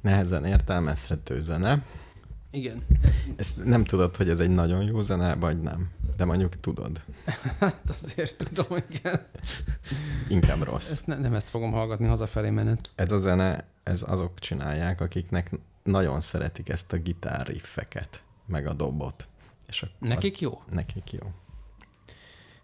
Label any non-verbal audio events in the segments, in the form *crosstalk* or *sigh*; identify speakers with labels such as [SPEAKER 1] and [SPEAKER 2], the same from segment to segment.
[SPEAKER 1] nehezen értelmezhető zene.
[SPEAKER 2] Igen.
[SPEAKER 1] Ezt nem tudod, hogy ez egy nagyon jó zene, vagy nem. De mondjuk tudod.
[SPEAKER 2] *laughs* Hát azért tudom, igen.
[SPEAKER 1] Inkább rossz.
[SPEAKER 2] Ezt ne, nem ezt fogom hallgatni hazafelé menet.
[SPEAKER 1] Ez a zene, ez azok csinálják, akiknek nagyon szeretik ezt a gitárriffeket, meg a dobot. És akkor
[SPEAKER 2] Nekik jó?
[SPEAKER 1] Nekik jó.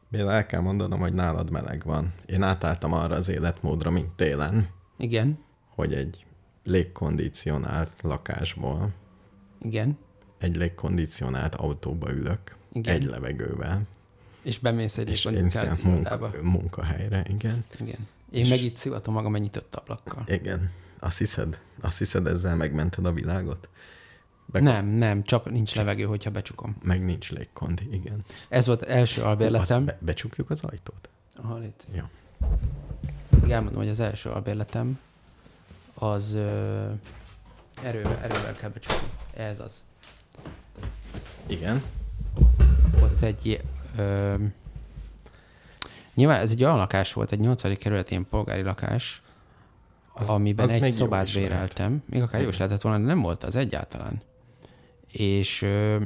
[SPEAKER 1] Béla, el kell mondanom, hogy nálad meleg van. Én átálltam arra az életmódra, mint télen,
[SPEAKER 2] Igen.
[SPEAKER 1] hogy egy légkondicionált lakásból
[SPEAKER 2] Igen.
[SPEAKER 1] egy légkondicionált autóba ülök,
[SPEAKER 2] Igen.
[SPEAKER 1] egy levegővel,
[SPEAKER 2] És bemész egy
[SPEAKER 1] és én
[SPEAKER 2] kondicionált irodába.
[SPEAKER 1] munka, munkahelyre, igen.
[SPEAKER 2] Igen. Én meg itt szivatom magam egy nyitott ablakkal.
[SPEAKER 1] Igen. Azt hiszed? Azt hiszed, ezzel megmented a világot? Be-
[SPEAKER 2] Nem, nem, csak nincs levegő, hogyha becsukom.
[SPEAKER 1] Meg nincs légkondi, igen.
[SPEAKER 2] Ez volt első
[SPEAKER 1] Azt
[SPEAKER 2] albérletem.
[SPEAKER 1] be- becsukjuk az ajtót?
[SPEAKER 2] Aha, légy.
[SPEAKER 1] Jó.
[SPEAKER 2] Még elmondom, hogy az első albérletem az ö, erővel, erővel kell becsukni. Ez az.
[SPEAKER 1] Igen.
[SPEAKER 2] Ott egy i- ö, Nyilván ez egy olyan lakás volt, egy 8. kerületén polgári lakás, az, amiben
[SPEAKER 1] az
[SPEAKER 2] egy
[SPEAKER 1] még jó
[SPEAKER 2] szobát
[SPEAKER 1] is lehet.
[SPEAKER 2] béreltem. Lehet. Még akár jó is lehetett volna, de nem volt az egyáltalán. És ö,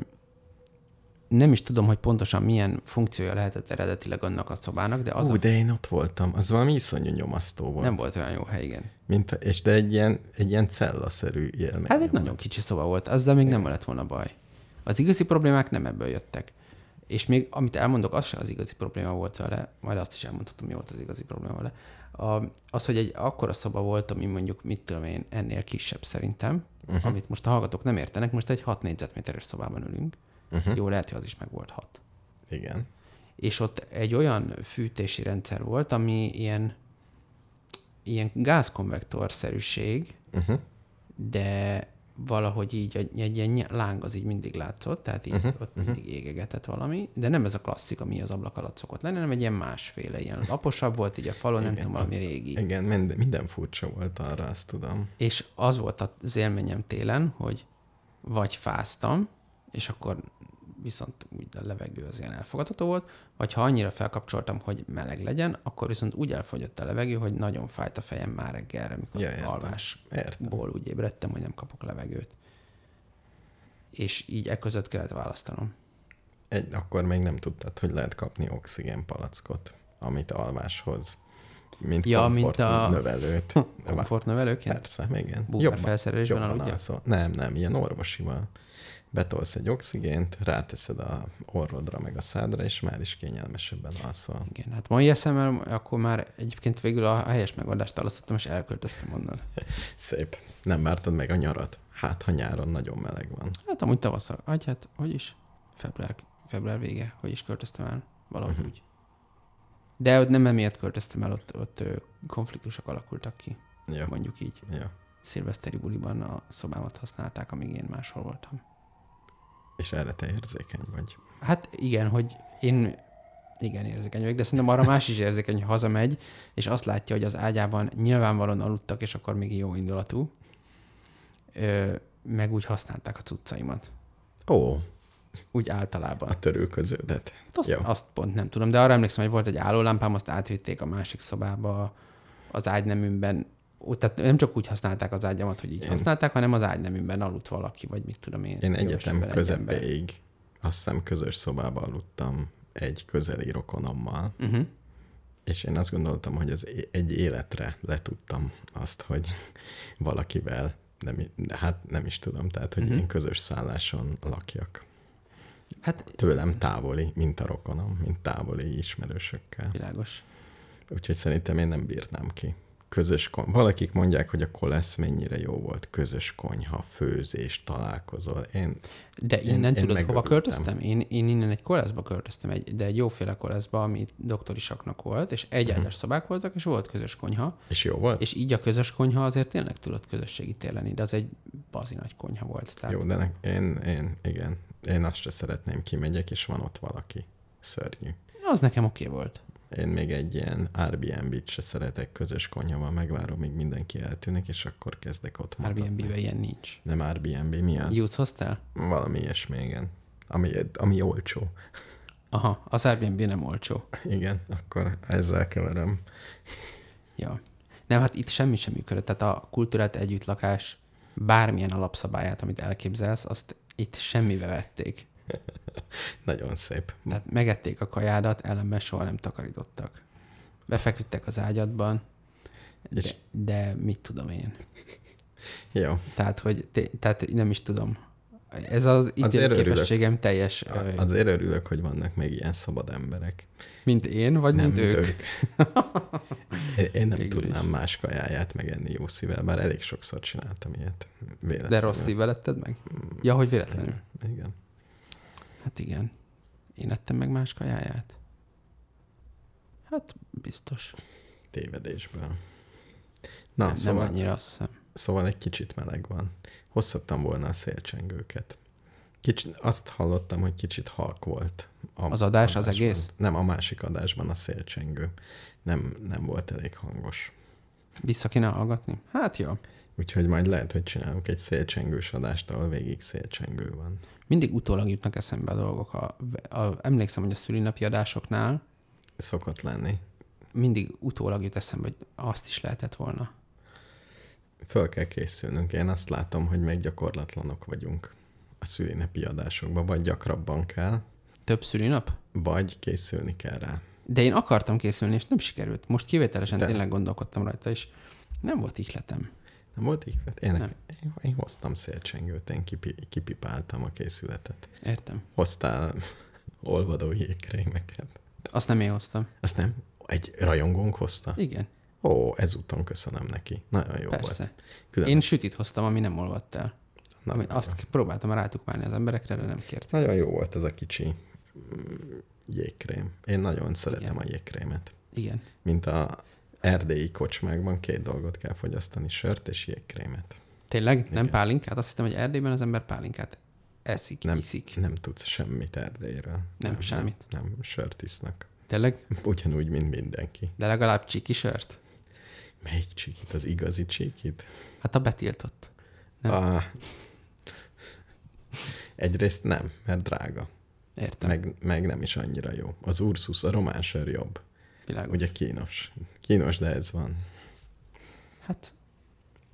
[SPEAKER 2] nem is tudom, hogy pontosan milyen funkciója lehetett eredetileg annak a szobának, de az
[SPEAKER 1] Az Ú,
[SPEAKER 2] a,
[SPEAKER 1] de én ott voltam. Az valami iszonyú nyomasztó volt.
[SPEAKER 2] nem volt olyan jó hely, igen.
[SPEAKER 1] Mint, a- és de egy ilyen, egy ilyen cellaszerű élmény.
[SPEAKER 2] Hát egy nagyon kicsi szoba volt, azzal még nem lett volna baj. Az igazi problémák nem ebből jöttek. És még amit elmondok, az se az igazi probléma volt vele, majd azt is elmondhatom, mi volt az igazi probléma vele. A, az, hogy egy akkora szoba volt, ami mondjuk, mit tudom én, ennél kisebb szerintem, uh-huh. amit most a hallgatók nem értenek, most egy 6 négyzetméteres szobában ülünk. Uh-huh. Jó, lehet, hogy az is meg volt 6
[SPEAKER 1] Igen.
[SPEAKER 2] és ott egy olyan fűtési rendszer volt, ami ilyen, ilyen gázkonvektorszerűség, uh-huh. de valahogy így egy, egy ilyen ny- láng az így mindig látszott, tehát így uh-huh. ott mindig égegetett valami, de nem ez a klasszik, ami az ablak alatt szokott lenni, hanem egy ilyen másféle, ilyen laposabb volt, így a falon, nem tudom, valami régi.
[SPEAKER 1] Igen, minden, minden furcsa volt arra, azt tudom.
[SPEAKER 2] És az volt az élményem télen, hogy vagy fáztam, és akkor viszont úgy a levegő az ilyen elfogadható volt, vagy ha annyira felkapcsoltam, hogy meleg legyen, akkor viszont úgy elfogyott a levegő, hogy nagyon fájt a fejem már reggelre,
[SPEAKER 1] Ja,
[SPEAKER 2] mikor ja,
[SPEAKER 1] értem. Értem.
[SPEAKER 2] alvásból úgy ébredtem, hogy nem kapok levegőt. És így e között kellett választanom.
[SPEAKER 1] Egy, akkor még nem tudtad, hogy lehet kapni oxigénpalackot, amit alváshoz, mint
[SPEAKER 2] Ja,
[SPEAKER 1] komfort
[SPEAKER 2] mint a-
[SPEAKER 1] növelőt.
[SPEAKER 2] Komfortnövelőként?
[SPEAKER 1] Persze, igen.
[SPEAKER 2] Búvár felszerelésben aludjál?
[SPEAKER 1] alszol. Nem, nem, ilyen orvosival. Betolsz egy oxigént, ráteszed a orrodra meg a szádra, és már is kényelmesebben alszol.
[SPEAKER 2] Igen, hát mai eszemmel akkor már egyébként végül a helyes megoldást választottam, és elköltöztem onnan.
[SPEAKER 1] Szép. Nem vártad meg a nyarat? Hát, ha nyáron nagyon meleg van.
[SPEAKER 2] Hát amúgy tavasszal. Vagy hát, hogy is? Február, február vége, hogy is költöztem el. Valahogy uh-huh. úgy. De ott nem emiatt költöztem el, ott, ott ö, konfliktusok alakultak ki,
[SPEAKER 1] Jó.
[SPEAKER 2] mondjuk így.
[SPEAKER 1] Jó.
[SPEAKER 2] Szilveszteri buliban a szobámat használták, amíg én máshol voltam.
[SPEAKER 1] És erre te érzékeny vagy.
[SPEAKER 2] Hát igen, hogy én igen érzékeny vagyok, de szerintem arra más is érzékeny, hogy hazamegy, és azt látja, hogy az ágyában nyilvánvalóan aludtak, és akkor még jó indulatú. Ö, meg úgy használták a cuccaimat.
[SPEAKER 1] Ó,
[SPEAKER 2] Úgy általában.
[SPEAKER 1] a törőköződet.
[SPEAKER 2] Hát Azt,
[SPEAKER 1] Jó.
[SPEAKER 2] azt pont nem tudom, de arra emlékszem, hogy volt egy állólámpám, azt átvitték a másik szobába az ágyneműmben. Ú, Tehát nem csak úgy használták az ágyamat, hogy így én... használták, hanem az ágyneműmben aludt valaki, vagy mit tudom én.
[SPEAKER 1] Én
[SPEAKER 2] Jó
[SPEAKER 1] egyetem
[SPEAKER 2] esetben egy ember.
[SPEAKER 1] közepéig, azt hiszem közös szobába aludtam egy közeli rokonommal,
[SPEAKER 2] Mhm,
[SPEAKER 1] uh-huh. és én azt gondoltam, hogy az é- egy életre letudtam azt, hogy *laughs* valakivel, nem, i- de hát nem is tudom, tehát,
[SPEAKER 2] Mhm.
[SPEAKER 1] hogy uh-huh. én közös szálláson lakjak.
[SPEAKER 2] Hát
[SPEAKER 1] Tőlem távoli, mint a rokonom, mint távoli ismerősökkel.
[SPEAKER 2] világos.
[SPEAKER 1] Úgyhogy szerintem én nem bírnám ki. Közös kon- Valakik mondják, hogy a kolesz mennyire jó volt. Közös konyha, főzés, találkozol. Én
[SPEAKER 2] De
[SPEAKER 1] Én-
[SPEAKER 2] innen
[SPEAKER 1] én
[SPEAKER 2] én, tudod, hova
[SPEAKER 1] megörültem.
[SPEAKER 2] költöztem? Én, én innen egy koleszba költöztem, egy, de egy jóféle koleszba, ami doktori saknak volt, és
[SPEAKER 1] Mhm.
[SPEAKER 2] egyenles szobák voltak, és volt közös konyha,
[SPEAKER 1] és jó volt?
[SPEAKER 2] és így a közös konyha azért tényleg tudott közösségi lenni, de az egy bazi nagy konyha volt. Tehát
[SPEAKER 1] Jó, de ne, én, én, igen. Én azt se szeretném, kimegyek, és van ott valaki. Szörnyű.
[SPEAKER 2] az nekem oké okay volt.
[SPEAKER 1] Én még egy ilyen Airbnb-t se szeretek, közös konyhával megvárom, míg mindenki eltűnik, és akkor kezdek ott mutatni.
[SPEAKER 2] Airbnb-ben ilyen nincs.
[SPEAKER 1] Nem Airbnb, mi az?
[SPEAKER 2] Jutsz hoztál?
[SPEAKER 1] Valami ilyesmi, igen. Ami, ami olcsó.
[SPEAKER 2] Aha, az Airbnb nem olcsó.
[SPEAKER 1] Igen, akkor ezzel keverem.
[SPEAKER 2] Ja. Nem, hát itt semmi sem működött. Tehát a kultúrát együtt lakás bármilyen alapszabályát, amit elképzelsz, azt itt semmibe vették.
[SPEAKER 1] Nagyon szép.
[SPEAKER 2] Tehát megették a kajádat, ellenben soha nem takarítottak. Befeküdtek az ágyadban, de,
[SPEAKER 1] És-
[SPEAKER 2] de mit tudom én.
[SPEAKER 1] Jó.
[SPEAKER 2] Tehát, hogy té- tehát nem is tudom. Ez az
[SPEAKER 1] Azért
[SPEAKER 2] idő
[SPEAKER 1] örülök.
[SPEAKER 2] képességem teljes,
[SPEAKER 1] A-
[SPEAKER 2] ö,
[SPEAKER 1] Azért örülök, hogy vannak még ilyen szabad emberek.
[SPEAKER 2] mint én, vagy mint ők.
[SPEAKER 1] Én- Én nem
[SPEAKER 2] Végül
[SPEAKER 1] tudnám más kajáját megenni jó szívvel, bár elég sokszor csináltam ilyet. Véletlenül.
[SPEAKER 2] *laughs* De rossz szívvel etted meg? Ja, hogy véletlenül.
[SPEAKER 1] Igen. Igen.
[SPEAKER 2] Hát igen. Én ettem meg más kajáját? Hát biztos.
[SPEAKER 1] Tévedésből. Na,
[SPEAKER 2] nem,
[SPEAKER 1] szóval,
[SPEAKER 2] nem annyira azt hiszem.
[SPEAKER 1] szóval egy kicsit meleg van. Hosszattam volna a szélcsengőket. Kicsit, azt hallottam, hogy kicsit halk volt. A
[SPEAKER 2] Az adás, az
[SPEAKER 1] adásban.
[SPEAKER 2] egész?
[SPEAKER 1] Nem, a másik adásban a szélcsengő. Nem, nem volt elég hangos.
[SPEAKER 2] Vissza kéne hallgatni? Hát jó.
[SPEAKER 1] Úgyhogy majd lehet, hogy csinálunk egy szélcsengős adást, ahol végig szélcsengő van.
[SPEAKER 2] Mindig utólag jutnak eszembe a dolgok. A, a, emlékszem, hogy a szülinapi adásoknál
[SPEAKER 1] Szokott lenni.
[SPEAKER 2] mindig utólag jut eszembe, hogy azt is lehetett volna.
[SPEAKER 1] Föl kell készülnünk. Én azt látom, hogy még gyakorlatlanok vagyunk a szülinapi adásokban. Vagy gyakrabban kell,
[SPEAKER 2] Több szülinap?
[SPEAKER 1] vagy készülni kell rá.
[SPEAKER 2] De én akartam készülni, és nem sikerült. Most kivételesen
[SPEAKER 1] De.
[SPEAKER 2] tényleg gondolkodtam rajta, és nem volt ihletem.
[SPEAKER 1] Nem volt ihlet? Én,
[SPEAKER 2] Nem.
[SPEAKER 1] Én, én hoztam szélcsengőt, én kipi, kipipáltam a készületet.
[SPEAKER 2] Értem.
[SPEAKER 1] Hoztál *laughs* olvadó jégkrémeket.
[SPEAKER 2] Azt nem én hoztam.
[SPEAKER 1] Azt nem? Egy rajongónk hozta?
[SPEAKER 2] Igen,
[SPEAKER 1] Ó, ezúton köszönöm neki. Nagyon jó volt.
[SPEAKER 2] persze.
[SPEAKER 1] Különben-
[SPEAKER 2] Én sütit hoztam, ami nem olvadt el.
[SPEAKER 1] Na, hát
[SPEAKER 2] Ami
[SPEAKER 1] na,
[SPEAKER 2] azt próbáltam rátukmálni az emberekre, de nem kért.
[SPEAKER 1] Nagyon jó volt ez a kicsi mm, jégkrém. Én nagyon szeretem
[SPEAKER 2] Igen.
[SPEAKER 1] a jégkrémet.
[SPEAKER 2] Igen.
[SPEAKER 1] Mint a erdélyi kocsmákban két dolgot kell fogyasztani, sört és jégkrémet.
[SPEAKER 2] Tényleg? Nem
[SPEAKER 1] Igen.
[SPEAKER 2] pálinkát? Azt hittem, hogy Erdélyben az ember pálinkát eszik, nem.
[SPEAKER 1] Nem.
[SPEAKER 2] iszik.
[SPEAKER 1] Nem tudsz semmit Erdélyről. Nem,
[SPEAKER 2] semmit.
[SPEAKER 1] Nem, nem sört isznak.
[SPEAKER 2] Tényleg?
[SPEAKER 1] Ugyanúgy, mint mindenki.
[SPEAKER 2] De legalább csiki sört.
[SPEAKER 1] Melyik csíkit? Az igazi csíkit?
[SPEAKER 2] Hát a betiltott. Nem.
[SPEAKER 1] Ah. Egyrészt nem, mert drága.
[SPEAKER 2] Értem. Meg...
[SPEAKER 1] Meg, meg nem is annyira jó. Az Ursus, a román sör jobb.
[SPEAKER 2] Világos.
[SPEAKER 1] Ugye kínos. Kínos, de ez van.
[SPEAKER 2] Hát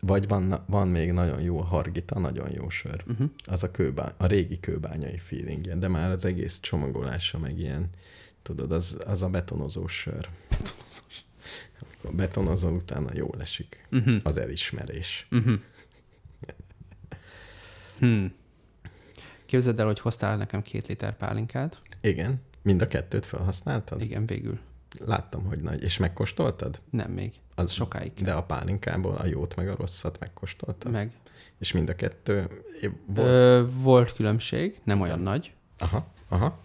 [SPEAKER 1] Vagy van, van még nagyon jó a hargita, nagyon jó sör.
[SPEAKER 2] Mhm.
[SPEAKER 1] Az a, kőbá, a régi kőbányai feelingje, de már az egész csomagolása meg ilyen, tudod, az, az a betonozó sör.
[SPEAKER 2] betonozós.
[SPEAKER 1] Amikor betonozol, utána jól esik.
[SPEAKER 2] Mhm.
[SPEAKER 1] Az elismerés. *laughs*
[SPEAKER 2] Mhm. Hm. Képzeld el, hogy hoztál nekem két liter pálinkát.
[SPEAKER 1] Igen, mind a kettőt felhasználtad?
[SPEAKER 2] Igen, végül.
[SPEAKER 1] Láttam, hogy nagy. És megkóstoltad?
[SPEAKER 2] Nem még. Az
[SPEAKER 1] Az-
[SPEAKER 2] sokáig kell.
[SPEAKER 1] De a pálinkából a jót meg a rosszat megkóstoltad?
[SPEAKER 2] Meg.
[SPEAKER 1] És mind a kettő é-
[SPEAKER 2] Volt.
[SPEAKER 1] volt?
[SPEAKER 2] Mm. Ö, volt különbség, nem olyan nagy.
[SPEAKER 1] Aha, aha,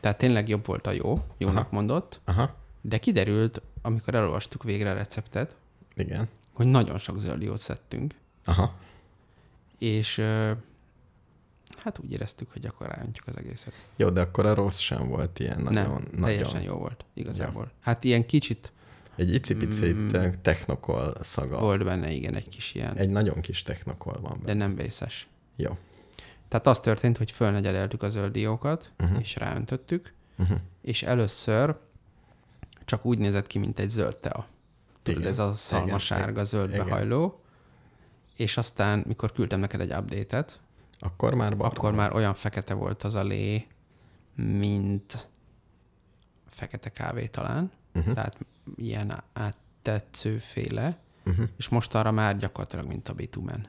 [SPEAKER 2] Tehát tényleg jobb volt a jó, jónak
[SPEAKER 1] Aha.
[SPEAKER 2] mondott,
[SPEAKER 1] aha,
[SPEAKER 2] de kiderült, amikor elolvastuk végre a receptet,
[SPEAKER 1] igen,
[SPEAKER 2] hogy nagyon sok zöldjót szedtünk,
[SPEAKER 1] aha.
[SPEAKER 2] és ö, hát úgy éreztük, hogy akkor ráöntjük az egészet.
[SPEAKER 1] Jó, de akkor a rossz sem volt ilyen nagyon,
[SPEAKER 2] nem,
[SPEAKER 1] nagyon
[SPEAKER 2] teljesen jó volt, igazából. Hát ilyen kicsit
[SPEAKER 1] Egy icipicit mm. technokol szaga.
[SPEAKER 2] volt benne, igen, egy kis ilyen,
[SPEAKER 1] Egy nagyon kis technokol van benne.
[SPEAKER 2] de nem vészes.
[SPEAKER 1] Jó.
[SPEAKER 2] Tehát az történt, hogy fölnegyeleltük a zölddiókat,
[SPEAKER 1] Mhm,
[SPEAKER 2] uh-huh. és ráöntöttük, uh-huh. és először csak úgy nézett ki, mint egy zöld tea. Tudod,
[SPEAKER 1] Igen.
[SPEAKER 2] ez a
[SPEAKER 1] Igen.
[SPEAKER 2] szalmasárga zöldbe
[SPEAKER 1] Igen.
[SPEAKER 2] hajló, és aztán, mikor küldtem neked egy update-et,
[SPEAKER 1] Akkor már barna.
[SPEAKER 2] akkor már olyan fekete volt az a lé, mint fekete kávé talán,
[SPEAKER 1] Mhm.
[SPEAKER 2] uh-huh. tehát ilyen á- áttetszőféle,
[SPEAKER 1] Mhm.
[SPEAKER 2] uh-huh. és most arra már gyakorlatilag, mint a bitumen.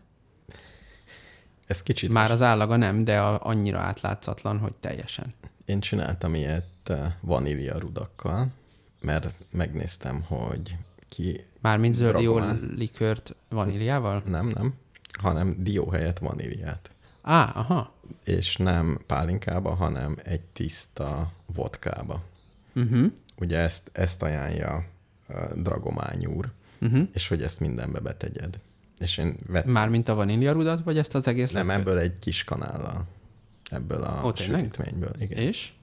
[SPEAKER 1] Ez kicsit
[SPEAKER 2] Már az állaga nem, de a, annyira átlátszatlan, hogy teljesen.
[SPEAKER 1] Én csináltam ilyet eh, vanília rudakkal, mert megnéztem, hogy ki...
[SPEAKER 2] Mármint zöld jó
[SPEAKER 1] Rakomán.
[SPEAKER 2] likört vaníliával?
[SPEAKER 1] Nem, nem, hanem dió helyett vaníliát.
[SPEAKER 2] Á, aha.
[SPEAKER 1] És nem pálinkába, hanem egy tiszta vodkába.
[SPEAKER 2] Uh-huh.
[SPEAKER 1] Ugye ezt, ezt ajánlja eh, Dragomány úr,
[SPEAKER 2] Uh-huh.
[SPEAKER 1] és hogy ezt mindenbe betegyed. És én vettem
[SPEAKER 2] Mármint a vaníliarudat, vagy ezt az egész?
[SPEAKER 1] nem
[SPEAKER 2] likört?
[SPEAKER 1] ebből egy kis kanállal, ebből a
[SPEAKER 2] Ó,
[SPEAKER 1] Ó,
[SPEAKER 2] tényleg?
[SPEAKER 1] sütményből. Igen.
[SPEAKER 2] És?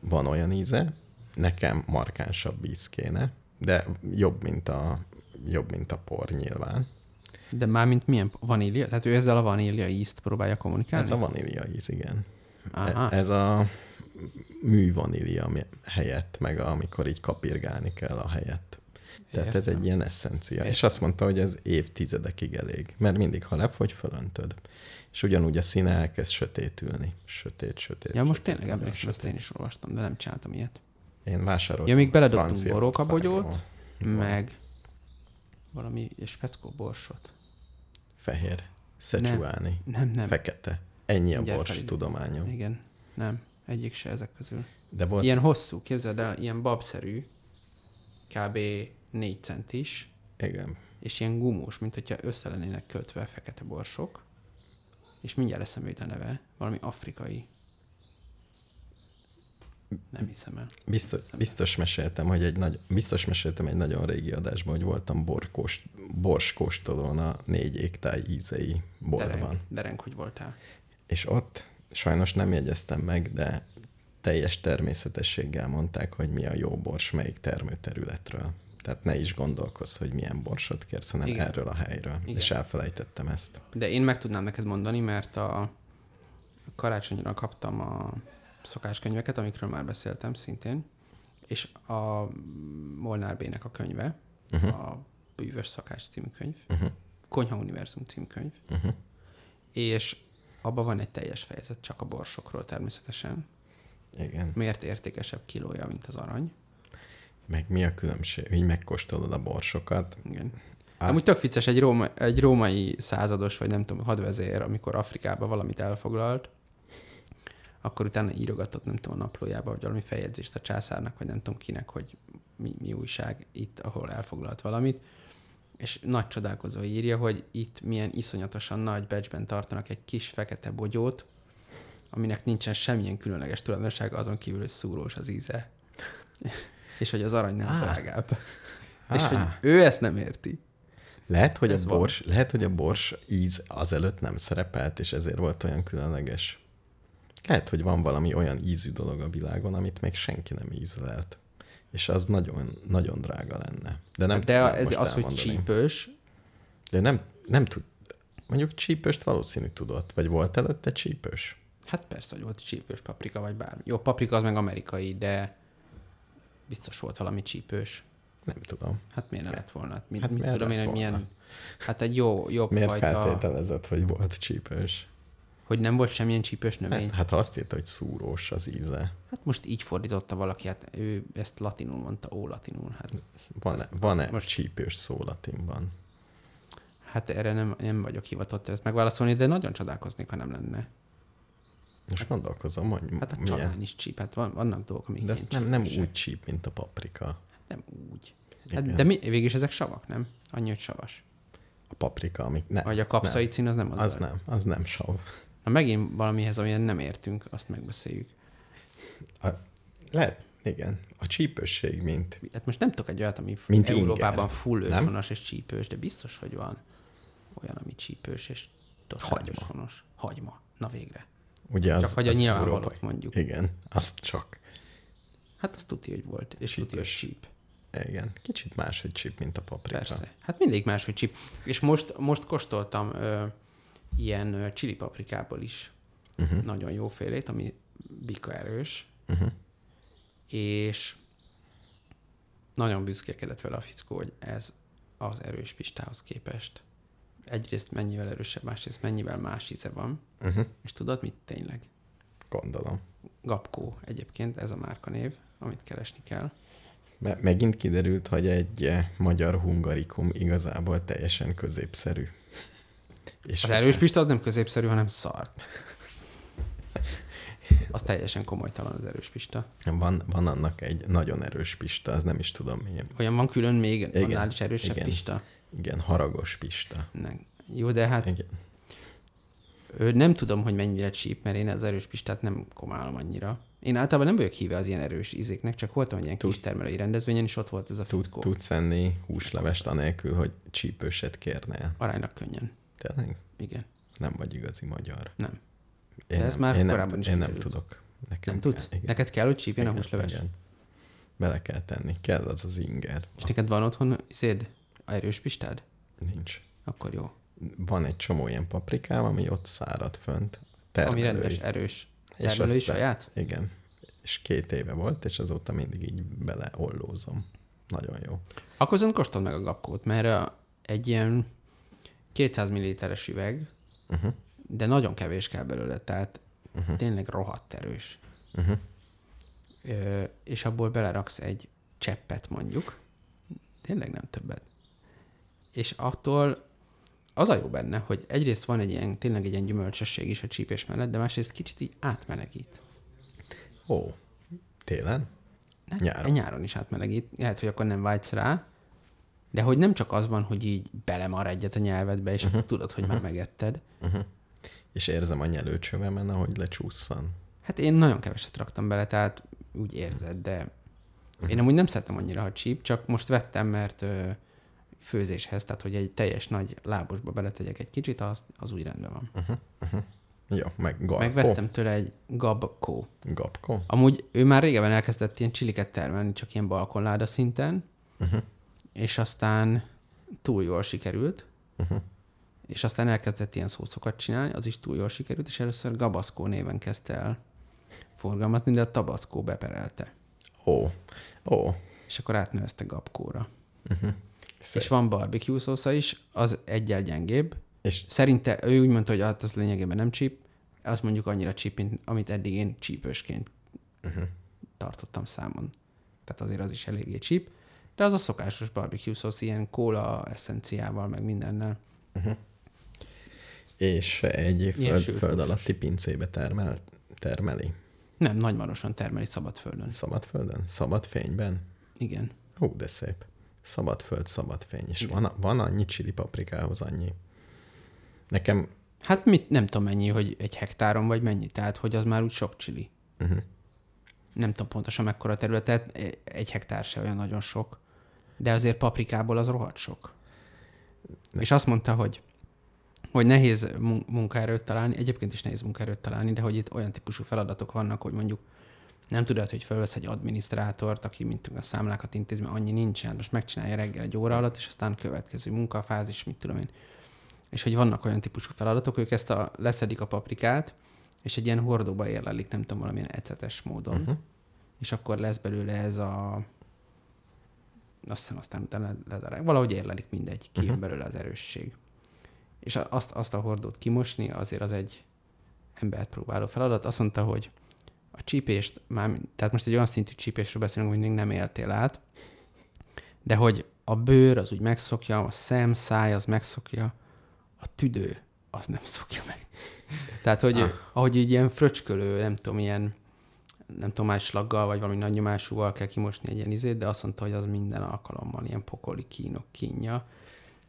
[SPEAKER 1] van olyan íze, nekem markánsabb íz kéne, de jobb, mint a, jobb, mint a por nyilván.
[SPEAKER 2] De mármint milyen vanília? Tehát ő ezzel a vanília ízt próbálja kommunikálni?
[SPEAKER 1] Ez Hát, a vanília íz, igen.
[SPEAKER 2] Aha.
[SPEAKER 1] E- Ez a művanília mi- helyett, meg amikor így kapirgálni kell a helyett. Tehát Értem. ez egy ilyen eszencia. Értem. És azt mondta, hogy ez évtizedekig elég. Mert mindig, ha lefogy, fölöntöd. És ugyanúgy a színe elkezd sötétülni. Sötét, sötét.
[SPEAKER 2] Ja, most
[SPEAKER 1] sötét,
[SPEAKER 2] tényleg emlékszem, azt én is olvastam, de nem csináltam ilyet.
[SPEAKER 1] Én vásároltam.
[SPEAKER 2] Ja, még beledobtunk
[SPEAKER 1] Franciaországból.
[SPEAKER 2] borrókabogyót, meg valami és feckó borsot.
[SPEAKER 1] Fehér. Szecsuáni.
[SPEAKER 2] Nem, nem.
[SPEAKER 1] Fekete. Ennyi a
[SPEAKER 2] Mindjárt
[SPEAKER 1] bors
[SPEAKER 2] felidő-
[SPEAKER 1] tudományom.
[SPEAKER 2] Igen, nem. Egyik se ezek közül.
[SPEAKER 1] De volt
[SPEAKER 2] Ilyen hosszú, képzeld el, ilyen babszerű, kb. 4 centis,
[SPEAKER 1] Igen.
[SPEAKER 2] és ilyen gumós, mint hogyha össze lennének kötve a fekete borsok, és mindjárt eszembe jut a neve, valami afrikai. Nem hiszem el.
[SPEAKER 1] Biztos, biztos, meséltem, hogy egy nagy, biztos meséltem egy nagyon régi adásban, hogy voltam borkós, borskóstolón a négy égtáj ízei
[SPEAKER 2] Derenk,
[SPEAKER 1] borban.
[SPEAKER 2] derenk, hogy voltál.
[SPEAKER 1] És ott sajnos nem jegyeztem meg, de teljes természetességgel mondták, hogy mi a jó bors melyik termőterületről. Tehát ne is gondolkozz, hogy milyen borsot kérsz, hanem
[SPEAKER 2] Igen.
[SPEAKER 1] Igen. erről a helyről. Igen. És elfelejtettem ezt.
[SPEAKER 2] De én meg tudnám neked mondani, mert a karácsonyra kaptam a szokáskönyveket, amikről már beszéltem szintén, és a Molnár B-nek a könyve, uh-huh. a Bűvös Szakás című könyv, uh-huh. Konyha Univerzum című könyv, uh-huh. és abban van egy teljes fejezet csak a borsokról természetesen.
[SPEAKER 1] Igen.
[SPEAKER 2] Miért értékesebb kilója, mint az arany?
[SPEAKER 1] Meg mi a különbség? Így megkóstolod a borsokat.
[SPEAKER 2] Igen.
[SPEAKER 1] Á.
[SPEAKER 2] Amúgy tök vicces, egy, róma, egy római százados, vagy nem tudom, hadvezér, amikor Afrikába valamit elfoglalt, akkor utána írogatott, nem tudom, a naplójába, vagy valami feljegyzést a császárnak, vagy nem tudom kinek, hogy mi, mi újság itt, ahol elfoglalt valamit, és nagy csodálkozó írja, hogy itt milyen iszonyatosan nagy becsben tartanak egy kis fekete bogyót, aminek nincsen semmilyen különleges tulajdonsága, azon kívül, hogy szúrós az íze. *laughs* és hogy az arany nem drágább. És hogy
[SPEAKER 1] Á.
[SPEAKER 2] ő ezt nem érti.
[SPEAKER 1] Lehet, hogy
[SPEAKER 2] Ez
[SPEAKER 1] a
[SPEAKER 2] van.
[SPEAKER 1] bors, lehet, hogy a bors íz azelőtt nem szerepelt, és ezért volt olyan különleges. Lehet, hogy van valami olyan ízű dolog a világon, amit még senki nem ízlelt. És az nagyon, nagyon drága lenne. De nem
[SPEAKER 2] De
[SPEAKER 1] tudnám
[SPEAKER 2] ez
[SPEAKER 1] most
[SPEAKER 2] az, hogy
[SPEAKER 1] elmondani.
[SPEAKER 2] csípős,
[SPEAKER 1] De nem, nem tud. Mondjuk csípőst valószínű tudott, vagy volt előtte csípős?
[SPEAKER 2] hát persze, hogy volt csípős paprika, vagy bármi. Jó, paprika az meg amerikai, de biztos volt valami csípős.
[SPEAKER 1] Nem tudom.
[SPEAKER 2] Hát miért ne lett volna? Hát, mit,
[SPEAKER 1] Hát
[SPEAKER 2] hát mit
[SPEAKER 1] miért
[SPEAKER 2] tudom én,
[SPEAKER 1] lett
[SPEAKER 2] hogy milyen...
[SPEAKER 1] volna?
[SPEAKER 2] Hát egy jó, jobb
[SPEAKER 1] Miért
[SPEAKER 2] fajta,
[SPEAKER 1] feltételezett, hogy volt csípős?
[SPEAKER 2] hogy nem volt semmilyen csípős növény.
[SPEAKER 1] Hát, hát ha azt írta, hogy szúrós az íze.
[SPEAKER 2] Hát most így fordította valaki, hát ő ezt latinul mondta, ó latinul. Hát,
[SPEAKER 1] Van-e, van-e most... csípős szó latinban?
[SPEAKER 2] hát erre nem, nem vagyok hivatott ezt megválaszolni, de nagyon csodálkoznék, ha nem lenne.
[SPEAKER 1] Most gondolkozom, hogy
[SPEAKER 2] Hát a
[SPEAKER 1] milyen.
[SPEAKER 2] csalán is csíp, hát van, vannak dolgok, amik
[SPEAKER 1] De
[SPEAKER 2] ilyen
[SPEAKER 1] ezt nem, nem
[SPEAKER 2] csípősek.
[SPEAKER 1] úgy csíp, mint a paprika.
[SPEAKER 2] Nem úgy. Hát,
[SPEAKER 1] Igen.
[SPEAKER 2] de mi, végig ezek savak, nem? Annyi, hogy savas.
[SPEAKER 1] A paprika, amik nem.
[SPEAKER 2] Vagy a kapszaicin, az nem az.
[SPEAKER 1] Az
[SPEAKER 2] zöld.
[SPEAKER 1] nem, az nem sav.
[SPEAKER 2] Na megint valamihez, amilyen nem értünk, azt megbeszéljük.
[SPEAKER 1] A, lehet, igen. A csípősség, mint
[SPEAKER 2] Hát most nem tudok egy olyat, ami
[SPEAKER 1] Mint
[SPEAKER 2] Európában
[SPEAKER 1] inger,
[SPEAKER 2] full
[SPEAKER 1] nem?
[SPEAKER 2] őshonos és csípős, de biztos, hogy van olyan, ami csípős és totál
[SPEAKER 1] Hagyma.
[SPEAKER 2] őshonos. Hagyma. Na végre.
[SPEAKER 1] ugye az
[SPEAKER 2] Csak hogy a
[SPEAKER 1] az
[SPEAKER 2] nyilvánvalót
[SPEAKER 1] európai-
[SPEAKER 2] mondjuk.
[SPEAKER 1] Igen, az csak.
[SPEAKER 2] Hát azt tudja, hogy volt. És tudja, hogy
[SPEAKER 1] Csípős.
[SPEAKER 2] csíp.
[SPEAKER 1] Igen. Kicsit máshogy csíp, mint a paprika.
[SPEAKER 2] Persze. Hát mindig máshogy csíp. És most, most kóstoltam ö, ilyen ö, csili paprikából is uh-huh. nagyon jó félét, ami bika erős, uh-huh. és nagyon büszkélkedett vele a fickó, hogy ez az erős pistához képest. Egyrészt mennyivel erősebb, másrészt mennyivel más íze van. Uh-huh. És tudod mit tényleg?
[SPEAKER 1] Mhm, Gondolom.
[SPEAKER 2] Gapkó egyébként, ez a márkanév, amit keresni kell.
[SPEAKER 1] Me- megint kiderült, hogy egy eh, magyar hungarikum igazából teljesen középszerű. És
[SPEAKER 2] Az erős pista az nem középszerű, hanem szar. Az teljesen komolytalan az erős pista.
[SPEAKER 1] van, van annak egy nagyon erős pista, az nem is tudom mi.
[SPEAKER 2] Olyan van külön még, igen,
[SPEAKER 1] Igen,
[SPEAKER 2] annál is erősebb igen.
[SPEAKER 1] igen.
[SPEAKER 2] pista.
[SPEAKER 1] Igen, haragos pista.
[SPEAKER 2] Nem. Jó, de hát
[SPEAKER 1] Igen.
[SPEAKER 2] ő nem tudom, hogy mennyire csíp, mert én az erős pistát nem komálom annyira. Én általában nem vagyok híve az ilyen erős ízéknek, csak voltam egy ilyen kis termelői rendezvényen, és ott volt ez a
[SPEAKER 1] Tud,
[SPEAKER 2] fickó.
[SPEAKER 1] tudsz enni húslevest anélkül, hogy csípőset kérnél.
[SPEAKER 2] Aránylag könnyen.
[SPEAKER 1] Tényleg?
[SPEAKER 2] Igen.
[SPEAKER 1] Nem vagy igazi magyar.
[SPEAKER 2] Nem.
[SPEAKER 1] Én
[SPEAKER 2] ez
[SPEAKER 1] nem,
[SPEAKER 2] már
[SPEAKER 1] én
[SPEAKER 2] korábban
[SPEAKER 1] nem,
[SPEAKER 2] is
[SPEAKER 1] Én nem
[SPEAKER 2] kiderült.
[SPEAKER 1] tudok. Nekem
[SPEAKER 2] Nem tudsz?
[SPEAKER 1] Kell, igen,
[SPEAKER 2] Neked kell, hogy csípjen a
[SPEAKER 1] igen,
[SPEAKER 2] húsleves?
[SPEAKER 1] igen. Bele kell tenni. Kell az az inger.
[SPEAKER 2] És neked van otthon széd? Erős pistád?
[SPEAKER 1] Nincs.
[SPEAKER 2] Akkor jó.
[SPEAKER 1] Van egy csomó ilyen paprikám, ami ott szárad fönt.
[SPEAKER 2] Ami
[SPEAKER 1] termelői.
[SPEAKER 2] rendes, erős.
[SPEAKER 1] És azt
[SPEAKER 2] Termelői
[SPEAKER 1] be-
[SPEAKER 2] saját?
[SPEAKER 1] Igen. És két éve volt, és azóta mindig így beleollózom. Nagyon jó.
[SPEAKER 2] Akkor viszont kóstold meg a gabkót, mert a- egy ilyen 200 ml-es üveg,
[SPEAKER 1] Uh-huh.
[SPEAKER 2] de nagyon kevés kell belőle, tehát
[SPEAKER 1] mhm,
[SPEAKER 2] uh-huh. tényleg rohadt erős.
[SPEAKER 1] Uh-huh.
[SPEAKER 2] Ö, és abból beleraksz egy cseppet mondjuk, tényleg nem többet. És attól az a jó benne, hogy egyrészt van egy ilyen, tényleg egy ilyen gyümölcsesség is a csípés mellett, de másrészt kicsit így átmelegít.
[SPEAKER 1] Ó, télen?
[SPEAKER 2] Hát,
[SPEAKER 1] Nyáron.
[SPEAKER 2] nyáron is átmelegít. Lehet, hogy akkor nem vágysz rá, de hogy nem csak az van, hogy így belemar egyet a nyelvedbe, és uh-huh. tudod, hogy már megetted.
[SPEAKER 1] És érzem a nyelőcsövemen, ahogy lecsúszan.
[SPEAKER 2] Hát én nagyon keveset raktam bele, tehát úgy érzed, de én amúgy nem szeretem annyira a csíp, csak most vettem, mert ö, főzéshez, tehát hogy egy teljes nagy lábosba beletegyek egy kicsit, az, az úgy rendben van.
[SPEAKER 1] Jó, meg galkó.
[SPEAKER 2] Megvettem tőle egy gabkó.
[SPEAKER 1] Gabkó?
[SPEAKER 2] Amúgy ő már régebben elkezdett ilyen csiliket termelni, csak ilyen balkonláda szinten, uh-huh. és aztán túl jól sikerült,
[SPEAKER 1] Uh-huh.
[SPEAKER 2] és aztán elkezdett ilyen szószokat csinálni, az is túl jól sikerült, és először Gabaszkó néven kezdte el forgalmazni, de a Tabaszkó beperelte.
[SPEAKER 1] Ó, ó. Mhm.
[SPEAKER 2] És akkor átnevezte Gabkóra.
[SPEAKER 1] Szép.
[SPEAKER 2] És van barbecue szósza is, az egyel gyengébb.
[SPEAKER 1] És
[SPEAKER 2] Szerinte ő úgy mondta, hogy hát az lényegében nem csíp, az mondjuk annyira csíp, mint amit eddig én csípősként
[SPEAKER 1] uh-huh.
[SPEAKER 2] tartottam számon. Tehát azért az is eléggé csíp. De az a szokásos barbecue szósz, ilyen kóla eszenciával, meg mindennel.
[SPEAKER 1] és egy föld,
[SPEAKER 2] sült
[SPEAKER 1] föld alatti pincébe termel, termeli.
[SPEAKER 2] Nem, nagymaroson termeli szabadföldön.
[SPEAKER 1] Szabadföldön? Szabad fényben?
[SPEAKER 2] Igen.
[SPEAKER 1] Hú, de szép. Szabad föld, szabad fény. És van, van annyi csili paprikához annyi. Nekem,
[SPEAKER 2] Hát mit, nem tudom mennyi, hogy egy hektáron vagy mennyi, tehát hogy az már úgy sok csili.
[SPEAKER 1] uh-huh.
[SPEAKER 2] Nem tudom pontosan mekkora terület, tehát e, egy hektár se olyan nagyon sok, de azért paprikából az rohadt sok.
[SPEAKER 1] Ne.
[SPEAKER 2] És azt mondta, hogy hogy nehéz mun- munkaerőt találni, egyébként is nehéz munkaerőt találni, de hogy itt olyan típusú feladatok vannak, hogy mondjuk nem tudod, hogy fölvesz egy adminisztrátort, aki mint a számlákat intéz, mert annyi nincsen, most megcsinálja reggel egy óra alatt, és aztán következő munkafázis, mit tudom én. És hogy vannak olyan típusú feladatok, ők ezt a, leszedik a paprikát, és egy ilyen hordóba érlelik, nem tudom, valamilyen ecetes módon. Uh-huh. És akkor lesz belőle ez a... Azt hiszem, aztán utána ledarálják. Valahogy érlelik mindegy, kijön uh-huh. belőle az erősség. És a- azt, azt a hordót kimosni, azért az egy embert próbáló feladat. Azt mondta, hogy a csípést, már, tehát most egy olyan szintű csípésről beszélünk, hogy még nem éltél át, de hogy a bőr az úgy megszokja, a szem, száj az megszokja, a tüdő az nem szokja meg. *laughs* Tehát, hogy ah. ahogy így ilyen fröcskölő, nem tudom, ilyen nem tudom, más slaggal, vagy valami nagy nyomásúval kell kimosni egy ilyen izét, de azt mondta, hogy az minden alkalommal ilyen pokoli kínok kínja,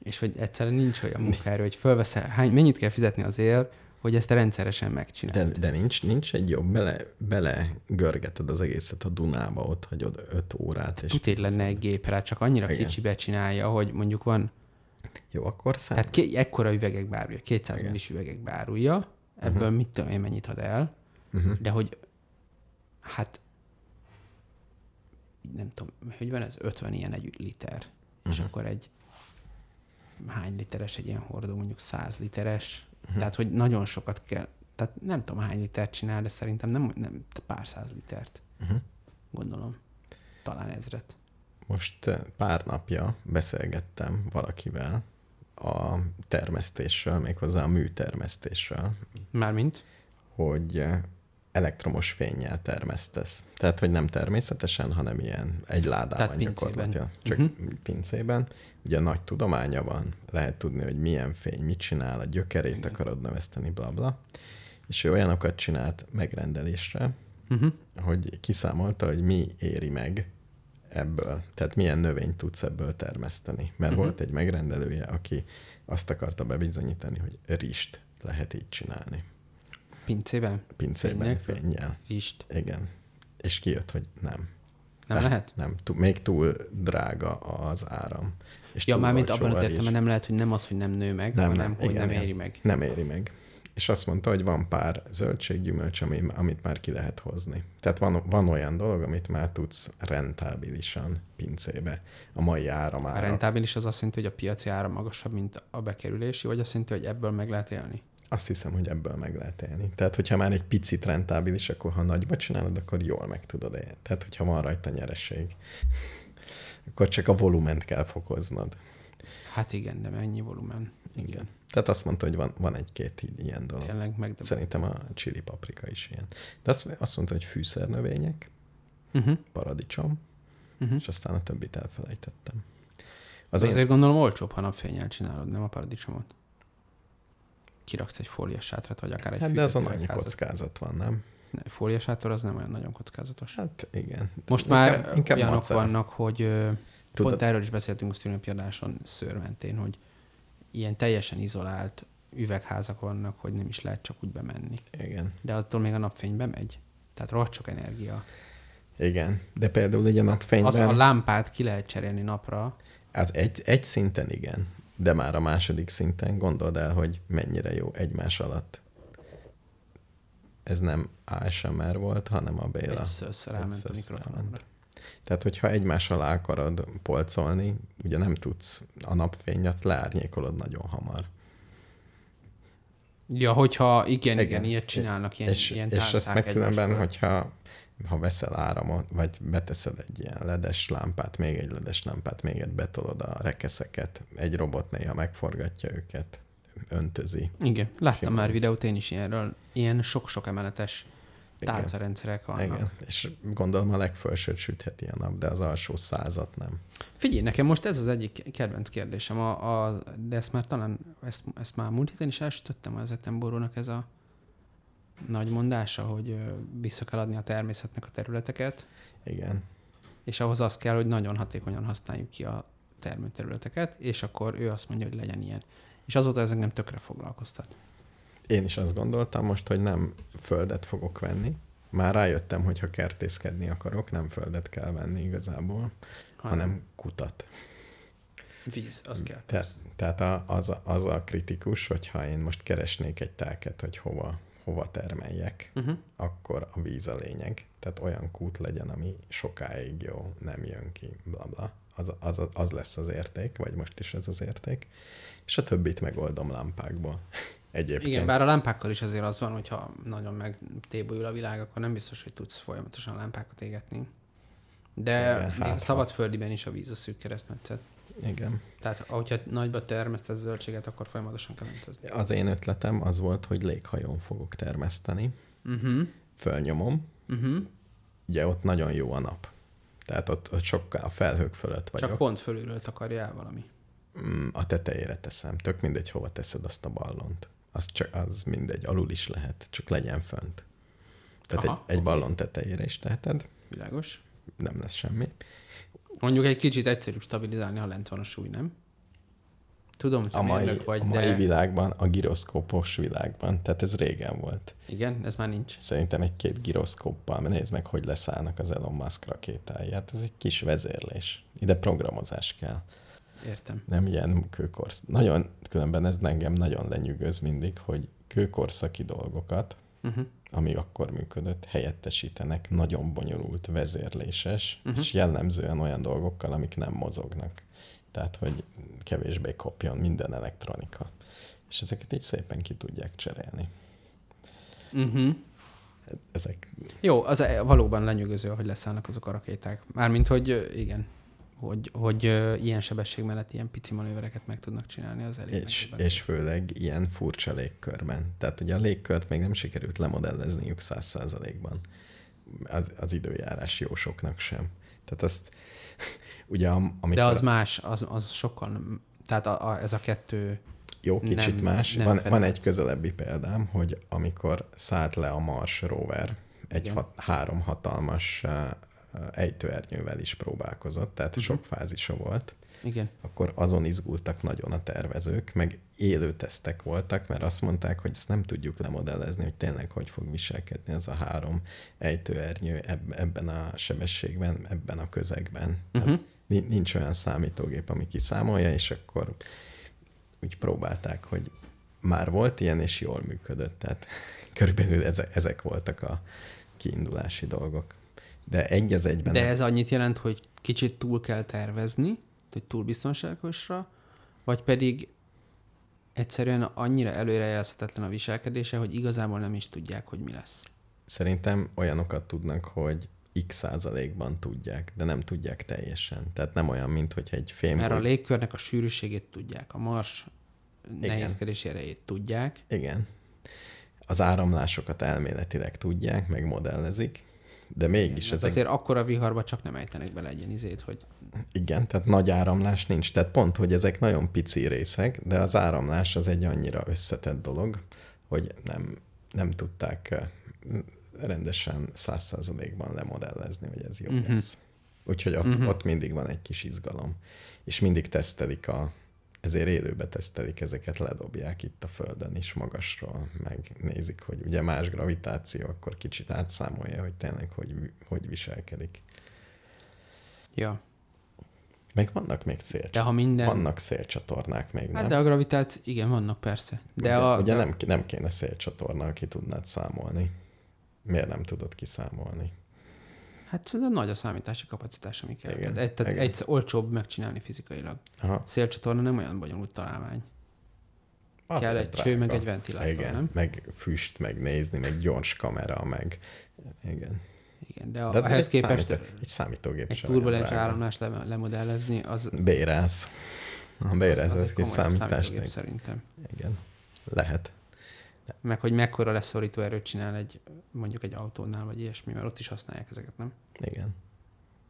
[SPEAKER 2] és hogy egyszerűen nincs olyan munkaerő, hogy fölveszel, hány, mennyit kell fizetni azért, hogy ezt rendszeresen megcsináld.
[SPEAKER 1] de, de nincs, nincs egy jobb, bele, bele görgeted az egészet a Dunába, ott hagyod 5 órát, és
[SPEAKER 2] Hát Tuti lenne egy gép rá, csak annyira
[SPEAKER 1] Igen.
[SPEAKER 2] Igen. kicsibe csinálja, hogy mondjuk van,
[SPEAKER 1] jó, akkor szám.
[SPEAKER 2] tehát ké- ekkora üvegekbe árulja, 200 millis üvegekbe árulja, ebből uh-huh. mit tudom én mennyit ad el,
[SPEAKER 1] Mhm.
[SPEAKER 2] uh-huh. de hogy hát nem tudom, hogy van ez 50 ilyen egy liter, uh-huh. és akkor egy hány literes egy ilyen hordó, mondjuk 100 literes, uh-huh. tehát hogy nagyon sokat kell, tehát nem tudom hány litert csinál, de szerintem nem, nem pár száz litert, uh-huh. gondolom, talán ezret.
[SPEAKER 1] Most eh, pár napja beszélgettem valakivel a termesztésről, méghozzá a műtermesztésről,
[SPEAKER 2] Mármint?
[SPEAKER 1] hogy eh, elektromos fényjel termesztesz. Tehát, hogy nem természetesen, hanem ilyen egy ládában
[SPEAKER 2] Tehát pincében. Mhm.
[SPEAKER 1] gyakorlatilag. Csak uh-huh. pincében. Ugye nagy tudománya van, lehet tudni, hogy milyen fény mit csinál, a gyökerét Igen. akarod növeszteni, bla bla. És ő olyanokat csinált megrendelésre,
[SPEAKER 2] Uh-huh.
[SPEAKER 1] hogy kiszámolta, hogy mi éri meg ebből, tehát milyen növényt tudsz ebből termeszteni. Mert
[SPEAKER 2] Mhm.
[SPEAKER 1] uh-huh. volt egy megrendelője, aki azt akarta bebizonyítani, hogy rist lehet így csinálni.
[SPEAKER 2] Pincében?
[SPEAKER 1] Pincében,
[SPEAKER 2] Fénynek?
[SPEAKER 1] fényjel.
[SPEAKER 2] Rist.
[SPEAKER 1] Igen. És kijött, hogy nem.
[SPEAKER 2] Nem
[SPEAKER 1] Tehát
[SPEAKER 2] lehet?
[SPEAKER 1] Nem, túl, még túl drága az áram. És
[SPEAKER 2] Ja,
[SPEAKER 1] túl
[SPEAKER 2] mármint
[SPEAKER 1] olcsó
[SPEAKER 2] abban
[SPEAKER 1] a
[SPEAKER 2] az értelemben
[SPEAKER 1] rizs.
[SPEAKER 2] nem lehet, hogy nem az, hogy nem nő meg, nem, hanem nem, hogy igen, nem éri
[SPEAKER 1] igen.
[SPEAKER 2] meg.
[SPEAKER 1] Nem éri meg. És azt mondta, hogy van pár zöldséggyümölcs, ami, amit már ki lehet hozni. Tehát van, van olyan dolog, amit már tudsz rentábilisan pincébe. A mai
[SPEAKER 2] A
[SPEAKER 1] áramára.
[SPEAKER 2] rentábilis az azt jelenti, hogy a piaci ára magasabb, mint a bekerülési, vagy azt jelenti, hogy ebből meg lehet élni.
[SPEAKER 1] Azt hiszem, hogy ebből meg lehet élni. Tehát, hogyha már egy picit rentábilis, akkor ha nagyba csinálod, akkor jól meg tudod élni. Tehát, hogyha van rajta nyereség. Akkor csak a volument kell fokoznod.
[SPEAKER 2] Hát igen, de mennyi volumen. Igen.
[SPEAKER 1] Tehát azt mondta, hogy van, van egy-két i- ilyen dolog.
[SPEAKER 2] Tényleg meg. De...
[SPEAKER 1] Szerintem a chili paprika is ilyen. De azt, azt mondta, hogy fűszernövények,
[SPEAKER 2] Uh-huh.
[SPEAKER 1] paradicsom,
[SPEAKER 2] Mhm.
[SPEAKER 1] uh-huh. és aztán a többit elfelejtettem.
[SPEAKER 2] Az
[SPEAKER 1] Az
[SPEAKER 2] azért
[SPEAKER 1] én,
[SPEAKER 2] gondolom olcsóbb, ha napfényel csinálod, nem a paradicsomot. Kiraksz egy fóliás sátrat, vagy akár egy
[SPEAKER 1] hát de azon annyi
[SPEAKER 2] fűtőüvegházat.
[SPEAKER 1] kockázat van, nem?
[SPEAKER 2] Ne, Fóliás sátor az nem olyan nagyon kockázatos.
[SPEAKER 1] Hát igen.
[SPEAKER 2] Most
[SPEAKER 1] Inkább-
[SPEAKER 2] már inkább,
[SPEAKER 1] inkább
[SPEAKER 2] olyanok
[SPEAKER 1] macera.
[SPEAKER 2] vannak, hogy ö,
[SPEAKER 1] Tudod-
[SPEAKER 2] pont erről is beszéltünk a szülőnapi adáson szőrmentén, hogy ilyen teljesen izolált üvegházak vannak, hogy nem is lehet csak úgy bemenni.
[SPEAKER 1] Igen.
[SPEAKER 2] De attól még a napfény bemegy. Tehát rohadt sok energia.
[SPEAKER 1] Igen, de például ugye
[SPEAKER 2] Az, a
[SPEAKER 1] napfényben
[SPEAKER 2] lámpát ki lehet cserélni napra.
[SPEAKER 1] az egy, egy szinten igen, de már a második szinten gondold el, hogy mennyire jó egymás alatt. Ez nem ASMR volt, hanem a Béla.
[SPEAKER 2] Egyszerre ráment a
[SPEAKER 1] Egyszerre
[SPEAKER 2] mikrofonomra.
[SPEAKER 1] ráment. Tehát, hogyha egymás alá akarod polcolni, ugye nem tudsz a napfényet, leárnyékolod nagyon hamar.
[SPEAKER 2] Ja, hogyha igen, igen,
[SPEAKER 1] Igen.
[SPEAKER 2] ilyet csinálnak, ilyen,
[SPEAKER 1] és,
[SPEAKER 2] ilyen
[SPEAKER 1] és ezt
[SPEAKER 2] tárcák
[SPEAKER 1] meg
[SPEAKER 2] egymás
[SPEAKER 1] különben,
[SPEAKER 2] fölött.
[SPEAKER 1] hogyha ha veszel áramot, vagy beteszed egy ilyen ledes lámpát, még egy ledes lámpát, még egy betolod a rekeszeket, egy robot néha megforgatja őket, öntözi.
[SPEAKER 2] Igen, láttam
[SPEAKER 1] Simán.
[SPEAKER 2] már videót én is ilyenről. Ilyen sok-sok emeletes
[SPEAKER 1] Igen.
[SPEAKER 2] tárcarendszerek vannak.
[SPEAKER 1] Igen. És gondolom a legfelsőt sütheti a nap, de az alsó százat nem.
[SPEAKER 2] Figyelj, nekem most ez az egyik kedvenc kérdésem, a, a, de ezt már talán, ezt, ezt már múlt héten is elsütöttem az Etemborónak ez a nagy mondása, hogy ö, vissza kell adni a természetnek a területeket,
[SPEAKER 1] Igen.
[SPEAKER 2] és ahhoz az kell, hogy nagyon hatékonyan használjuk ki a termőterületeket, és akkor ő azt mondja, hogy legyen ilyen. És azóta ez engem tökre foglalkoztat.
[SPEAKER 1] Én is azt gondoltam most, hogy nem földet fogok venni. Már rájöttem, hogy ha kertészkedni akarok, nem földet kell venni igazából, hanem kutat.
[SPEAKER 2] víz, az kell.
[SPEAKER 1] Te, tehát a, az, a, az a kritikus, hogyha én most keresnék egy telket, hogy hova, hova termeljek,
[SPEAKER 2] Uh-huh.
[SPEAKER 1] akkor a víz a lényeg. Tehát olyan kút legyen, ami sokáig jó, nem jön ki, bla bla. Az, az, az lesz az érték, vagy most is ez az érték. És a többit megoldom lámpákból. *laughs* Egyébként.
[SPEAKER 2] Igen, bár a lámpákkal is azért az van, hogyha nagyon megtébolyul a világ, akkor nem biztos, hogy tudsz folyamatosan lámpákat égetni. De
[SPEAKER 1] Igen,
[SPEAKER 2] Igen,
[SPEAKER 1] hát
[SPEAKER 2] még
[SPEAKER 1] ha.
[SPEAKER 2] a szabadföldiben is a víz a szűk keresztmetszet.
[SPEAKER 1] Igen.
[SPEAKER 2] Tehát ahogyha nagyba termesztesz zöldséget, akkor folyamatosan kell öntözni.
[SPEAKER 1] Az én ötletem az volt, hogy léghajón fogok termeszteni.
[SPEAKER 2] Uh-huh.
[SPEAKER 1] Fölnyomom,
[SPEAKER 2] Uh-huh.
[SPEAKER 1] ugye ott nagyon jó a nap. Tehát ott, ott sokkal a felhők fölött vagyok.
[SPEAKER 2] Csak pont fölülről takarja el valami.
[SPEAKER 1] Mm, a tetejére teszem. Tök mindegy, hova teszed azt a ballont. Az, csak, az mindegy, alul is lehet, csak legyen fönt. Tehát
[SPEAKER 2] Aha,
[SPEAKER 1] Aha, egy, egy
[SPEAKER 2] oké.
[SPEAKER 1] ballon tetejére is teheted,
[SPEAKER 2] Világos?
[SPEAKER 1] nem lesz semmi.
[SPEAKER 2] Mondjuk egy kicsit egyszerűbb stabilizálni, ha lent van a súly, nem? Tudom, hogy
[SPEAKER 1] A mai,
[SPEAKER 2] mérnök
[SPEAKER 1] vagy,
[SPEAKER 2] vagy,
[SPEAKER 1] a mai
[SPEAKER 2] de...
[SPEAKER 1] de... világban, a giroszkópos világban, tehát ez régen volt.
[SPEAKER 2] Igen, ez már nincs.
[SPEAKER 1] Szerintem egy-két giroszkóppal, mert nézd meg, hogy leszállnak az Elon Musk rakétái. Hát ez egy kis vezérlés. Ide programozás kell.
[SPEAKER 2] Értem.
[SPEAKER 1] Nem ilyen kőkorsz. Nagyon, különben ez engem nagyon lenyűgöz mindig, hogy kőkorszaki dolgokat
[SPEAKER 2] Uh-huh.
[SPEAKER 1] ami akkor működött, helyettesítenek nagyon bonyolult, vezérléses,
[SPEAKER 2] Mhm.
[SPEAKER 1] uh-huh. és jellemzően olyan dolgokkal, amik nem mozognak. Tehát, hogy kevésbé kopjon minden elektronika. És ezeket így szépen ki tudják cserélni.
[SPEAKER 2] Uh-huh.
[SPEAKER 1] Ezek,
[SPEAKER 2] Jó, az e, valóban lenyűgöző, hogy leszállnak azok a rakéták. Mármint, hogy ö, igen, hogy, hogy ö, ilyen sebesség mellett ilyen pici manővereket meg tudnak csinálni az elég.
[SPEAKER 1] és,
[SPEAKER 2] meglepő.
[SPEAKER 1] és főleg ilyen furcsa légkörben. Tehát ugye a légkört még nem sikerült lemodellezniük száz százalékban. Az, az időjárás jósoknak sem. Tehát azt *laughs* ugye am, amikor...
[SPEAKER 2] De az más, az, az sokkal, tehát a, a, ez a kettő,
[SPEAKER 1] Jó, kicsit
[SPEAKER 2] Nem-
[SPEAKER 1] nem, más.
[SPEAKER 2] nem
[SPEAKER 1] Nem van,
[SPEAKER 2] fedett.
[SPEAKER 1] van egy közelebbi példám, hogy amikor szállt le a Mars rover, egy
[SPEAKER 2] Igen.
[SPEAKER 1] hat, három hatalmas uh, ejtőernyővel is próbálkozott, tehát
[SPEAKER 2] Mhm.
[SPEAKER 1] uh-huh. sok fázisa volt,
[SPEAKER 2] igen,
[SPEAKER 1] akkor azon izgultak nagyon a tervezők, meg élő tesztek voltak, mert azt mondták, hogy ezt nem tudjuk lemodellezni, hogy tényleg hogy fog viselkedni ez a három ejtőernyő eb- ebben a sebességben, ebben a közegben.
[SPEAKER 2] Mhm.
[SPEAKER 1] Uh-huh. Nincs olyan számítógép, ami kiszámolja, és akkor úgy próbálták, hogy már volt ilyen, és jól működött. Tehát *laughs* körülbelül ezek, ezek voltak a kiindulási dolgok. De egy az egyben
[SPEAKER 2] de ez annyit jelent, hogy kicsit túl kell tervezni, hogy túl biztonságosra, vagy pedig egyszerűen annyira előrejelzhetetlen a viselkedése, hogy igazából nem is tudják, hogy mi lesz.
[SPEAKER 1] szerintem olyanokat tudnak, hogy x százalékban tudják, de nem tudják teljesen. Tehát nem olyan, mint hogy egy fém...
[SPEAKER 2] Mert a légkörnek a sűrűségét tudják, a mars nehézkedés erejét tudják.
[SPEAKER 1] Igen. Az áramlásokat elméletileg tudják, meg modellezik, de mégis
[SPEAKER 2] Ezek... Hát Azért akkora viharba csak nem ejtenek bele egy ilyen izét, hogy
[SPEAKER 1] Igen, tehát nagy áramlás nincs. Tehát pont, hogy ezek nagyon pici részek, de az áramlás az egy annyira összetett dolog, hogy nem, nem tudták eh, rendesen száz százalékban lemodellezni, hogy ez jó
[SPEAKER 2] Mhm.
[SPEAKER 1] mm-hmm. lesz. Úgyhogy ott, mm-hmm. ott mindig van egy kis izgalom. És mindig tesztelik a ezért élőbe tesztelik, ezeket ledobják itt a Földön is magasról, megnézik, hogy ugye más gravitáció, akkor kicsit átszámolja, hogy tényleg hogy, hogy viselkedik.
[SPEAKER 2] ja,
[SPEAKER 1] Meg vannak még szélcsatornák.
[SPEAKER 2] de ha minden...
[SPEAKER 1] Vannak szélcsatornák még,
[SPEAKER 2] Hát
[SPEAKER 1] nem?
[SPEAKER 2] de a gravitáció, igen, vannak persze. De,
[SPEAKER 1] ugye,
[SPEAKER 2] a,
[SPEAKER 1] ugye nem, nem kéne szélcsatorna, aki tudnád számolni. Miért nem tudod kiszámolni?
[SPEAKER 2] Hát szerintem nagy a számítási kapacitás, ami kell.
[SPEAKER 1] Igen,
[SPEAKER 2] Igen, tehát tehát
[SPEAKER 1] igen.
[SPEAKER 2] egy olcsóbb megcsinálni fizikailag.
[SPEAKER 1] Aha,
[SPEAKER 2] Szélcsatorna nem olyan bonyolult találmány.
[SPEAKER 1] az
[SPEAKER 2] kell egy cső, meg
[SPEAKER 1] drága.
[SPEAKER 2] egy ventilátor,
[SPEAKER 1] Igen,
[SPEAKER 2] nem?
[SPEAKER 1] meg füst, meg nézni, meg gyors kamera, meg... Igen.
[SPEAKER 2] Igen, de, a,
[SPEAKER 1] De ez
[SPEAKER 2] ehhez
[SPEAKER 1] egy
[SPEAKER 2] képest
[SPEAKER 1] Számító, egy számítógép
[SPEAKER 2] egy
[SPEAKER 1] sem olyan
[SPEAKER 2] turbulens
[SPEAKER 1] drága.
[SPEAKER 2] áramlást le, lemodellezni, az,
[SPEAKER 1] Bérász. A
[SPEAKER 2] az,
[SPEAKER 1] bérász,
[SPEAKER 2] az,
[SPEAKER 1] az,
[SPEAKER 2] egy
[SPEAKER 1] az kis
[SPEAKER 2] komolyabb
[SPEAKER 1] számítás.
[SPEAKER 2] számítógép szerintem.
[SPEAKER 1] Igen. Lehet.
[SPEAKER 2] Meg hogy mekkora leszorító erőt csinál egy, mondjuk egy autónál, vagy ilyesmi, mert ott is használják ezeket, nem?
[SPEAKER 1] Igen.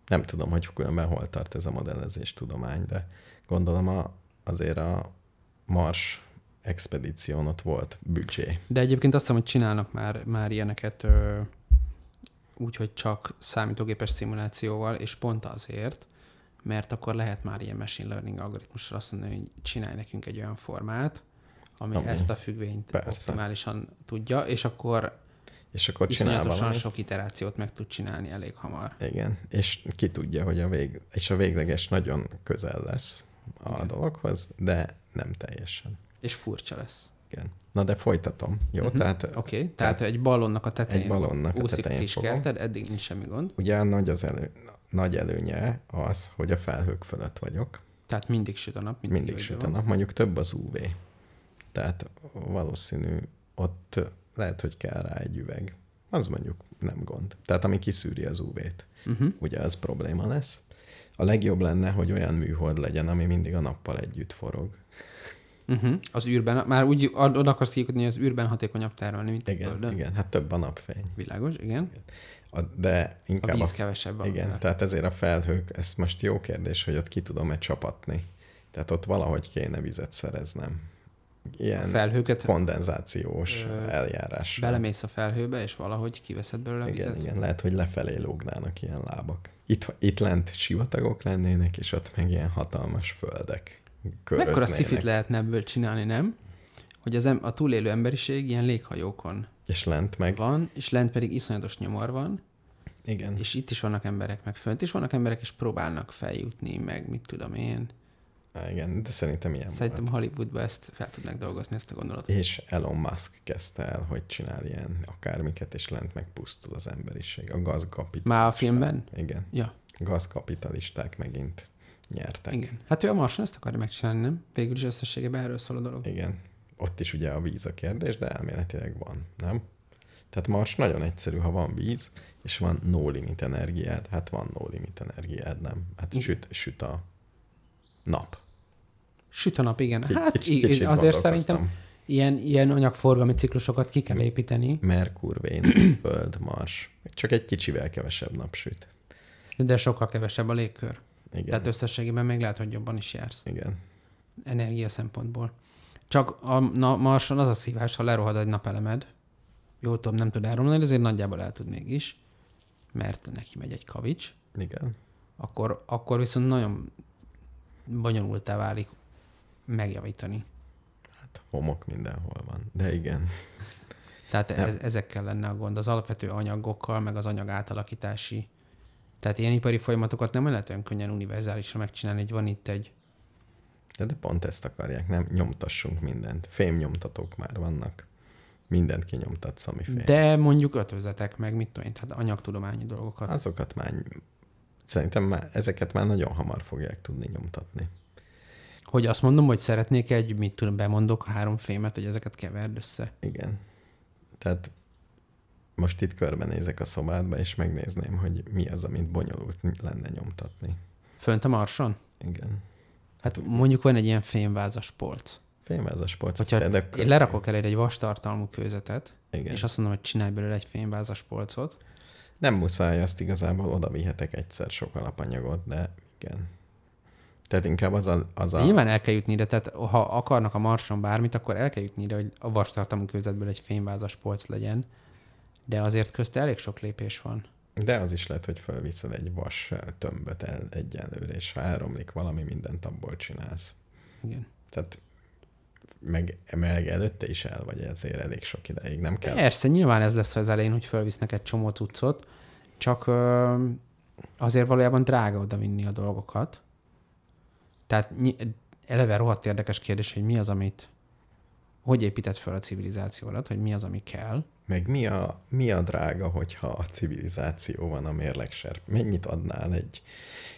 [SPEAKER 1] Nem tudom, hogy különben hol tart ez a modellezés tudomány, de gondolom a, azért a Mars expedíción ott volt büdzsé.
[SPEAKER 2] De egyébként azt hiszem, hogy csinálnak már, már ilyeneket ö, úgy, hogy csak számítógépes szimulációval, és pont azért, mert akkor lehet már ilyen machine learning algoritmusra azt mondani, hogy csinálj nekünk egy olyan formát, ami,
[SPEAKER 1] Ami-
[SPEAKER 2] ami ezt a függvényt
[SPEAKER 1] persze.
[SPEAKER 2] Persze. optimálisan tudja, és akkor
[SPEAKER 1] És akkor csinál
[SPEAKER 2] iszonyatosan
[SPEAKER 1] valamit.
[SPEAKER 2] sok iterációt meg tud csinálni elég hamar.
[SPEAKER 1] Igen, és ki tudja, hogy a, vég, és a végleges nagyon közel lesz a
[SPEAKER 2] Igen.
[SPEAKER 1] dologhoz, de nem teljesen.
[SPEAKER 2] És furcsa lesz.
[SPEAKER 1] Igen. Na de folytatom, jó?
[SPEAKER 2] Mhm.
[SPEAKER 1] Uh-huh. Tehát
[SPEAKER 2] Oké, okay? tehát egy ballonnak a tetején
[SPEAKER 1] egy ballonnak a
[SPEAKER 2] úszik a
[SPEAKER 1] tetején
[SPEAKER 2] kis
[SPEAKER 1] fogom.
[SPEAKER 2] kerted, eddig nincs semmi gond.
[SPEAKER 1] Ugye nagy, az elő, nagy előnye az, hogy a felhők fölött vagyok,
[SPEAKER 2] Tehát mindig süt a nap, mindig,
[SPEAKER 1] mindig
[SPEAKER 2] jövő
[SPEAKER 1] süt a
[SPEAKER 2] van.
[SPEAKER 1] nap, mondjuk több az UV. Tehát valószínű, ott lehet, hogy kell rá egy üveg. Az mondjuk nem gond. Tehát ami kiszűri az UV-t,
[SPEAKER 2] Uh-huh.
[SPEAKER 1] ugye az probléma lesz. A legjobb lenne, hogy olyan műhold legyen, ami mindig a nappal együtt forog.
[SPEAKER 2] Uh-huh. Az űrben, már úgy ad- oda akarsz kijutatni, hogy az űrben hatékonyabb termelni, mint a
[SPEAKER 1] Igen,
[SPEAKER 2] Földön.
[SPEAKER 1] igen hát több a napfény.
[SPEAKER 2] Világos, igen.
[SPEAKER 1] A, de
[SPEAKER 2] A
[SPEAKER 1] inkább
[SPEAKER 2] víz
[SPEAKER 1] a
[SPEAKER 2] kevesebb. a
[SPEAKER 1] Igen,
[SPEAKER 2] föld.
[SPEAKER 1] tehát ezért a felhők, ez most jó kérdés, hogy ott ki tudom-e csapatni. Tehát ott valahogy kéne vizet szereznem.
[SPEAKER 2] a
[SPEAKER 1] Ilyen
[SPEAKER 2] felhőket
[SPEAKER 1] kondenzációs
[SPEAKER 2] Ö,
[SPEAKER 1] eljárás.
[SPEAKER 2] belemész a felhőbe, és valahogy kiveszed belőle a
[SPEAKER 1] igen,
[SPEAKER 2] vizet.
[SPEAKER 1] igen, lehet, hogy lefelé lógnának ilyen lábak. Itt, itt lent sivatagok lennének, és ott meg ilyen hatalmas földek
[SPEAKER 2] Mekkora
[SPEAKER 1] köröznének,
[SPEAKER 2] szifit lehetne ebből csinálni, nem? Hogy az em- a túlélő emberiség ilyen léghajókon
[SPEAKER 1] és lent meg.
[SPEAKER 2] van, és lent pedig iszonyatos nyomor van,
[SPEAKER 1] Mm. Igen,
[SPEAKER 2] és itt is vannak emberek, meg fönt is vannak emberek, és próbálnak feljutni, meg mit tudom én.
[SPEAKER 1] Á, igen, de szerintem ilyen volt.
[SPEAKER 2] Szerintem Hollywoodban ezt fel tudnak dolgozni, ezt a gondolatot.
[SPEAKER 1] És Elon Musk kezdte el, hogy csinál ilyen akármiket, és lent megpusztul az emberiség. A gazkapitalisták.
[SPEAKER 2] Már a filmben?
[SPEAKER 1] Igen.
[SPEAKER 2] Ja,
[SPEAKER 1] gazkapitalisták megint nyertek. Igen.
[SPEAKER 2] igen. Hát ő a Marson ezt akarja megcsinálni, nem? Végül is összességében erről szól a dolog.
[SPEAKER 1] Igen. Ott is ugye a víz a kérdés, de elméletileg van, nem? Tehát Mars nagyon egyszerű, ha van víz, és van no limit energiád, hát van no limit energiád, nem? Hát
[SPEAKER 2] Igen.
[SPEAKER 1] süt, süt a nap.
[SPEAKER 2] Süt a nap, igen.
[SPEAKER 1] Ki-
[SPEAKER 2] Hát
[SPEAKER 1] kics-
[SPEAKER 2] i-
[SPEAKER 1] kicsit
[SPEAKER 2] azért
[SPEAKER 1] gondolkoztam.
[SPEAKER 2] szerintem ilyen, ilyen anyagforgalmi ciklusokat ki kell építeni,
[SPEAKER 1] Merkur,
[SPEAKER 2] *clears throat*
[SPEAKER 1] Vénusz, Föld, Mars. Csak egy kicsivel kevesebb nap süt.
[SPEAKER 2] de sokkal kevesebb a légkör. Igen.
[SPEAKER 1] Igen.
[SPEAKER 2] Tehát összességében még lehet, hogy jobban is jársz
[SPEAKER 1] Igen.
[SPEAKER 2] energia szempontból. Csak a na, Marson az a szívás, ha lerohad egy napelemed, jó tudom, nem tud elromlani, de azért nagyjából el tud mégis, mert neki megy egy kavics,
[SPEAKER 1] Igen.
[SPEAKER 2] akkor, akkor viszont nagyon bonyolultá válik megjavítani.
[SPEAKER 1] Hát homok mindenhol van. De igen.
[SPEAKER 2] Tehát ez, ezekkel lenne a gond, az alapvető anyagokkal, meg az anyag átalakítási. Tehát ilyen ipari folyamatokat nem lehet olyan könnyen univerzálisra megcsinálni, hogy van itt egy...
[SPEAKER 1] De, de pont ezt akarják, nem? Nyomtassunk mindent. Fémnyomtatók már vannak. Mindent kinyomtatsz, ami fém.
[SPEAKER 2] De mondjuk ötözetek, meg mit tudom én, tehát anyagtudományi dolgokat. Az...
[SPEAKER 1] Azokat már, szerintem már, ezeket már nagyon hamar fogják tudni nyomtatni.
[SPEAKER 2] Hogy azt mondom, hogy szeretnék egy, mit tudom, bemondok három fémet, hogy ezeket keverd össze.
[SPEAKER 1] Igen. Tehát most itt körbenézek a szobádba, és megnézném, hogy mi az, amit bonyolult lenne nyomtatni.
[SPEAKER 2] Fönt a marson?
[SPEAKER 1] Igen.
[SPEAKER 2] Hát mondjuk van egy ilyen fémvázas polc.
[SPEAKER 1] Fémvázas polc.
[SPEAKER 2] Hogyha
[SPEAKER 1] de- de-
[SPEAKER 2] én lerakok eléd egy vastartalmú kőzetet,
[SPEAKER 1] Igen.
[SPEAKER 2] és azt mondom, hogy csinálj belőle egy fémvázas polcot,
[SPEAKER 1] Nem muszáj, azt igazából oda vihetek egyszer sok alapanyagot, de igen. Tehát inkább az a... Az
[SPEAKER 2] De
[SPEAKER 1] a...
[SPEAKER 2] Nyilván el kell jutni ide, tehát ha akarnak a marson bármit, akkor el kell jutni ide, hogy a vastartalmú kőzetből egy fényvázas polc legyen, de azért közt elég sok lépés van.
[SPEAKER 1] De az is lehet, hogy fölviszed egy vas tömböt el egyenlőre, és ha elromlik valami, mindent abból csinálsz.
[SPEAKER 2] Igen.
[SPEAKER 1] Tehát meg, meg előtte is el vagy ezért elég sok ideig, nem kell?
[SPEAKER 2] Persze, nyilván ez lesz az elején, hogy fölvisznek egy csomó cuccot, csak ö, azért valójában drága oda vinni a dolgokat. Tehát ny- eleve rohadt érdekes kérdés, hogy mi az, amit hogy épített fel a civilizációdat, hogy mi az, ami kell.
[SPEAKER 1] Meg mi a, mi a drága, hogyha a civilizáció van a mérlegserp? Mennyit adnál egy...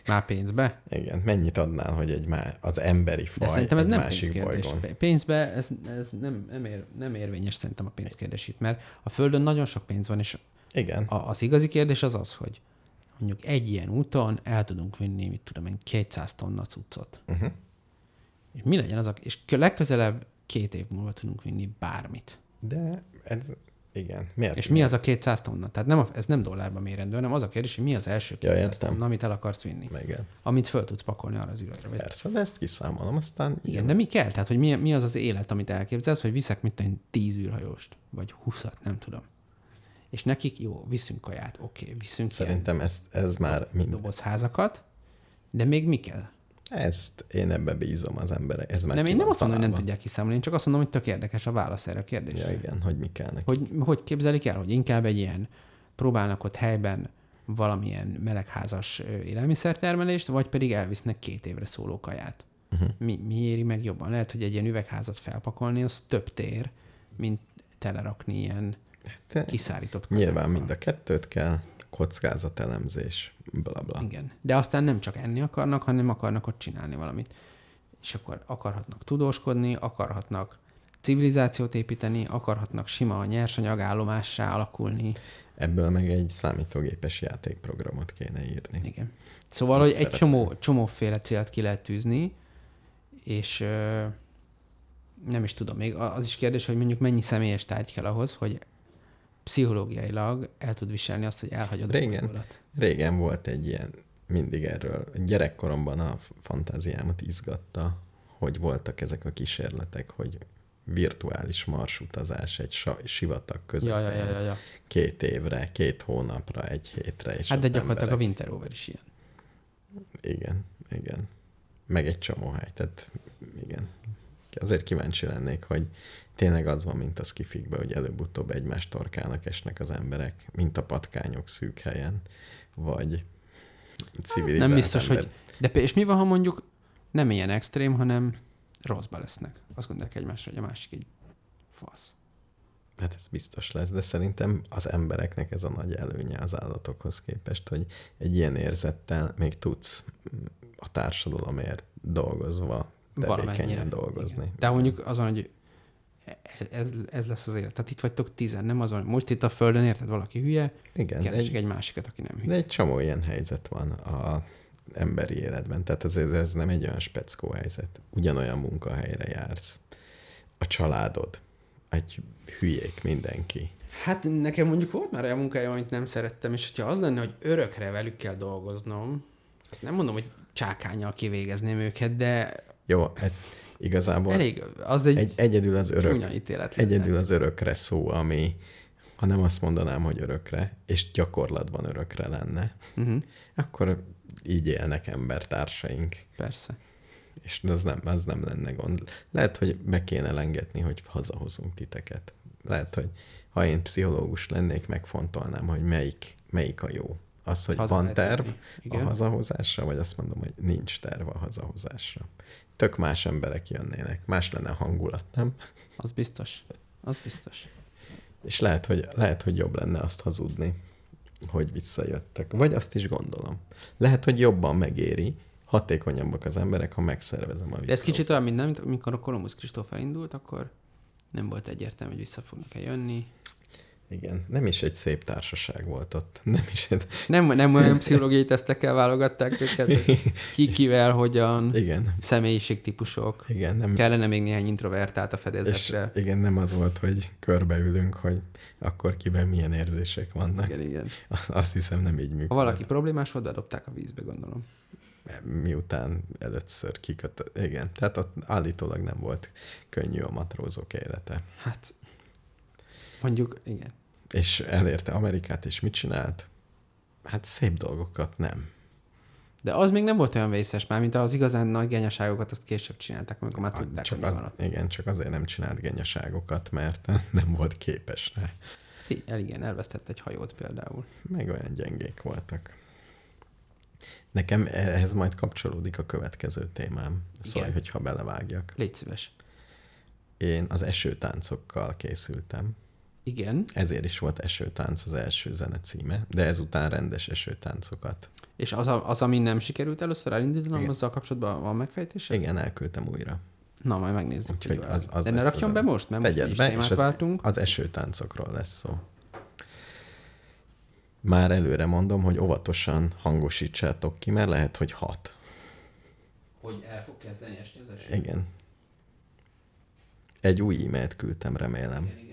[SPEAKER 2] Már pénzbe?
[SPEAKER 1] Igen, mennyit adnál, hogy egy má, az emberi
[SPEAKER 2] De
[SPEAKER 1] faj
[SPEAKER 2] szerintem ez
[SPEAKER 1] egy
[SPEAKER 2] nem
[SPEAKER 1] másik
[SPEAKER 2] pénzkérdés.
[SPEAKER 1] bolygón?
[SPEAKER 2] Pe- Pénzbe ez, ez nem, nem, ér, nem érvényes szerintem a pénzkérdés itt, mert a Földön nagyon sok pénz van, és
[SPEAKER 1] Igen,
[SPEAKER 2] a, az igazi kérdés az az, hogy mondjuk egy ilyen úton el tudunk vinni, mit tudom én, 200 tonna cuccot.
[SPEAKER 1] uh-huh.
[SPEAKER 2] És mi legyen az a... És kö- legközelebb két év múlva tudunk vinni bármit.
[SPEAKER 1] de ez... Hát Igen, miért?
[SPEAKER 2] És mi az a 200 tonna? Tehát nem a, ez nem dollárban mérendő, hanem az a kérdés, hogy mi az első
[SPEAKER 1] Ja,
[SPEAKER 2] 200
[SPEAKER 1] értem.
[SPEAKER 2] tonna, amit el akarsz vinni.
[SPEAKER 1] Igen.
[SPEAKER 2] Amit föl tudsz pakolni arra az űrre. Vagy
[SPEAKER 1] Persze, de ezt kiszámolom, aztán
[SPEAKER 2] Igen, de mi kell? Tehát, hogy mi, mi az az élet, amit elképzelsz, hogy viszek, mit tudom, én, 10 űrhajóst, vagy 20 nem tudom. És nekik jó, viszünk kaját, oké, okay, viszünk Szerint
[SPEAKER 1] szerintem ez, ez már
[SPEAKER 2] ilyen
[SPEAKER 1] mind.
[SPEAKER 2] dobozházakat, de még mi kell?
[SPEAKER 1] Ezt én ebbe bízom az embere. Ez már
[SPEAKER 2] Nem,
[SPEAKER 1] ki
[SPEAKER 2] én
[SPEAKER 1] van
[SPEAKER 2] nem azt mondom, hogy nem
[SPEAKER 1] találva.
[SPEAKER 2] tudják kiszámolni, én csak azt mondom, hogy tök érdekes a válasz erre a kérdésre.
[SPEAKER 1] Ja, igen, hogy mi kell neki. Hogy...
[SPEAKER 2] Hogy, hogy képzelik el, hogy inkább egy ilyen, próbálnak ott helyben valamilyen melegházas ö, élelmiszertermelést, vagy pedig elvisznek két évre szóló kaját.
[SPEAKER 1] Mhm.
[SPEAKER 2] Uh-huh. Mi, mi éri meg jobban? Lehet, hogy egy ilyen üvegházat felpakolni, az több tér, mint telerakni ilyen
[SPEAKER 1] De
[SPEAKER 2] kiszárított kajákkal.
[SPEAKER 1] nyilván mind a kettőt kell, kockázatelemzés, bla bla.
[SPEAKER 2] Igen. De aztán nem csak enni akarnak, hanem akarnak ott csinálni valamit. És akkor akarhatnak tudóskodni, akarhatnak civilizációt építeni, akarhatnak sima nyersanyagállomássá alakulni.
[SPEAKER 1] Ebből meg egy számítógépes játékprogramot kéne írni.
[SPEAKER 2] Igen. Szóval, hogy egy
[SPEAKER 1] szeretném.
[SPEAKER 2] csomó, csomóféle célt ki lehet tűzni, és ö, nem is tudom, még a- az is kérdés, hogy mondjuk mennyi személyes tárgy kell ahhoz, hogy pszichológiailag el tud viselni azt, hogy elhagyod
[SPEAKER 1] Régen.
[SPEAKER 2] a bolygódat.
[SPEAKER 1] Régen volt egy ilyen, mindig erről, gyerekkoromban a fantáziámat izgatta, hogy voltak ezek a kísérletek, hogy virtuális marsutazás egy sa- sivatag
[SPEAKER 2] Ja,
[SPEAKER 1] közepén.
[SPEAKER 2] ja, ja, ja, ja.
[SPEAKER 1] két évre, két hónapra, egy hétre. És
[SPEAKER 2] Hát de
[SPEAKER 1] ott
[SPEAKER 2] gyakorlatilag a
[SPEAKER 1] emberek-
[SPEAKER 2] Winter Rover is ilyen.
[SPEAKER 1] Igen, igen. Meg egy csomó hely, tehát igen. Azért kíváncsi lennék, hogy tényleg az van, mint a skifikben, hogy előbb-utóbb egymás torkának esnek az emberek, mint a patkányok szűk helyen, vagy civilizált
[SPEAKER 2] Nem biztos,
[SPEAKER 1] ember.
[SPEAKER 2] hogy... De pé- és mi van, ha mondjuk nem ilyen extrém, hanem rosszba lesznek. Azt gondolják egymásra, hogy a másik egy fasz.
[SPEAKER 1] Hát ez biztos lesz, de szerintem az embereknek ez a nagy előnye az állatokhoz képest, hogy egy ilyen érzettel még tudsz a társadalomért dolgozva,
[SPEAKER 2] Valamennyire.
[SPEAKER 1] tevékenyen dolgozni.
[SPEAKER 2] Igen. De mondjuk az van, hogy ez, ez, ez lesz az élet. Tehát itt vagytok tizen, nem az van, hogy most itt a Földön érted valaki hülye,
[SPEAKER 1] Igen,
[SPEAKER 2] keresik
[SPEAKER 1] egy,
[SPEAKER 2] egy másikat, aki nem hülye.
[SPEAKER 1] de egy csomó ilyen helyzet van a emberi életben, tehát ez, ez nem egy olyan speckó helyzet. Ugyanolyan munkahelyre jársz. A családod. Egy hülyék mindenki.
[SPEAKER 2] Hát nekem mondjuk volt már olyan munkája, amit nem szerettem, és hogyha az lenne, hogy örökre velük kell dolgoznom, nem mondom, hogy csákányjal kivégezném őket, de
[SPEAKER 1] Jó, ez igazából Elég.
[SPEAKER 2] elég, az egy,
[SPEAKER 1] Egy,
[SPEAKER 2] egy
[SPEAKER 1] egyedül az örök
[SPEAKER 2] csúnya ítélet. lenne.
[SPEAKER 1] Egyedül az örökre szó, ami, ha nem azt mondanám, hogy örökre, és gyakorlatban örökre lenne,
[SPEAKER 2] Uh-huh,
[SPEAKER 1] akkor így élnek embertársaink,
[SPEAKER 2] persze.
[SPEAKER 1] és az nem, az nem lenne gond. Lehet, hogy be kéne lengetni, hogy hazahozunk titeket. Lehet, hogy ha én pszichológus lennék, megfontolnám, hogy melyik, melyik a jó. Az, hogy
[SPEAKER 2] Haza
[SPEAKER 1] van
[SPEAKER 2] lehet
[SPEAKER 1] terv
[SPEAKER 2] vinni.
[SPEAKER 1] a
[SPEAKER 2] Igen.
[SPEAKER 1] hazahozásra, vagy azt mondom, hogy nincs terv a hazahozásra. Tök más emberek jönnének, más lenne a hangulat, nem?
[SPEAKER 2] Az biztos. Az biztos.
[SPEAKER 1] És lehet hogy, lehet, hogy jobb lenne azt hazudni, hogy visszajöttek. Vagy azt is gondolom. Lehet, hogy jobban megéri, hatékonyabbak az emberek, ha megszervezem a
[SPEAKER 2] De ez
[SPEAKER 1] visszaút.
[SPEAKER 2] kicsit olyan, mint nem, mint amikor a Kolumbusz Kristóf elindult, akkor nem volt egyértelmű, hogy vissza fognak-e jönni.
[SPEAKER 1] Igen, nem is egy szép társaság volt ott. Nem is egy...
[SPEAKER 2] Nem, nem olyan pszichológiai tesztekkel válogatták őket, hogy ki kivel,
[SPEAKER 1] *laughs*
[SPEAKER 2] hogyan,
[SPEAKER 1] Igen,
[SPEAKER 2] személyiségtípusok.
[SPEAKER 1] igen, nem...
[SPEAKER 2] Kellene még néhány introvertált a
[SPEAKER 1] És
[SPEAKER 2] fedezetre.
[SPEAKER 1] igen, nem az volt, hogy körbeülünk, hogy akkor kiben milyen érzések vannak.
[SPEAKER 2] Igen, igen.
[SPEAKER 1] Azt- Azt hiszem nem így működik.
[SPEAKER 2] Ha valaki problémás volt, bedobták a vízbe, gondolom.
[SPEAKER 1] Miután először kikötött. Igen, tehát ott állítólag nem volt könnyű a matrózok élete.
[SPEAKER 2] Hát, mondjuk, igen.
[SPEAKER 1] És elérte Amerikát, és mit csinált? Hát szép dolgokat nem.
[SPEAKER 2] De az még nem volt olyan vészes már, mint az igazán nagy genyaságokat, azt később csinálták, amikor már tudták,
[SPEAKER 1] Hát, csak
[SPEAKER 2] hogy mi
[SPEAKER 1] az,
[SPEAKER 2] van ott.
[SPEAKER 1] igen, csak azért nem csinált genyaságokat, mert *laughs* nem volt képes rá.
[SPEAKER 2] Ti- El, igen, elvesztett egy hajót például.
[SPEAKER 1] Meg olyan gyengék voltak. Nekem ehhez majd kapcsolódik a következő témám. Szóval,
[SPEAKER 2] Igen.
[SPEAKER 1] hogyha belevágjak.
[SPEAKER 2] Légy szíves.
[SPEAKER 1] Én az esőtáncokkal készültem.
[SPEAKER 2] Igen,
[SPEAKER 1] Ezért is volt esőtánc az első zene címe, de ezután rendes esőtáncokat.
[SPEAKER 2] és az, a, az ami nem sikerült először elindítanom,
[SPEAKER 1] Igen.
[SPEAKER 2] azzal kapcsolatban van megfejtése?
[SPEAKER 1] Igen, elküldtem újra.
[SPEAKER 2] Na, majd megnézzük.
[SPEAKER 1] Úgyhogy
[SPEAKER 2] hogy
[SPEAKER 1] az- az
[SPEAKER 2] De ne
[SPEAKER 1] lesz
[SPEAKER 2] rakjon
[SPEAKER 1] az
[SPEAKER 2] be
[SPEAKER 1] a-
[SPEAKER 2] most, mert most
[SPEAKER 1] Tegyed
[SPEAKER 2] is
[SPEAKER 1] be,
[SPEAKER 2] témát
[SPEAKER 1] és az-
[SPEAKER 2] váltunk.
[SPEAKER 1] Az esőtáncokról lesz szó. Már előre mondom, hogy óvatosan hangosítsátok ki, mert lehet, hogy hat.
[SPEAKER 2] Hogy el fog kezdeni esni az eső.
[SPEAKER 1] Igen. Egy új e-mailt küldtem, remélem.
[SPEAKER 2] igen.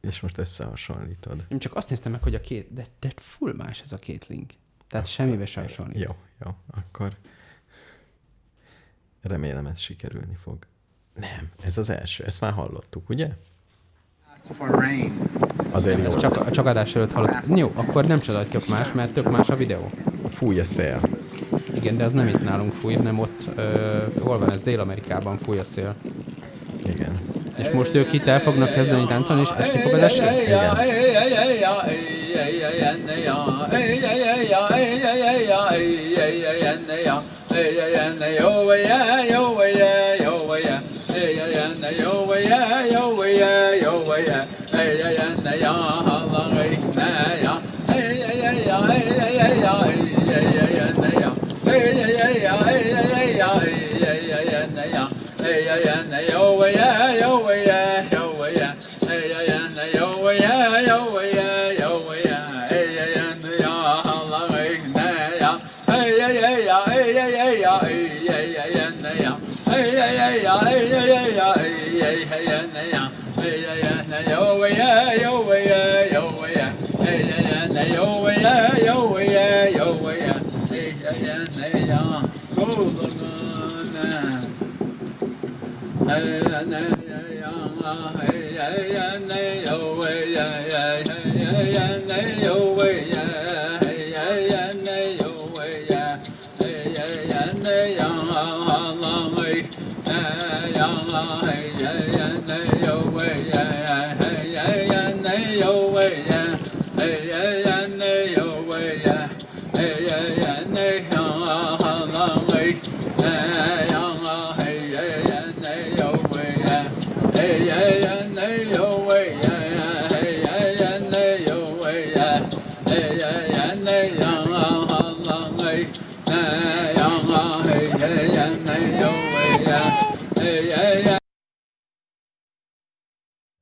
[SPEAKER 1] És most összehasonlítod.
[SPEAKER 2] Én csak azt néztem meg, hogy a két, de, de full más ez a két link. Tehát semmibe sem hasonlít.
[SPEAKER 1] Jó, jó, akkor remélem ez sikerülni fog. Nem, ez az első, ezt már hallottuk, ugye?
[SPEAKER 3] for rain.
[SPEAKER 1] Azért
[SPEAKER 2] Ezt
[SPEAKER 1] jó.
[SPEAKER 2] csak, csak adás előtt hallottam. Jó, akkor nem csodáljuk más, mert tök más a videó.
[SPEAKER 1] Fúj a szél.
[SPEAKER 2] Igen, de az nem itt nálunk fúj, hanem ott, ö, hol van ez, Dél-Amerikában fúj a szél.
[SPEAKER 1] Igen.
[SPEAKER 2] És most ők itt el fognak kezdeni táncolni, és esni fog az eső?
[SPEAKER 1] Igen.
[SPEAKER 3] Oh,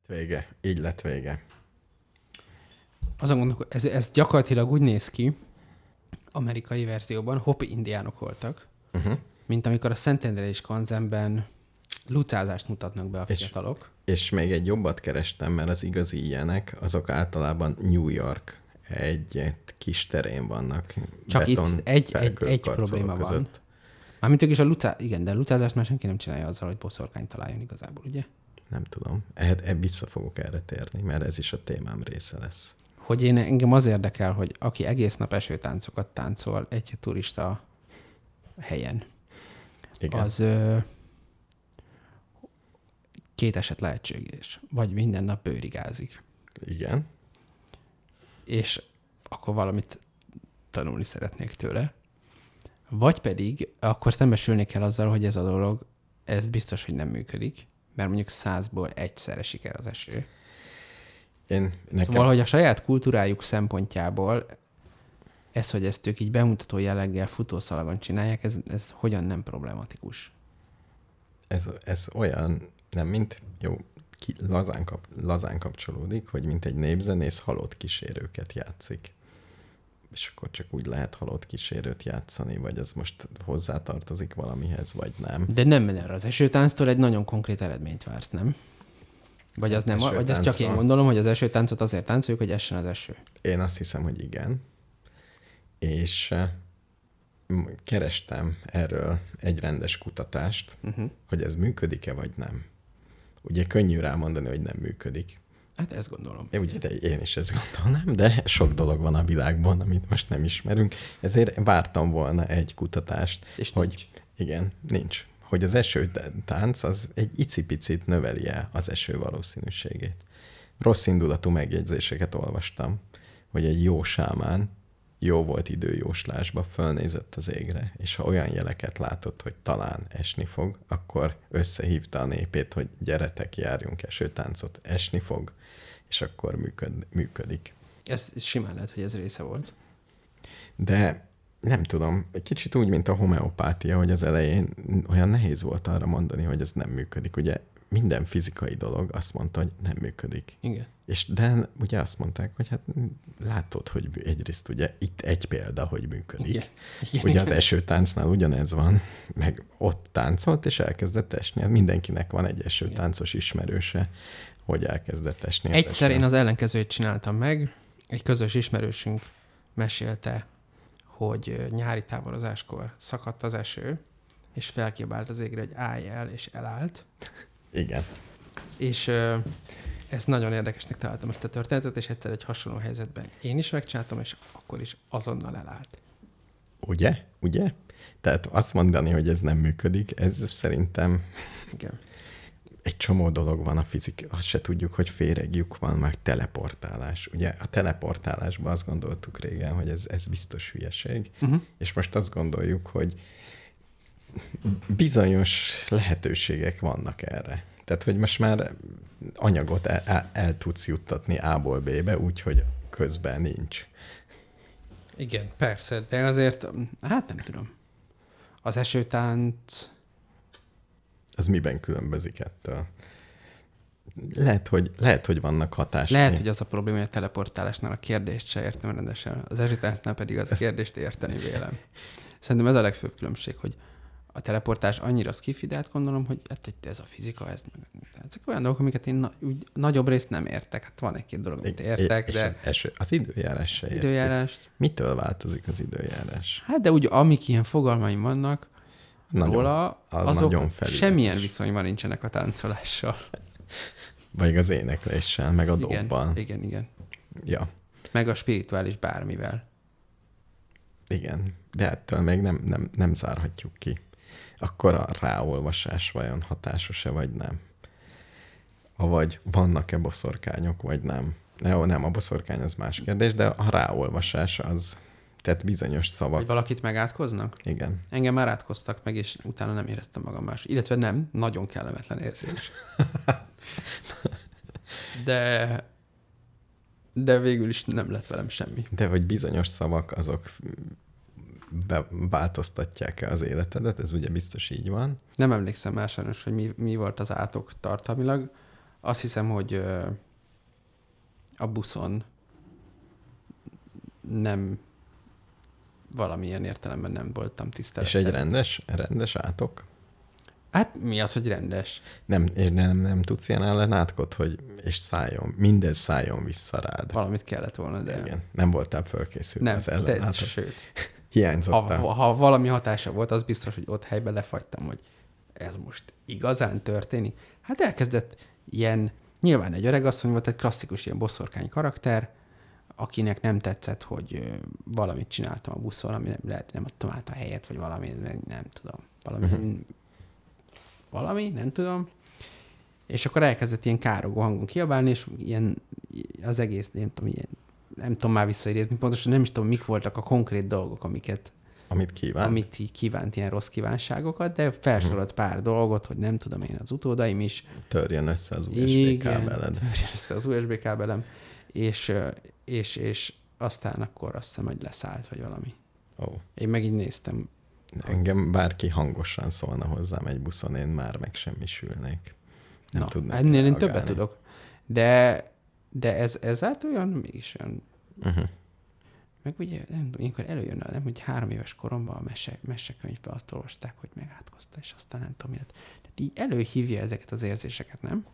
[SPEAKER 1] Vége. Így lett vége.
[SPEAKER 2] Azon gondolok, ez, ez gyakorlatilag úgy néz ki, amerikai verzióban hopi indiánok voltak,
[SPEAKER 1] Uh-huh.
[SPEAKER 2] mint amikor a Szentendre és Kanzenben lucázást mutatnak be a
[SPEAKER 1] És-
[SPEAKER 2] fiatalok.
[SPEAKER 1] És még egy jobbat kerestem, mert az igazi ilyenek, azok általában New York egy egy kis terén vannak.
[SPEAKER 2] Csak itt
[SPEAKER 1] beton
[SPEAKER 2] egy- egy-
[SPEAKER 1] felkő
[SPEAKER 2] egy
[SPEAKER 1] karcoló
[SPEAKER 2] probléma van. Mármint ők is a lucá... Igen, de a lucázást már senki nem csinálja azzal, hogy boszorkányt találjon igazából, ugye?
[SPEAKER 1] Nem tudom. E, e, vissza fogok erre térni, mert ez is a témám része lesz.
[SPEAKER 2] Hogy én engem az érdekel, hogy aki egész nap esőtáncokat táncol egy turista helyen,
[SPEAKER 1] Igen.
[SPEAKER 2] Igen. az ö, két eset lehetséges. Vagy minden nap bőrigázik.
[SPEAKER 1] Igen.
[SPEAKER 2] És akkor valamit tanulni szeretnék tőle. Vagy pedig akkor szembesülni kell azzal, hogy ez a dolog, ez biztos, hogy nem működik, mert mondjuk százból egyszerre siker az eső.
[SPEAKER 1] Én nekem...
[SPEAKER 2] Szóval, hogy a saját kultúrájuk szempontjából ez, hogy ezt ők így bemutató jelleggel futószalagon csinálják, ez, ez hogyan nem problematikus.
[SPEAKER 1] ez, ez olyan, nem mint, jó, ki, lazán, kap, lazán kapcsolódik, hogy mint egy népzenész halott kísérőket játszik. És akkor csak úgy lehet halott kísérőt játszani, vagy ez most hozzátartozik valamihez, vagy nem.
[SPEAKER 2] De nem men erre az esőtánctól egy nagyon konkrét eredményt vársz, nem? Vagy az nem, vagy ezt csak én
[SPEAKER 1] Esőtánctól?
[SPEAKER 2] gondolom, hogy az esőtáncot azért táncoljuk, hogy essen az eső.
[SPEAKER 1] Én azt hiszem, hogy igen. És eh, m- kerestem erről egy rendes kutatást, uh-huh. hogy ez működik-e vagy nem. Ugye könnyű rámondani, hogy nem működik.
[SPEAKER 2] Hát ezt gondolom.
[SPEAKER 1] Én, ugye, de én is ezt gondolnám, de sok dolog van a világban, amit most nem ismerünk. Ezért vártam volna egy kutatást,
[SPEAKER 2] És
[SPEAKER 1] hogy
[SPEAKER 2] nincs.
[SPEAKER 1] igen, nincs. Hogy az esőtánc az egy icipicit növeli -e az eső valószínűségét. Rossz indulatú megjegyzéseket olvastam, hogy egy jó sámán jó volt időjóslásba, fölnézett az égre, és ha olyan jeleket látott, hogy talán esni fog, akkor összehívta a népét, hogy gyeretek, járjunk esőtáncot, esni fog, és akkor működ, működik.
[SPEAKER 2] Ez simán lehet, hogy ez része volt.
[SPEAKER 1] De nem tudom, egy kicsit úgy, mint a homeopátia, hogy az elején olyan nehéz volt arra mondani, hogy ez nem működik. Ugye minden fizikai dolog azt mondta, hogy nem működik.
[SPEAKER 2] Igen.
[SPEAKER 1] És de ugye azt mondták, hogy hát látod, hogy egyrészt ugye itt egy példa, hogy működik.
[SPEAKER 2] Igen. Igen.
[SPEAKER 1] Ugye az esőtáncnál ugyanez van, meg ott táncolt, és elkezdett esni. Hát Mindenkinek van egy esőtáncos ismerőse, hogy elkezdett esni. az
[SPEAKER 2] Egyszer
[SPEAKER 1] eső.
[SPEAKER 2] én az ellenkezőjét csináltam meg, egy közös ismerősünk mesélte, hogy ö, nyári táborozáskor szakadt az eső, és felkiabált az égre, hogy állj el, és elállt.
[SPEAKER 1] Igen.
[SPEAKER 2] És ö, ezt nagyon érdekesnek találtam ezt a történetet, és egyszer egy hasonló helyzetben én is megcsináltam, és akkor is azonnal elállt.
[SPEAKER 1] Ugye? Ugye? Tehát azt mondani, hogy ez nem működik, ez szerintem
[SPEAKER 2] Igen.
[SPEAKER 1] egy csomó dolog van a fizik, azt se tudjuk, hogy féregjük van, meg teleportálás. Ugye a teleportálásban azt gondoltuk régen, hogy ez, ez biztos hülyeség, uh-huh. és most azt gondoljuk, hogy bizonyos lehetőségek vannak erre. Tehát, hogy most már anyagot el, el, el tudsz juttatni A-ból B-be, úgyhogy közben nincs.
[SPEAKER 2] Igen, persze, de azért, hát nem tudom. Az esőtánc,
[SPEAKER 1] Az miben különbözik ettől? Lehet, hogy, lehet, hogy vannak hatásai.
[SPEAKER 2] Lehet, hogy az a probléma, hogy a teleportálásnál a kérdést se értem rendesen, az ezsitáncnál pedig az a kérdést érteni vélem. Szerintem ez a legfőbb különbség, hogy a teleportás annyira skifi, de hát gondolom, hogy hát, hogy ez a fizika, ez meg, ezek olyan dolgok, amiket én na, úgy, nagyobb részt nem értek. Hát van egy-két dolog, amit értek,
[SPEAKER 1] és
[SPEAKER 2] de
[SPEAKER 1] Az, eső, az időjárás se értjük.
[SPEAKER 2] időjárást.
[SPEAKER 1] Mitől változik az időjárás?
[SPEAKER 2] Hát de úgy, amik ilyen fogalmaim vannak,
[SPEAKER 1] Nagyon,
[SPEAKER 2] róla,
[SPEAKER 1] az
[SPEAKER 2] azok
[SPEAKER 1] nagyon felületes.
[SPEAKER 2] semmilyen viszonyban nincsenek a táncolással.
[SPEAKER 1] Vagy az énekléssel, meg a
[SPEAKER 2] Igen,
[SPEAKER 1] dobban.
[SPEAKER 2] igen, igen.
[SPEAKER 1] Ja,
[SPEAKER 2] Meg a spirituális bármivel.
[SPEAKER 1] igen. De ettől még nem, nem, nem zárhatjuk ki. Akkor a ráolvasás vajon hatásos-e, vagy nem? Avagy vannak-e boszorkányok, vagy nem? Ne, nem, a boszorkány az más kérdés, de a ráolvasás az, tehát bizonyos
[SPEAKER 2] Hogy
[SPEAKER 1] szavak.
[SPEAKER 2] valakit megátkoznak?
[SPEAKER 1] Igen.
[SPEAKER 2] Engem már átkoztak meg, és utána nem éreztem magam más. Illetve nem, nagyon
[SPEAKER 1] *laughs*
[SPEAKER 2] kellemetlen érzés. De de végül is nem lett velem semmi.
[SPEAKER 1] De hogy bizonyos szavak azok be- változtatják-e az életedet, ez ugye biztos így van.
[SPEAKER 2] Nem emlékszem már sajnos, hogy mi, mi volt az átok tartalmilag. Azt hiszem, hogy ö, a buszon nem valamilyen értelemben nem voltam
[SPEAKER 1] És
[SPEAKER 2] tiszteletben.
[SPEAKER 1] egy rendes, rendes átok.
[SPEAKER 2] Hát mi az, hogy rendes?
[SPEAKER 1] Nem, és nem, nem tudsz ilyen ellen átkot, hogy és szálljon, mindez szálljon vissza rád.
[SPEAKER 2] Valamit kellett volna, de
[SPEAKER 1] Igen, nem voltál fölkészülve
[SPEAKER 2] nem.
[SPEAKER 1] az hát
[SPEAKER 2] De,
[SPEAKER 1] ellenátok.
[SPEAKER 2] sőt,
[SPEAKER 1] Hiányzott a,
[SPEAKER 2] ha, ha valami hatása volt, az biztos, hogy ott helyben lefagytam, hogy ez most igazán történik. Hát elkezdett ilyen, nyilván egy öregasszony volt, egy klasszikus ilyen boszorkány karakter, akinek nem tetszett, hogy ö, valamit csináltam a buszon, ami nem, lehet, nem adtam át a helyet, vagy valami, meg nem tudom. Valami, uh-huh. valami, nem tudom. És akkor elkezdett ilyen károgó hangon kiabálni, és ilyen az egész, nem tudom, ilyen, nem tudom már visszaidézni, pontosan nem is tudom, mik voltak a konkrét dolgok, amiket
[SPEAKER 1] amit kívánt. Ami...
[SPEAKER 2] amit így kívánt ilyen rossz kívánságokat, de felsorolt pár dolgot, hogy nem tudom én, az utódaim *laughs* is.
[SPEAKER 1] Törjön össze az USB
[SPEAKER 2] Igen,
[SPEAKER 1] kábeled.
[SPEAKER 2] törjön össze az USB kábelem, és, ö, és, és aztán akkor azt hiszem, hogy leszállt, vagy valami.
[SPEAKER 1] Ó,
[SPEAKER 2] Én meg így néztem.
[SPEAKER 1] engem bárki hangosan szólna hozzám egy buszon, én már megsemmisülnék. Nem
[SPEAKER 2] Na,
[SPEAKER 1] tudnak
[SPEAKER 2] ennél én
[SPEAKER 1] reagálni.
[SPEAKER 2] többet tudok. De, de ez, ez hát olyan, mégis olyan.
[SPEAKER 1] Uh-huh.
[SPEAKER 2] Meg ugye, nem tudom, ilyenkor előjön, a- nem, hogy három éves koromban a mese, mesekönyvbe azt olvasták, hogy megátkozta, és aztán nem tudom, miért. Tehát így előhívja ezeket az érzéseket, nem?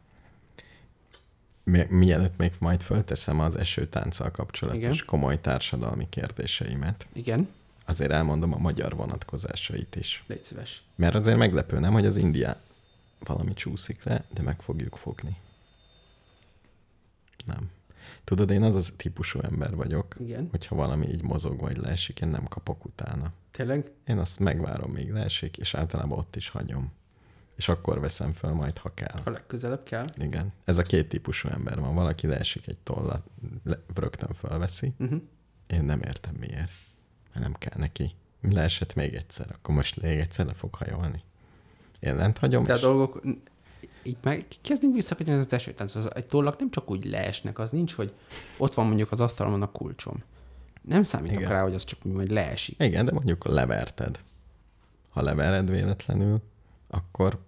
[SPEAKER 1] Mi- Mielőtt még majd fölteszem az esőtánccal kapcsolatos Igen. komoly társadalmi kérdéseimet,
[SPEAKER 2] Igen.
[SPEAKER 1] azért elmondom a magyar vonatkozásait is.
[SPEAKER 2] Légy szíves.
[SPEAKER 1] Mert azért meglepő, nem, hogy az Indián valami csúszik le, de meg fogjuk fogni. Nem. Tudod, én az az típusú ember vagyok,
[SPEAKER 2] Igen.
[SPEAKER 1] hogyha valami így mozog vagy leesik, én nem kapok utána.
[SPEAKER 2] Tényleg?
[SPEAKER 1] Én azt megvárom, még leesik, és általában ott is hagyom. És akkor veszem föl majd, ha kell.
[SPEAKER 2] Ha legközelebb kell.
[SPEAKER 1] Igen. Ez a két típusú ember van. Valaki leesik egy tollat, le, rögtön fölveszi.
[SPEAKER 2] Uh-huh.
[SPEAKER 1] Én nem értem miért. Mert nem kell neki. Leesett még egyszer, akkor most még egyszer le fog hajolni. Én lent hagyom,
[SPEAKER 2] De a
[SPEAKER 1] és
[SPEAKER 2] dolgok... Így meg kezdünk visszakanyarodni az esőtánc. Az egy tollak nem csak úgy leesnek, az nincs, hogy ott van mondjuk az asztalon a kulcsom. Nem számítok
[SPEAKER 1] Igen.
[SPEAKER 2] rá, hogy az csak úgy majd leesik.
[SPEAKER 1] Igen, de mondjuk leverted. Ha levered véletlenül, akkor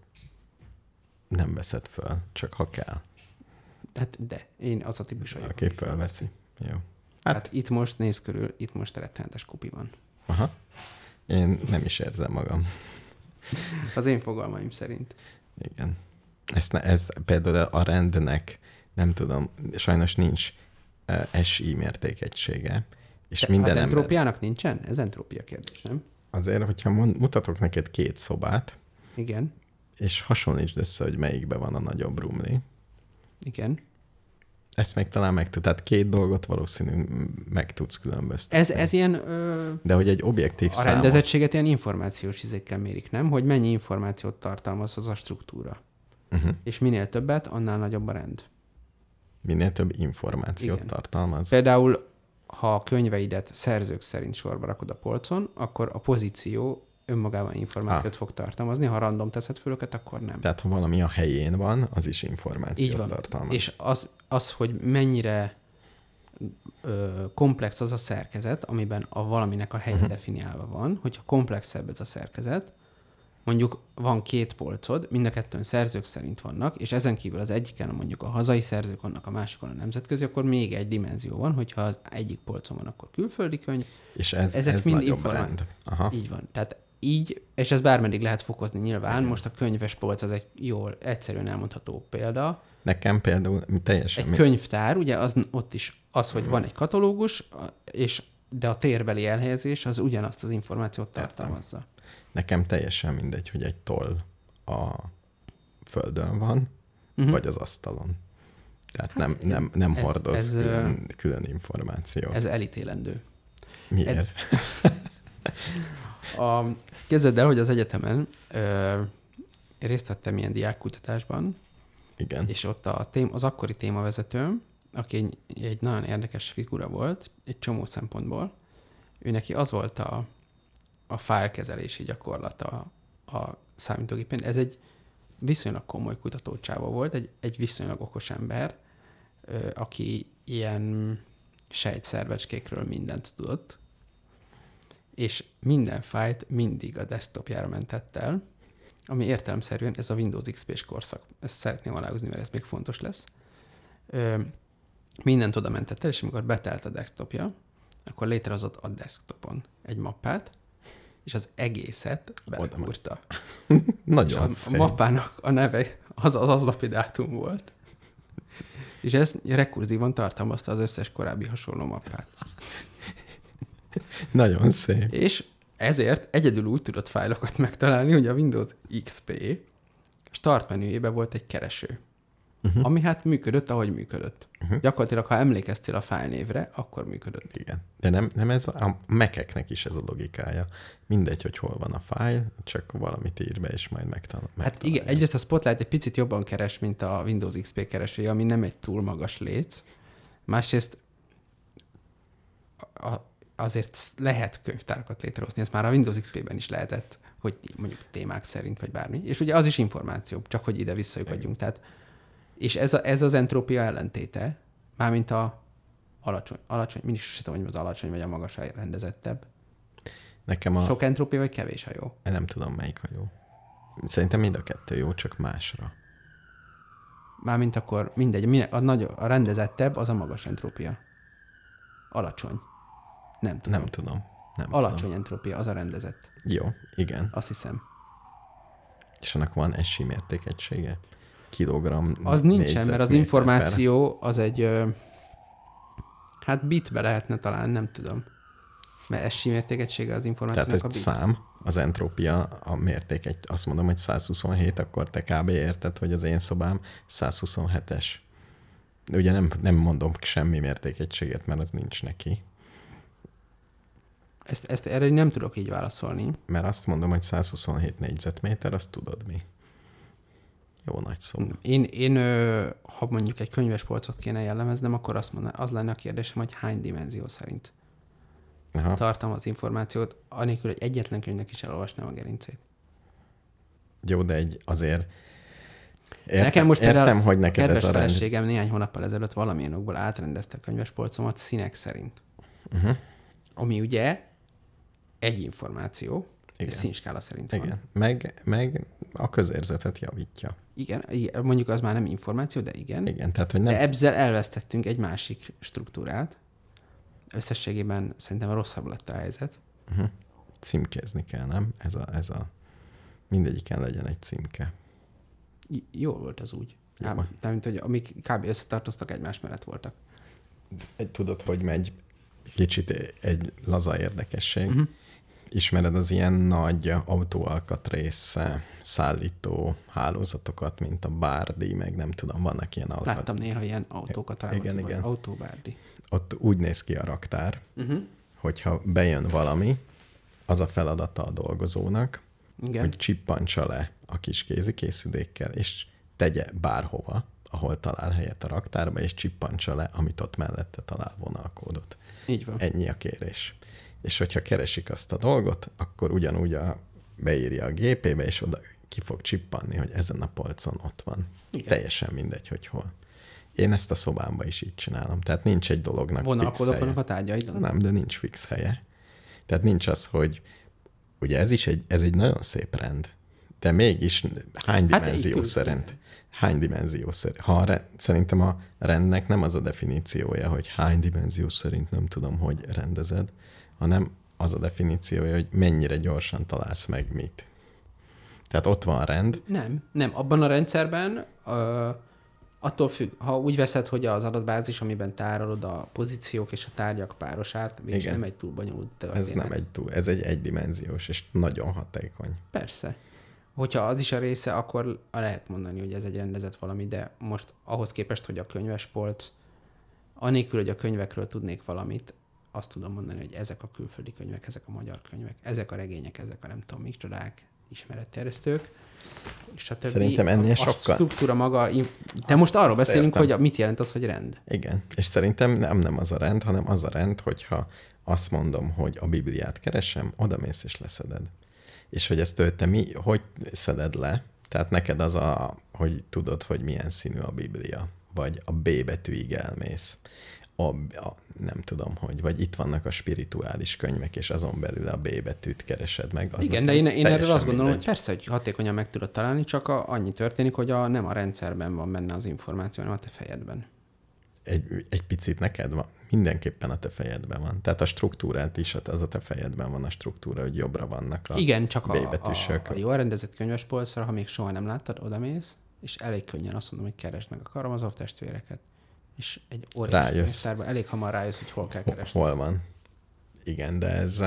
[SPEAKER 1] nem veszed föl, csak ha kell,
[SPEAKER 2] Hát de, én az a típus vagyok.
[SPEAKER 1] aki fölveszi. Jó.
[SPEAKER 2] Hát, hát itt most néz körül, itt most rettenetes kupi van.
[SPEAKER 1] Aha. Én nem is érzem magam.
[SPEAKER 2] Az én fogalmaim szerint.
[SPEAKER 1] Igen. Ezt ne, ez például a rendnek, nem tudom, sajnos nincs uh, SI mértékegysége, és
[SPEAKER 2] De
[SPEAKER 1] de minden
[SPEAKER 2] az
[SPEAKER 1] ember...
[SPEAKER 2] entrópiának nincsen? Ez entrópia kérdés, nem?
[SPEAKER 1] Azért, hogyha mond, mutatok neked két szobát,
[SPEAKER 2] Igen,
[SPEAKER 1] és hasonlítsd össze, hogy melyikbe van a nagyobb rumli.
[SPEAKER 2] igen.
[SPEAKER 1] Ezt meg talán meg tud, tehát két dolgot valószínű meg tudsz különböztetni.
[SPEAKER 2] Ez, ez ilyen ö,
[SPEAKER 1] De hogy egy objektív
[SPEAKER 2] a
[SPEAKER 1] számot...
[SPEAKER 2] rendezettséget ilyen információs izékkel mérik, nem? Hogy mennyi információt tartalmaz az a struktúra.
[SPEAKER 1] Uh-huh.
[SPEAKER 2] És minél többet, annál nagyobb a rend.
[SPEAKER 1] Minél több információt
[SPEAKER 2] Igen.
[SPEAKER 1] Igen. tartalmaz.
[SPEAKER 2] Például, ha a könyveidet szerzők szerint sorba rakod a polcon, akkor a pozíció önmagában információt fog tartalmazni, ha random teszed föl őket, akkor nem.
[SPEAKER 1] Tehát ha valami a helyén van, az is információt
[SPEAKER 2] Így van.
[SPEAKER 1] tartalmaz.
[SPEAKER 2] És az, az hogy mennyire ö, komplex az a szerkezet, amiben a valaminek a helye uh-huh. definiálva van, hogyha komplexebb ez a szerkezet, mondjuk van két polcod, mind a kettőn szerzők szerint vannak, és ezen kívül az egyiken mondjuk a hazai szerzők vannak, a másikon a nemzetközi, akkor még egy dimenzió van, hogyha az egyik polcon van, akkor külföldi könyv,
[SPEAKER 1] és ez,
[SPEAKER 2] ezek
[SPEAKER 1] ez
[SPEAKER 2] mind
[SPEAKER 1] nagyobb
[SPEAKER 2] informá-
[SPEAKER 1] rend. Aha.
[SPEAKER 2] így van. Tehát így, és ez bármeddig lehet fokozni nyilván, most a könyves polc az egy jól, egyszerűen elmondható példa,
[SPEAKER 1] Nekem például teljesen...
[SPEAKER 2] egy
[SPEAKER 1] mi-
[SPEAKER 2] könyvtár, ugye az ott is az, hogy van egy katalógus, a- és de a térbeli elhelyezés az ugyanazt az információt tartalmazza.
[SPEAKER 1] Nekem teljesen mindegy, hogy egy toll a földön van, uh-huh. vagy az asztalon. Tehát hát, nem, nem, nem
[SPEAKER 2] Mhm. ez-
[SPEAKER 1] ez, hordoz
[SPEAKER 2] ez,
[SPEAKER 1] ez, külön, külön információt. Ez,
[SPEAKER 2] Ez elítélendő.
[SPEAKER 1] Miért?
[SPEAKER 2] ez- A, képzeld el, hogy az egyetemen ö, részt vettem ilyen diákkutatásban,
[SPEAKER 1] Igen.
[SPEAKER 2] és ott a tém, az akkori témavezetőm, aki egy, egy nagyon érdekes figura volt, egy csomó szempontból, ő neki az volt a, a fájlkezelési gyakorlata a számítógépen. Ez egy viszonylag komoly kutatócsávó volt, egy, egy viszonylag okos ember, ö, aki ilyen sejtszervecskékről mindent tudott, és minden fájlt mindig a desktopjára mentett el, ami értelemszerűen ez a Windows XP-s korszak. Ezt szeretném aláhúzni, mert ez még fontos lesz. Ö, mindent oda mentett el, és amikor betelt a desktopja, akkor létrehozott a desktopon egy mappát, és az egészet belekúrta. És
[SPEAKER 1] Nagyon
[SPEAKER 2] a, a
[SPEAKER 1] szép.
[SPEAKER 2] mappának a neve az az aznapi dátum volt. És ez rekurzívan tartalmazta az összes korábbi hasonló mappát.
[SPEAKER 1] Nagyon szép.
[SPEAKER 2] És ezért egyedül úgy tudott fájlokat megtalálni, hogy a Windows XP start menüjébe volt egy kereső, uh-huh. ami hát működött, ahogy működött. Uh-huh. Gyakorlatilag, ha emlékeztél a fájlnévre, akkor működött.
[SPEAKER 1] Igen. De nem, nem ez a mekeknek is ez a logikája. Mindegy, hogy hol van a fájl, csak valamit ír be, és majd megtanul.
[SPEAKER 2] Hát igen, egyrészt a Spotlight egy picit jobban keres, mint a Windows XP keresője, ami nem egy túl magas léc. Másrészt a, azért lehet könyvtárakat létrehozni, ez már a Windows XP-ben is lehetett, hogy mondjuk témák szerint, vagy bármi. És ugye az is információ, csak hogy ide visszajukodjunk. Tehát, és ez, a, ez az entrópia ellentéte, mármint a alacsony, alacsony, mindig sem tudom, hogy az alacsony vagy a magas a rendezettebb.
[SPEAKER 1] Nekem a...
[SPEAKER 2] Sok entrópia vagy kevés, ha jó.
[SPEAKER 1] Nem tudom, melyik a jó. Szerintem mind a kettő jó, csak másra.
[SPEAKER 2] Mármint akkor mindegy, mine- a, nagy, a rendezettebb az a magas entrópia. Alacsony. Nem tudom.
[SPEAKER 1] Nem tudom. Nem Tudom.
[SPEAKER 2] Alacsony entrópia, az a rendezett.
[SPEAKER 1] Jó, igen.
[SPEAKER 2] Azt hiszem.
[SPEAKER 1] És annak van essi mértékegysége? Kilogramm.
[SPEAKER 2] Az nincsen, mert az
[SPEAKER 1] négyzetméter
[SPEAKER 2] információ az egy, ö, hát bitbe lehetne talán, nem tudom. Mert essi mértékegysége az
[SPEAKER 1] Per.
[SPEAKER 2] információnak
[SPEAKER 1] Tehát
[SPEAKER 2] a
[SPEAKER 1] egy
[SPEAKER 2] bit.
[SPEAKER 1] szám, az entrópia, a mérték, egy, azt mondom, hogy 127, akkor te kb. érted, hogy az én szobám 127-es. De Ugye nem, nem mondom semmi mértékegységet, mert az nincs neki.
[SPEAKER 2] Ezt, ezt erre nem tudok így válaszolni.
[SPEAKER 1] Mert azt mondom, hogy 127 négyzetméter, azt tudod mi. Jó nagy szó.
[SPEAKER 2] Én, én ö, ha mondjuk egy könyves polcot kéne jellemeznem, akkor azt mondan, az lenne a kérdésem, hogy hány dimenzió szerint
[SPEAKER 1] Aha.
[SPEAKER 2] tartom az információt, anélkül, hogy egyetlen könyvnek is elolvasnám a gerincét.
[SPEAKER 1] Jó, de egy azért... Értem,
[SPEAKER 2] Nekem most például
[SPEAKER 1] értem, hogy neked
[SPEAKER 2] kedves
[SPEAKER 1] ez a rend...
[SPEAKER 2] feleségem néhány hónappal ezelőtt valamilyen okból átrendezte a könyvespolcomat színek szerint. Uh-huh. Ami ugye egy információ,
[SPEAKER 1] Igen.
[SPEAKER 2] és színskála szerint van.
[SPEAKER 1] Igen. Meg, meg a közérzetet javítja.
[SPEAKER 2] Igen, igen, mondjuk az már nem információ, de igen.
[SPEAKER 1] Igen, tehát hogy nem...
[SPEAKER 2] De ezzel elvesztettünk egy másik struktúrát. Összességében szerintem rosszabb lett a helyzet.
[SPEAKER 1] címkézni kell, nem? Ez a, ez a mindegyiken legyen egy címke.
[SPEAKER 2] J- jól volt az úgy.
[SPEAKER 1] Jó.
[SPEAKER 2] Ám, nem, mint, hogy amik kb. összetartoztak, egymás mellett voltak.
[SPEAKER 1] Egy tudod, hogy megy kicsit egy laza érdekesség.
[SPEAKER 2] Mhm.
[SPEAKER 1] Uh-huh. Ismered az ilyen nagy autóalkatrész eh, szállító hálózatokat, mint a Bárdi, meg nem tudom, vannak ilyen alkat.
[SPEAKER 2] Láttam néha ilyen autókat rá.
[SPEAKER 1] Igen, igen.
[SPEAKER 2] Autóbárdi.
[SPEAKER 1] Ott úgy néz ki a raktár, uh-huh. hogyha bejön valami, az a feladata a dolgozónak,
[SPEAKER 2] Igen.
[SPEAKER 1] hogy csippantsa le a kis kézi készülékkel, és tegye bárhova, ahol talál helyet a raktárba, és csippantsa le, amit ott mellette talál vonalkódot.
[SPEAKER 2] Így van.
[SPEAKER 1] Ennyi a kérés. És hogyha keresik azt a dolgot, akkor ugyanúgy a, beírja a gépébe, és oda ki fog csippanni, hogy ezen a polcon ott van. Igen. Teljesen mindegy, hogy hol. Én ezt a szobámba is így csinálom. Tehát nincs egy dolognak fix
[SPEAKER 2] Vonalkodok
[SPEAKER 1] helye.
[SPEAKER 2] vannak a tárgyaidon.
[SPEAKER 1] Nem, de nincs fix helye. Tehát nincs az, hogy ugye ez is egy, ez egy nagyon szép rend, de mégis hány
[SPEAKER 2] Hát
[SPEAKER 1] dimenzió
[SPEAKER 2] így-
[SPEAKER 1] hát, szerint? Hány dimenzió szerint? Ha a re, szerintem a rendnek nem az a definíciója, hogy hány dimenzió szerint nem tudom, hogy rendezed, hanem az a definíciója, hogy mennyire gyorsan találsz meg mit. Tehát ott van a rend,
[SPEAKER 2] Nem, nem. Abban a rendszerben ö, attól függ, ha úgy veszed, hogy az adatbázis, amiben tárolod a pozíciók és a tárgyak párosát, mégis
[SPEAKER 1] Igen.
[SPEAKER 2] nem egy túl bonyolult
[SPEAKER 1] ez
[SPEAKER 2] történet.
[SPEAKER 1] nem egy túl, ez egy egydimenziós, és nagyon hatékony.
[SPEAKER 2] Persze. Hogyha az is a része, akkor lehet mondani, hogy ez egy rendezett valami, de most ahhoz képest, hogy a könyvespolc, anélkül, hogy a könyvekről tudnék valamit, azt tudom mondani, hogy ezek a külföldi könyvek, ezek a magyar könyvek, ezek a regények, ezek a nem tudom mik csodák, ismeretterjesztők, és a többi.
[SPEAKER 1] Szerintem ennél
[SPEAKER 2] a, A
[SPEAKER 1] sokkal-
[SPEAKER 2] struktúra maga, im- de most arról beszélünk,
[SPEAKER 1] értem.
[SPEAKER 2] hogy a- mit jelent az, hogy rend.
[SPEAKER 1] Igen, és szerintem nem, nem az a rend, hanem az a rend, hogyha azt mondom, hogy a Bibliát keresem, odamész és leszeded. És hogy ezt ő- te mi, hogy szeded le? Tehát neked az a, hogy tudod, hogy milyen színű a Biblia, vagy a B betűig elmész. A, a, nem tudom, hogy, vagy itt vannak a spirituális könyvek, és azon belül a B betűt keresed meg. Az
[SPEAKER 2] Igen, de
[SPEAKER 1] nekem
[SPEAKER 2] én, én erről
[SPEAKER 1] teljesen
[SPEAKER 2] azt gondolom,
[SPEAKER 1] mindegy.
[SPEAKER 2] hogy persze, hogy hatékonyan meg tudod találni, csak a, annyi történik, hogy a, nem a rendszerben van benne az információ, hanem a te fejedben.
[SPEAKER 1] egy, egy picit neked van, mindenképpen a te fejedben van. Tehát a struktúrát is, hát az a te fejedben van a struktúra, hogy jobbra vannak a
[SPEAKER 2] Igen, csak a, a,
[SPEAKER 1] B-betűsök.
[SPEAKER 2] a jól rendezett könyvespolcra, ha még soha nem láttad, odamész, és elég könnyen azt mondom, hogy keresd meg a Karamazov testvéreket, és egy óriási
[SPEAKER 1] Rájössz.
[SPEAKER 2] könyvtárban elég hamar rájössz, hogy hol kell keresni.
[SPEAKER 1] Hol van? Igen, de ez...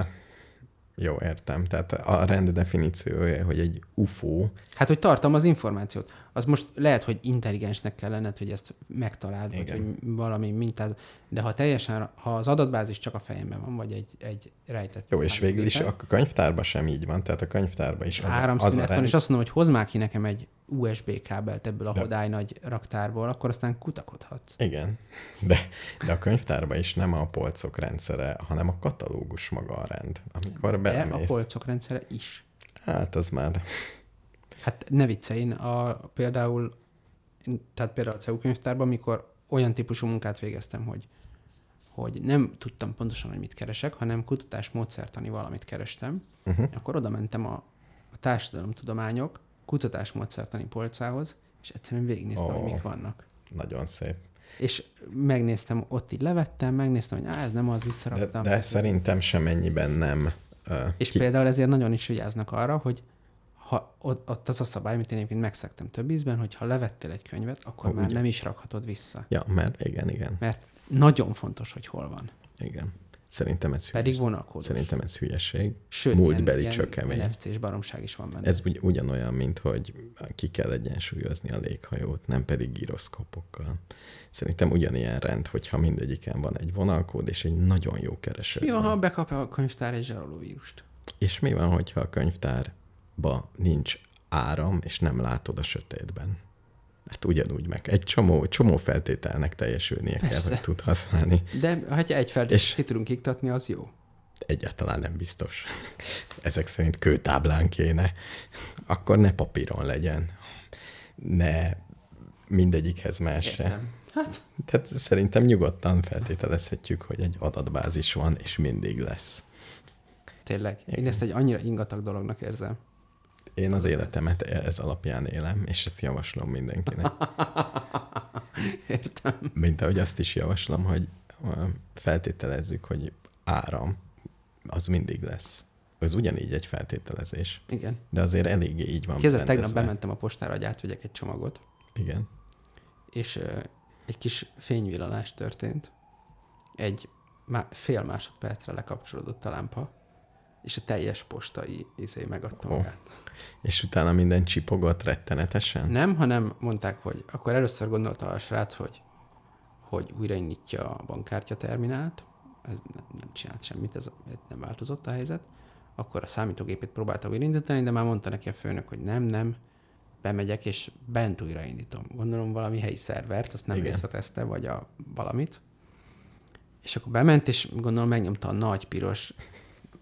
[SPEAKER 1] Jó, értem. Tehát a rend definíciója, hogy egy UFO,
[SPEAKER 2] Hát, hogy tartom az információt. Az most lehet, hogy intelligensnek kell lenned, hogy ezt megtaláld, vagy
[SPEAKER 1] Igen.
[SPEAKER 2] hogy valami mintáz, de ha teljesen, ha az adatbázis csak a fejemben van, vagy egy, egy rejtett.
[SPEAKER 1] jó, és végül is a könyvtárban sem így van, tehát a könyvtárban is az,
[SPEAKER 2] három
[SPEAKER 1] a, az a
[SPEAKER 2] szünet van,
[SPEAKER 1] rend.
[SPEAKER 2] és azt mondom, hogy hozd már ki nekem egy USB kábelt ebből a hodály nagy raktárból, akkor aztán kutakodhatsz.
[SPEAKER 1] Igen, de, de a könyvtárban is nem a polcok rendszere, hanem a katalógus maga a rend. Amikor
[SPEAKER 2] De a
[SPEAKER 1] belemész,
[SPEAKER 2] polcok rendszere is.
[SPEAKER 1] hát az már...
[SPEAKER 2] Hát ne viccelj, én a, például, tehát például a CEU könyvtárban, amikor olyan típusú munkát végeztem, hogy, hogy nem tudtam pontosan, hogy mit keresek, hanem kutatásmódszertani valamit kerestem,
[SPEAKER 1] Mhm.
[SPEAKER 2] uh-huh. akkor oda mentem a, a társadalomtudományok kutatásmódszertani polcához, és egyszerűen végignéztem, oh.
[SPEAKER 1] Ó.
[SPEAKER 2] hogy mik vannak.
[SPEAKER 1] Nagyon szép.
[SPEAKER 2] És megnéztem, ott így levettem, megnéztem, hogy á, ez nem az,
[SPEAKER 1] De,
[SPEAKER 2] visszaraktam.
[SPEAKER 1] de szerintem semennyiben nem. Ö,
[SPEAKER 2] És Ki? például ezért nagyon is vigyáznak arra, hogy ha ott, ott az a szabály, amit én egyébként megszektem több ízben, hogy ha levettél egy könyvet, akkor
[SPEAKER 1] Ó,
[SPEAKER 2] már
[SPEAKER 1] ugye.
[SPEAKER 2] nem is rakhatod vissza.
[SPEAKER 1] Ja, mert igen, igen,
[SPEAKER 2] Mert nagyon fontos, hogy hol van.
[SPEAKER 1] igen. Szerintem ez hülyeség.
[SPEAKER 2] Pedig vonalkódos.
[SPEAKER 1] Szerintem ez hülyeség.
[SPEAKER 2] Sőt,
[SPEAKER 1] múltbeli
[SPEAKER 2] ilyen,
[SPEAKER 1] csökevény.
[SPEAKER 2] ilyen NFC-s baromság is van benne.
[SPEAKER 1] Ez ugy, ugyanolyan, mint hogy ki kell egyensúlyozni a léghajót, nem pedig gyroszkopokkal. Szerintem ugyanilyen rend, hogyha mindegyiken van egy vonalkód és egy nagyon jó kereső.
[SPEAKER 2] Mi van, ha bekapja a könyvtár egy zsarolóvírust?
[SPEAKER 1] És mi van, hogyha a könyvtárba nincs áram, és nem látod a sötétben? Hát ugyanúgy meg. Egy csomó, csomó feltételnek teljesülnie Persze. kell,
[SPEAKER 2] Persze.
[SPEAKER 1] hogy tud használni.
[SPEAKER 2] De hát, ha egy
[SPEAKER 1] És-
[SPEAKER 2] feltételt ki tudunk iktatni, az jó.
[SPEAKER 1] Egyáltalán nem biztos. *laughs* Ezek szerint kőtáblán kéne. Akkor ne papíron legyen. Ne mindegyikhez más se.
[SPEAKER 2] Értem. Hát,
[SPEAKER 1] Tehát szerintem nyugodtan feltételezhetjük, hogy egy adatbázis van, és mindig lesz.
[SPEAKER 2] tényleg. Én ezt egy annyira ingatag dolognak érzem.
[SPEAKER 1] Én az életemet e- ez alapján élem, és ezt javaslom
[SPEAKER 2] *laughs*
[SPEAKER 1] mindenkinek.
[SPEAKER 2] Értem.
[SPEAKER 1] Mint ahogy azt is javaslom, hogy ö, feltételezzük, hogy áram az mindig lesz. Ez ugyanígy egy feltételezés,
[SPEAKER 2] Igen.
[SPEAKER 1] de azért eléggé így van.
[SPEAKER 2] Kézzel tegnap
[SPEAKER 1] rendezve.
[SPEAKER 2] bementem a postára, hogy átvegyek egy csomagot,
[SPEAKER 1] Igen.
[SPEAKER 2] és ö, egy kis fényvillanás történt. Egy má- fél másodpercre lekapcsolódott a lámpa, és a teljes postai izé megadta
[SPEAKER 1] Ó.
[SPEAKER 2] oh. magát.
[SPEAKER 1] És utána minden csipogott rettenetesen?
[SPEAKER 2] Nem, hanem mondták, hogy akkor először gondolta a srác, hogy, hogy újraindítja a bankkártya terminált, ez nem, nem csinált semmit, ez, ez nem változott a helyzet, akkor a számítógépét próbálta újraindítani, de már mondta neki a főnök, hogy nem, nem, bemegyek és bent újraindítom. Gondolom valami helyi szervert, azt nem
[SPEAKER 1] Igen.
[SPEAKER 2] részletezte, vagy a valamit. És akkor bement, és gondolom megnyomta a nagy piros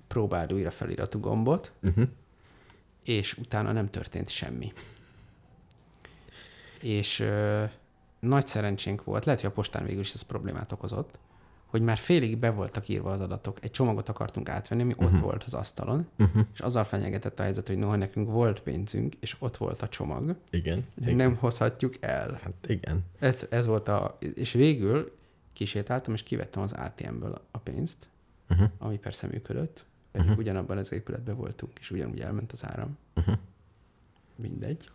[SPEAKER 2] próbáld újra feliratú gombot,
[SPEAKER 1] Uh-huh.
[SPEAKER 2] és utána nem történt semmi. És ö, nagy szerencsénk volt, lehet, hogy a postán végül is ez problémát okozott, hogy már félig be voltak írva az adatok. Egy csomagot akartunk átvenni, ami uh-huh. ott volt az asztalon, uh-huh. és azzal fenyegetett a helyzet, hogy noha nekünk volt pénzünk, és ott volt a csomag,
[SPEAKER 1] Igen.
[SPEAKER 2] Igen.
[SPEAKER 1] igen.
[SPEAKER 2] nem hozhatjuk el.
[SPEAKER 1] Hát igen.
[SPEAKER 2] Ez, ez volt a... És végül kisétáltam, és kivettem az ATM-ből a pénzt,
[SPEAKER 1] Uh-huh.
[SPEAKER 2] ami persze működött, pedig uh-huh. ugyanabban az épületben voltunk, és ugyanúgy elment az áram. Uh-huh. Mindegy.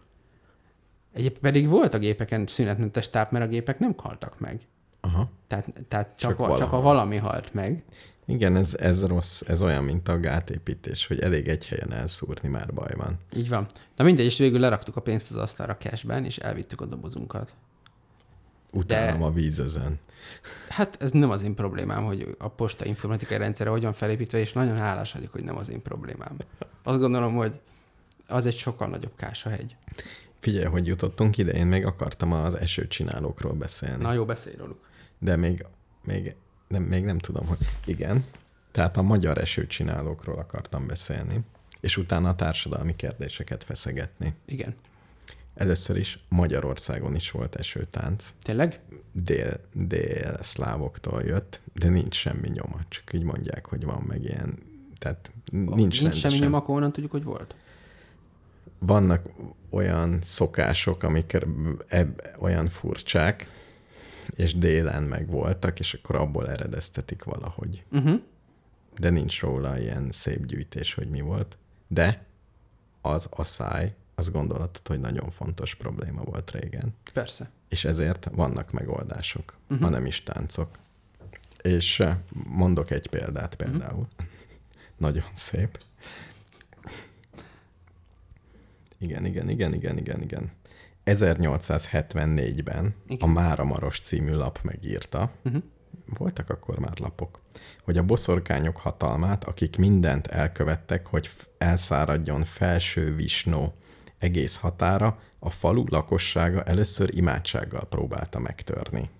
[SPEAKER 2] Egyéb pedig volt a gépeken szünetmentes táp, mert a gépek nem haltak meg.
[SPEAKER 1] Aha.
[SPEAKER 2] Tehát, tehát csak,
[SPEAKER 1] Csak
[SPEAKER 2] csak, a, csak a
[SPEAKER 1] valami.
[SPEAKER 2] valami halt meg.
[SPEAKER 1] Igen, ez, ez rossz, ez olyan, mint a gátépítés, hogy elég egy helyen elszúrni, már baj van.
[SPEAKER 2] Így van. Na mindegy, és végül leraktuk a pénzt az asztalra cashben, és elvittük a dobozunkat.
[SPEAKER 1] Utálom a vízözön.
[SPEAKER 2] Hát ez nem az én problémám, hogy a posta informatikai rendszere hogyan felépítve, és nagyon hálás vagyok, hogy nem az én problémám. Azt gondolom, hogy az egy sokkal nagyobb kásahegy.
[SPEAKER 1] Figyelj, hogy jutottunk ide, én még akartam az esőcsinálókról beszélni.
[SPEAKER 2] Na jó, beszélj róluk.
[SPEAKER 1] de még, még, nem, még nem tudom, hogy igen. Tehát a magyar esőcsinálókról akartam beszélni, és utána a társadalmi kérdéseket feszegetni.
[SPEAKER 2] Igen.
[SPEAKER 1] Először is Magyarországon is volt esőtánc,
[SPEAKER 2] Tényleg?
[SPEAKER 1] dél, dél-szlávoktól jött, de nincs semmi nyoma, csak így mondják, hogy van meg ilyen, tehát nincs,
[SPEAKER 2] nincs
[SPEAKER 1] rendesen.
[SPEAKER 2] semmi nyom, akkor onnan tudjuk, hogy volt.
[SPEAKER 1] vannak olyan szokások, amik eb- olyan furcsák, és délen meg voltak, és akkor abból eredeztetik valahogy.
[SPEAKER 2] Uh-huh.
[SPEAKER 1] De nincs róla ilyen szép gyűjtés, hogy mi volt. De az a száj, az gondolhatod, hogy nagyon fontos probléma volt régen.
[SPEAKER 2] Persze.
[SPEAKER 1] És ezért vannak megoldások, uh-huh. ha nem is táncok. És eh, mondok egy példát például. *laughs* Uh-huh. Nagyon szép. Igen, igen, igen, igen, igen, igen. 1874-ben a
[SPEAKER 2] Igen.
[SPEAKER 1] Mára Maros című lap megírta, uh-huh. voltak akkor már lapok, hogy a boszorkányok hatalmát, akik mindent elkövettek, hogy f- elszáradjon felső Visnó egész határa, a falu lakossága először imádsággal próbálta megtörni.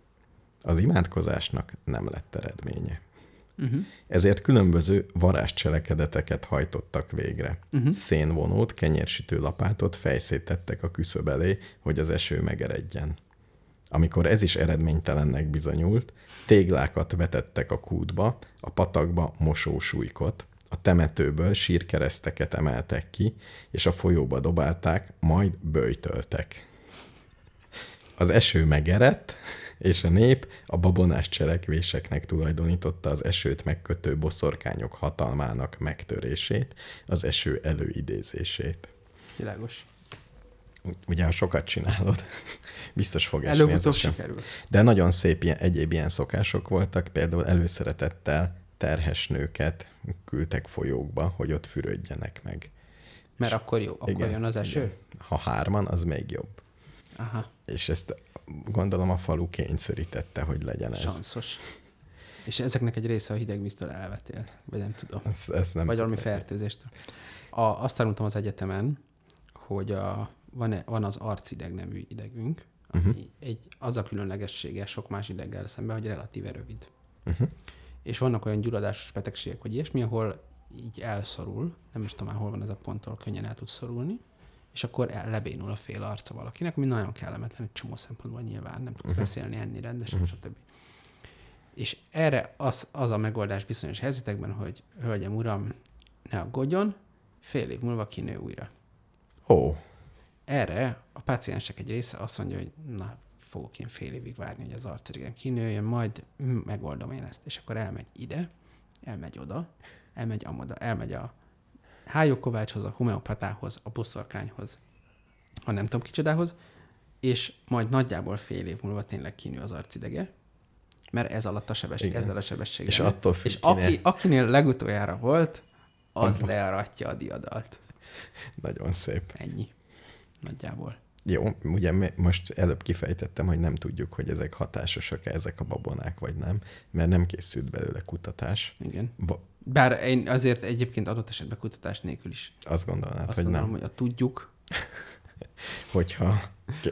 [SPEAKER 1] Az imádkozásnak nem lett eredménye.
[SPEAKER 2] Mhm.
[SPEAKER 1] Uh-huh. Ezért különböző varázscselekedeteket hajtottak végre. Uh-huh. Szénvonót, kenyérsütő lapátot fejszétettek a küszöb elé, hogy az eső megeredjen. Amikor ez is eredménytelennek bizonyult, téglákat vetettek a kútba, a patakba mosósújkot, a temetőből sírkereszteket emeltek ki, és a folyóba dobálták, majd böjtöltek. Az eső megerett, és a nép a babonás cselekvéseknek tulajdonította az esőt megkötő boszorkányok hatalmának megtörését, az eső előidézését.
[SPEAKER 2] Világos.
[SPEAKER 1] Úgy- Ugye, ha sokat csinálod, *laughs* biztos fog esni. az
[SPEAKER 2] Előbb-utóbb
[SPEAKER 1] eső.
[SPEAKER 2] sikerül.
[SPEAKER 1] De nagyon szép ilyen, egyéb ilyen szokások voltak, például előszeretettel terhes nőket küldtek folyókba, hogy ott fürödjenek meg.
[SPEAKER 2] Mert akkor jó, akkor
[SPEAKER 1] Igen,
[SPEAKER 2] jön az eső.
[SPEAKER 1] igen. Ha hárman, az még jobb.
[SPEAKER 2] Aha,
[SPEAKER 1] És ezt gondolom a falu kényszerítette, hogy legyen ez.
[SPEAKER 2] sanszos. És ezeknek egy része a hideg víztől elvetél, vagy nem tudom.
[SPEAKER 1] Ezt, ezt nem
[SPEAKER 2] vagy valami
[SPEAKER 1] tudom.
[SPEAKER 2] fertőzéstől. A, azt tanultam az egyetemen, hogy a, van, van az arcideg nevű idegünk, ami uh-huh. egy, az a különlegessége sok más ideggel szemben, hogy relatíve rövid. Uh-huh. És vannak olyan gyulladásos betegségek, vagy ilyesmi, ahol így elszorul, nem is tudom már hol van ez a ponttól, könnyen el tud szorulni, és akkor el, lebénul a fél arca valakinek, ami nagyon kellemetlen, egy csomó szempontból nyilván nem tud uh-huh. beszélni, enni rendesen, uh-huh. stb. És erre az, az a megoldás bizonyos helyzetekben, hogy hölgyem, uram, ne aggódjon, fél év múlva kinő újra.
[SPEAKER 1] Ó,
[SPEAKER 2] Erre a páciensek egy része azt mondja, hogy na, fogok én fél évig várni, hogy az arcirigem kinőjön, majd mm, megoldom én ezt. És akkor elmegy ide, elmegy oda, elmegy amoda, elmegy a hájókovácshoz, a homeopatához, a boszorkányhoz, a nem tudom kicsodához, és majd nagyjából fél év múlva tényleg kinő az arcidege, mert ez alatt a sebesség,
[SPEAKER 1] Igen.
[SPEAKER 2] ezzel a sebességgel.
[SPEAKER 1] És
[SPEAKER 2] megy.
[SPEAKER 1] attól függ,
[SPEAKER 2] És aki,
[SPEAKER 1] kinél.
[SPEAKER 2] akinél legutoljára volt, az learatja a diadalt.
[SPEAKER 1] nagyon szép.
[SPEAKER 2] Ennyi. Nagyjából.
[SPEAKER 1] Jó, ugye mi- most előbb kifejtettem, hogy nem tudjuk, hogy ezek hatásosak-e ezek a babonák, vagy nem, mert nem készült belőle kutatás.
[SPEAKER 2] Igen.
[SPEAKER 1] Va-
[SPEAKER 2] Bár én azért egyébként adott esetben kutatás nélkül is
[SPEAKER 1] azt gondolnád,
[SPEAKER 2] azt
[SPEAKER 1] hogy
[SPEAKER 2] gondolom,
[SPEAKER 1] Hát nem.
[SPEAKER 2] hogy a tudjuk.
[SPEAKER 1] Hogyha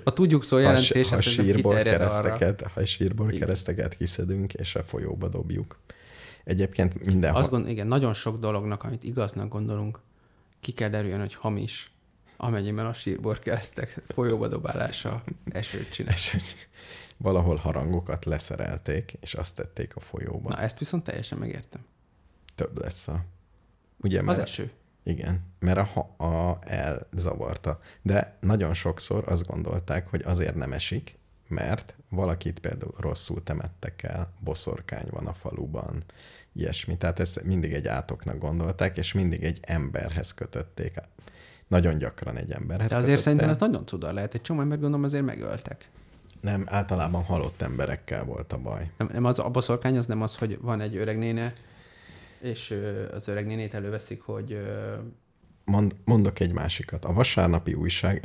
[SPEAKER 2] A tudjuk szó
[SPEAKER 1] ha,
[SPEAKER 2] jelentés,
[SPEAKER 1] s- ha
[SPEAKER 2] ha,
[SPEAKER 1] sírból
[SPEAKER 2] kiterjed arra.
[SPEAKER 1] kereszteket, ha sírból kereszteket kiszedünk, és a folyóba dobjuk. Egyébként mindenhol.
[SPEAKER 2] Azt gond, igen, nagyon sok dolognak, amit igaznak gondolunk, ki kell derüljön, hogy hamis, amennyiben a sírbor keresztek folyóba dobálása esőt csinál.
[SPEAKER 1] és hogy valahol harangokat leszerelték, és azt tették a folyóba.
[SPEAKER 2] Na, ezt viszont teljesen megértem.
[SPEAKER 1] Több lesz a... Ugye,
[SPEAKER 2] Az
[SPEAKER 1] mert,
[SPEAKER 2] eső.
[SPEAKER 1] Igen, mert a, ha- a elzavarta. De nagyon sokszor azt gondolták, hogy azért nem esik, mert valakit például rosszul temettek el, boszorkány van a faluban, ilyesmi. Tehát ezt mindig egy átoknak gondolták, és mindig egy emberhez kötötték. Nagyon gyakran egy emberhez
[SPEAKER 2] De azért
[SPEAKER 1] kötötték.
[SPEAKER 2] szerintem ez nagyon cudar lehet. Egy csomó ember gondolom azért megöltek.
[SPEAKER 1] Nem, általában halott emberekkel volt a baj.
[SPEAKER 2] Nem, nem az a boszorkány, az nem az, hogy van egy öreg néne, és ö, az öreg nénét előveszik, hogy ö,
[SPEAKER 1] Mond, mondok egy másikat. A vasárnapi újság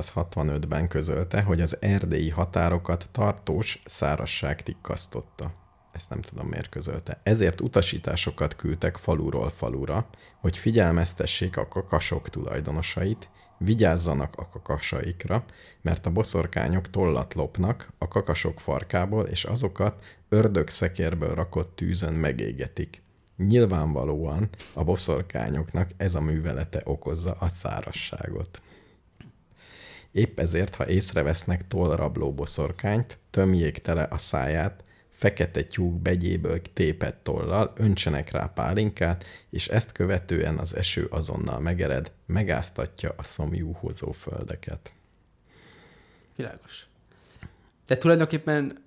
[SPEAKER 1] 1865-ben közölte, hogy az erdélyi határokat tartós szárazság tikkasztotta. Ezt nem tudom, miért közölte. Ezért utasításokat küldtek faluról falura, hogy figyelmeztessék a kakasok tulajdonosait, vigyázzanak a kakasaikra, mert a boszorkányok tollat lopnak a kakasok farkából, és azokat ördögszekérből rakott tűzön megégetik. Nyilvánvalóan a boszorkányoknak ez a művelete okozza a szárasságot. Épp ezért, ha észrevesznek tollrabló boszorkányt, tömjék tele a száját, fekete tyúk begyéből tépett tollal, öntsenek rá pálinkát, és ezt követően az eső azonnal megered, megáztatja a szomjúhozó földeket.
[SPEAKER 2] Világos. De tulajdonképpen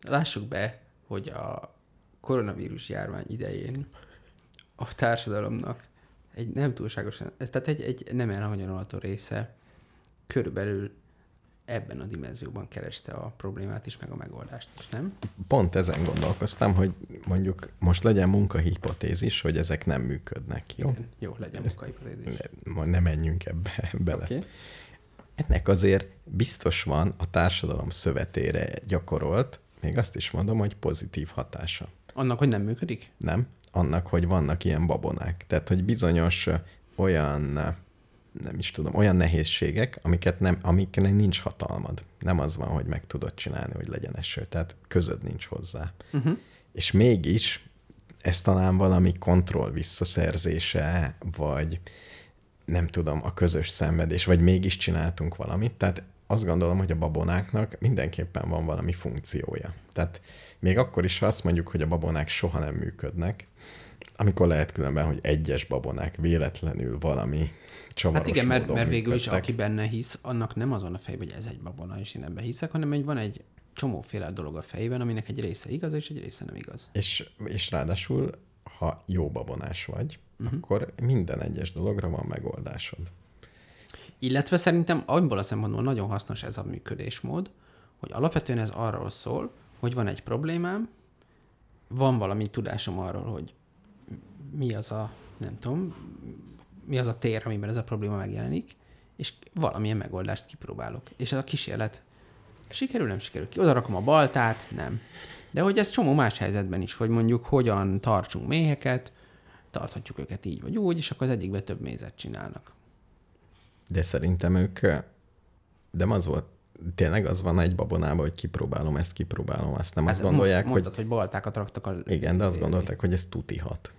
[SPEAKER 2] lássuk be, hogy a koronavírus járvány idején a társadalomnak egy nem túlságosan, tehát egy, egy nem elhagyarolható része körülbelül ebben a dimenzióban kereste a problémát is, meg a megoldást is, nem?
[SPEAKER 1] Pont ezen gondolkoztam, hogy mondjuk most legyen munkahipotézis, hogy ezek nem működnek, jó?
[SPEAKER 2] Igen. Jó, legyen munkahipotézis.
[SPEAKER 1] Ne, ma ne menjünk ebbe *laughs* bele.
[SPEAKER 2] Oké.
[SPEAKER 1] Okay. Ennek azért biztos van a társadalom szövetére gyakorolt, még azt is mondom, hogy pozitív hatása.
[SPEAKER 2] Annak, hogy nem működik?
[SPEAKER 1] nem? Annak, hogy vannak ilyen babonák. Tehát, hogy bizonyos ö, olyan, ö, nem is tudom, olyan nehézségek, amiket nem, amiknek nincs hatalmad. Nem az van, hogy meg tudod csinálni, hogy legyen eső. Tehát közöd nincs hozzá. Uh-huh. És mégis ez talán valami kontroll visszaszerzése, vagy nem tudom, a közös szenvedés, vagy mégis csináltunk valamit. Tehát azt gondolom, hogy a babonáknak mindenképpen van valami funkciója. Tehát még akkor is, ha azt mondjuk, hogy a babonák soha nem működnek, amikor lehet különben, hogy egyes babonák véletlenül valami csavaros
[SPEAKER 2] Hát igen, mert,
[SPEAKER 1] módon
[SPEAKER 2] mert végül is
[SPEAKER 1] működtek.
[SPEAKER 2] aki benne hisz, annak nem azon a fejben, hogy ez egy babona, és én ebben hiszek, hanem egy, van egy csomóféle dolog a fejében, aminek egy része igaz, és egy része nem igaz.
[SPEAKER 1] És, és ráadásul, ha jó babonás vagy,
[SPEAKER 2] Mhm.
[SPEAKER 1] uh-huh. akkor minden egyes dologra van megoldásod.
[SPEAKER 2] Illetve szerintem abból a szempontból nagyon hasznos ez a működésmód, hogy alapvetően ez arról szól, hogy van egy problémám, van valami tudásom arról, hogy mi az a, nem tudom, mi az a tér, amiben ez a probléma megjelenik, és valamilyen megoldást kipróbálok. És ez a kísérlet sikerül, nem sikerül ki. Oda rakom a baltát, nem. De hogy ez csomó más helyzetben is, hogy mondjuk hogyan tartsunk méheket, tarthatjuk őket így vagy úgy, és akkor az egyikbe több mézet csinálnak.
[SPEAKER 1] De szerintem ők, de az volt, tényleg az van egy babonában, hogy kipróbálom ezt, kipróbálom azt. Nem azt
[SPEAKER 2] Hát
[SPEAKER 1] gondolják,
[SPEAKER 2] most
[SPEAKER 1] hogy
[SPEAKER 2] mondtad, hogy, hogy baltákat raktak a...
[SPEAKER 1] igen, de azt
[SPEAKER 2] izébe.
[SPEAKER 1] gondolták, hogy ez tutihat.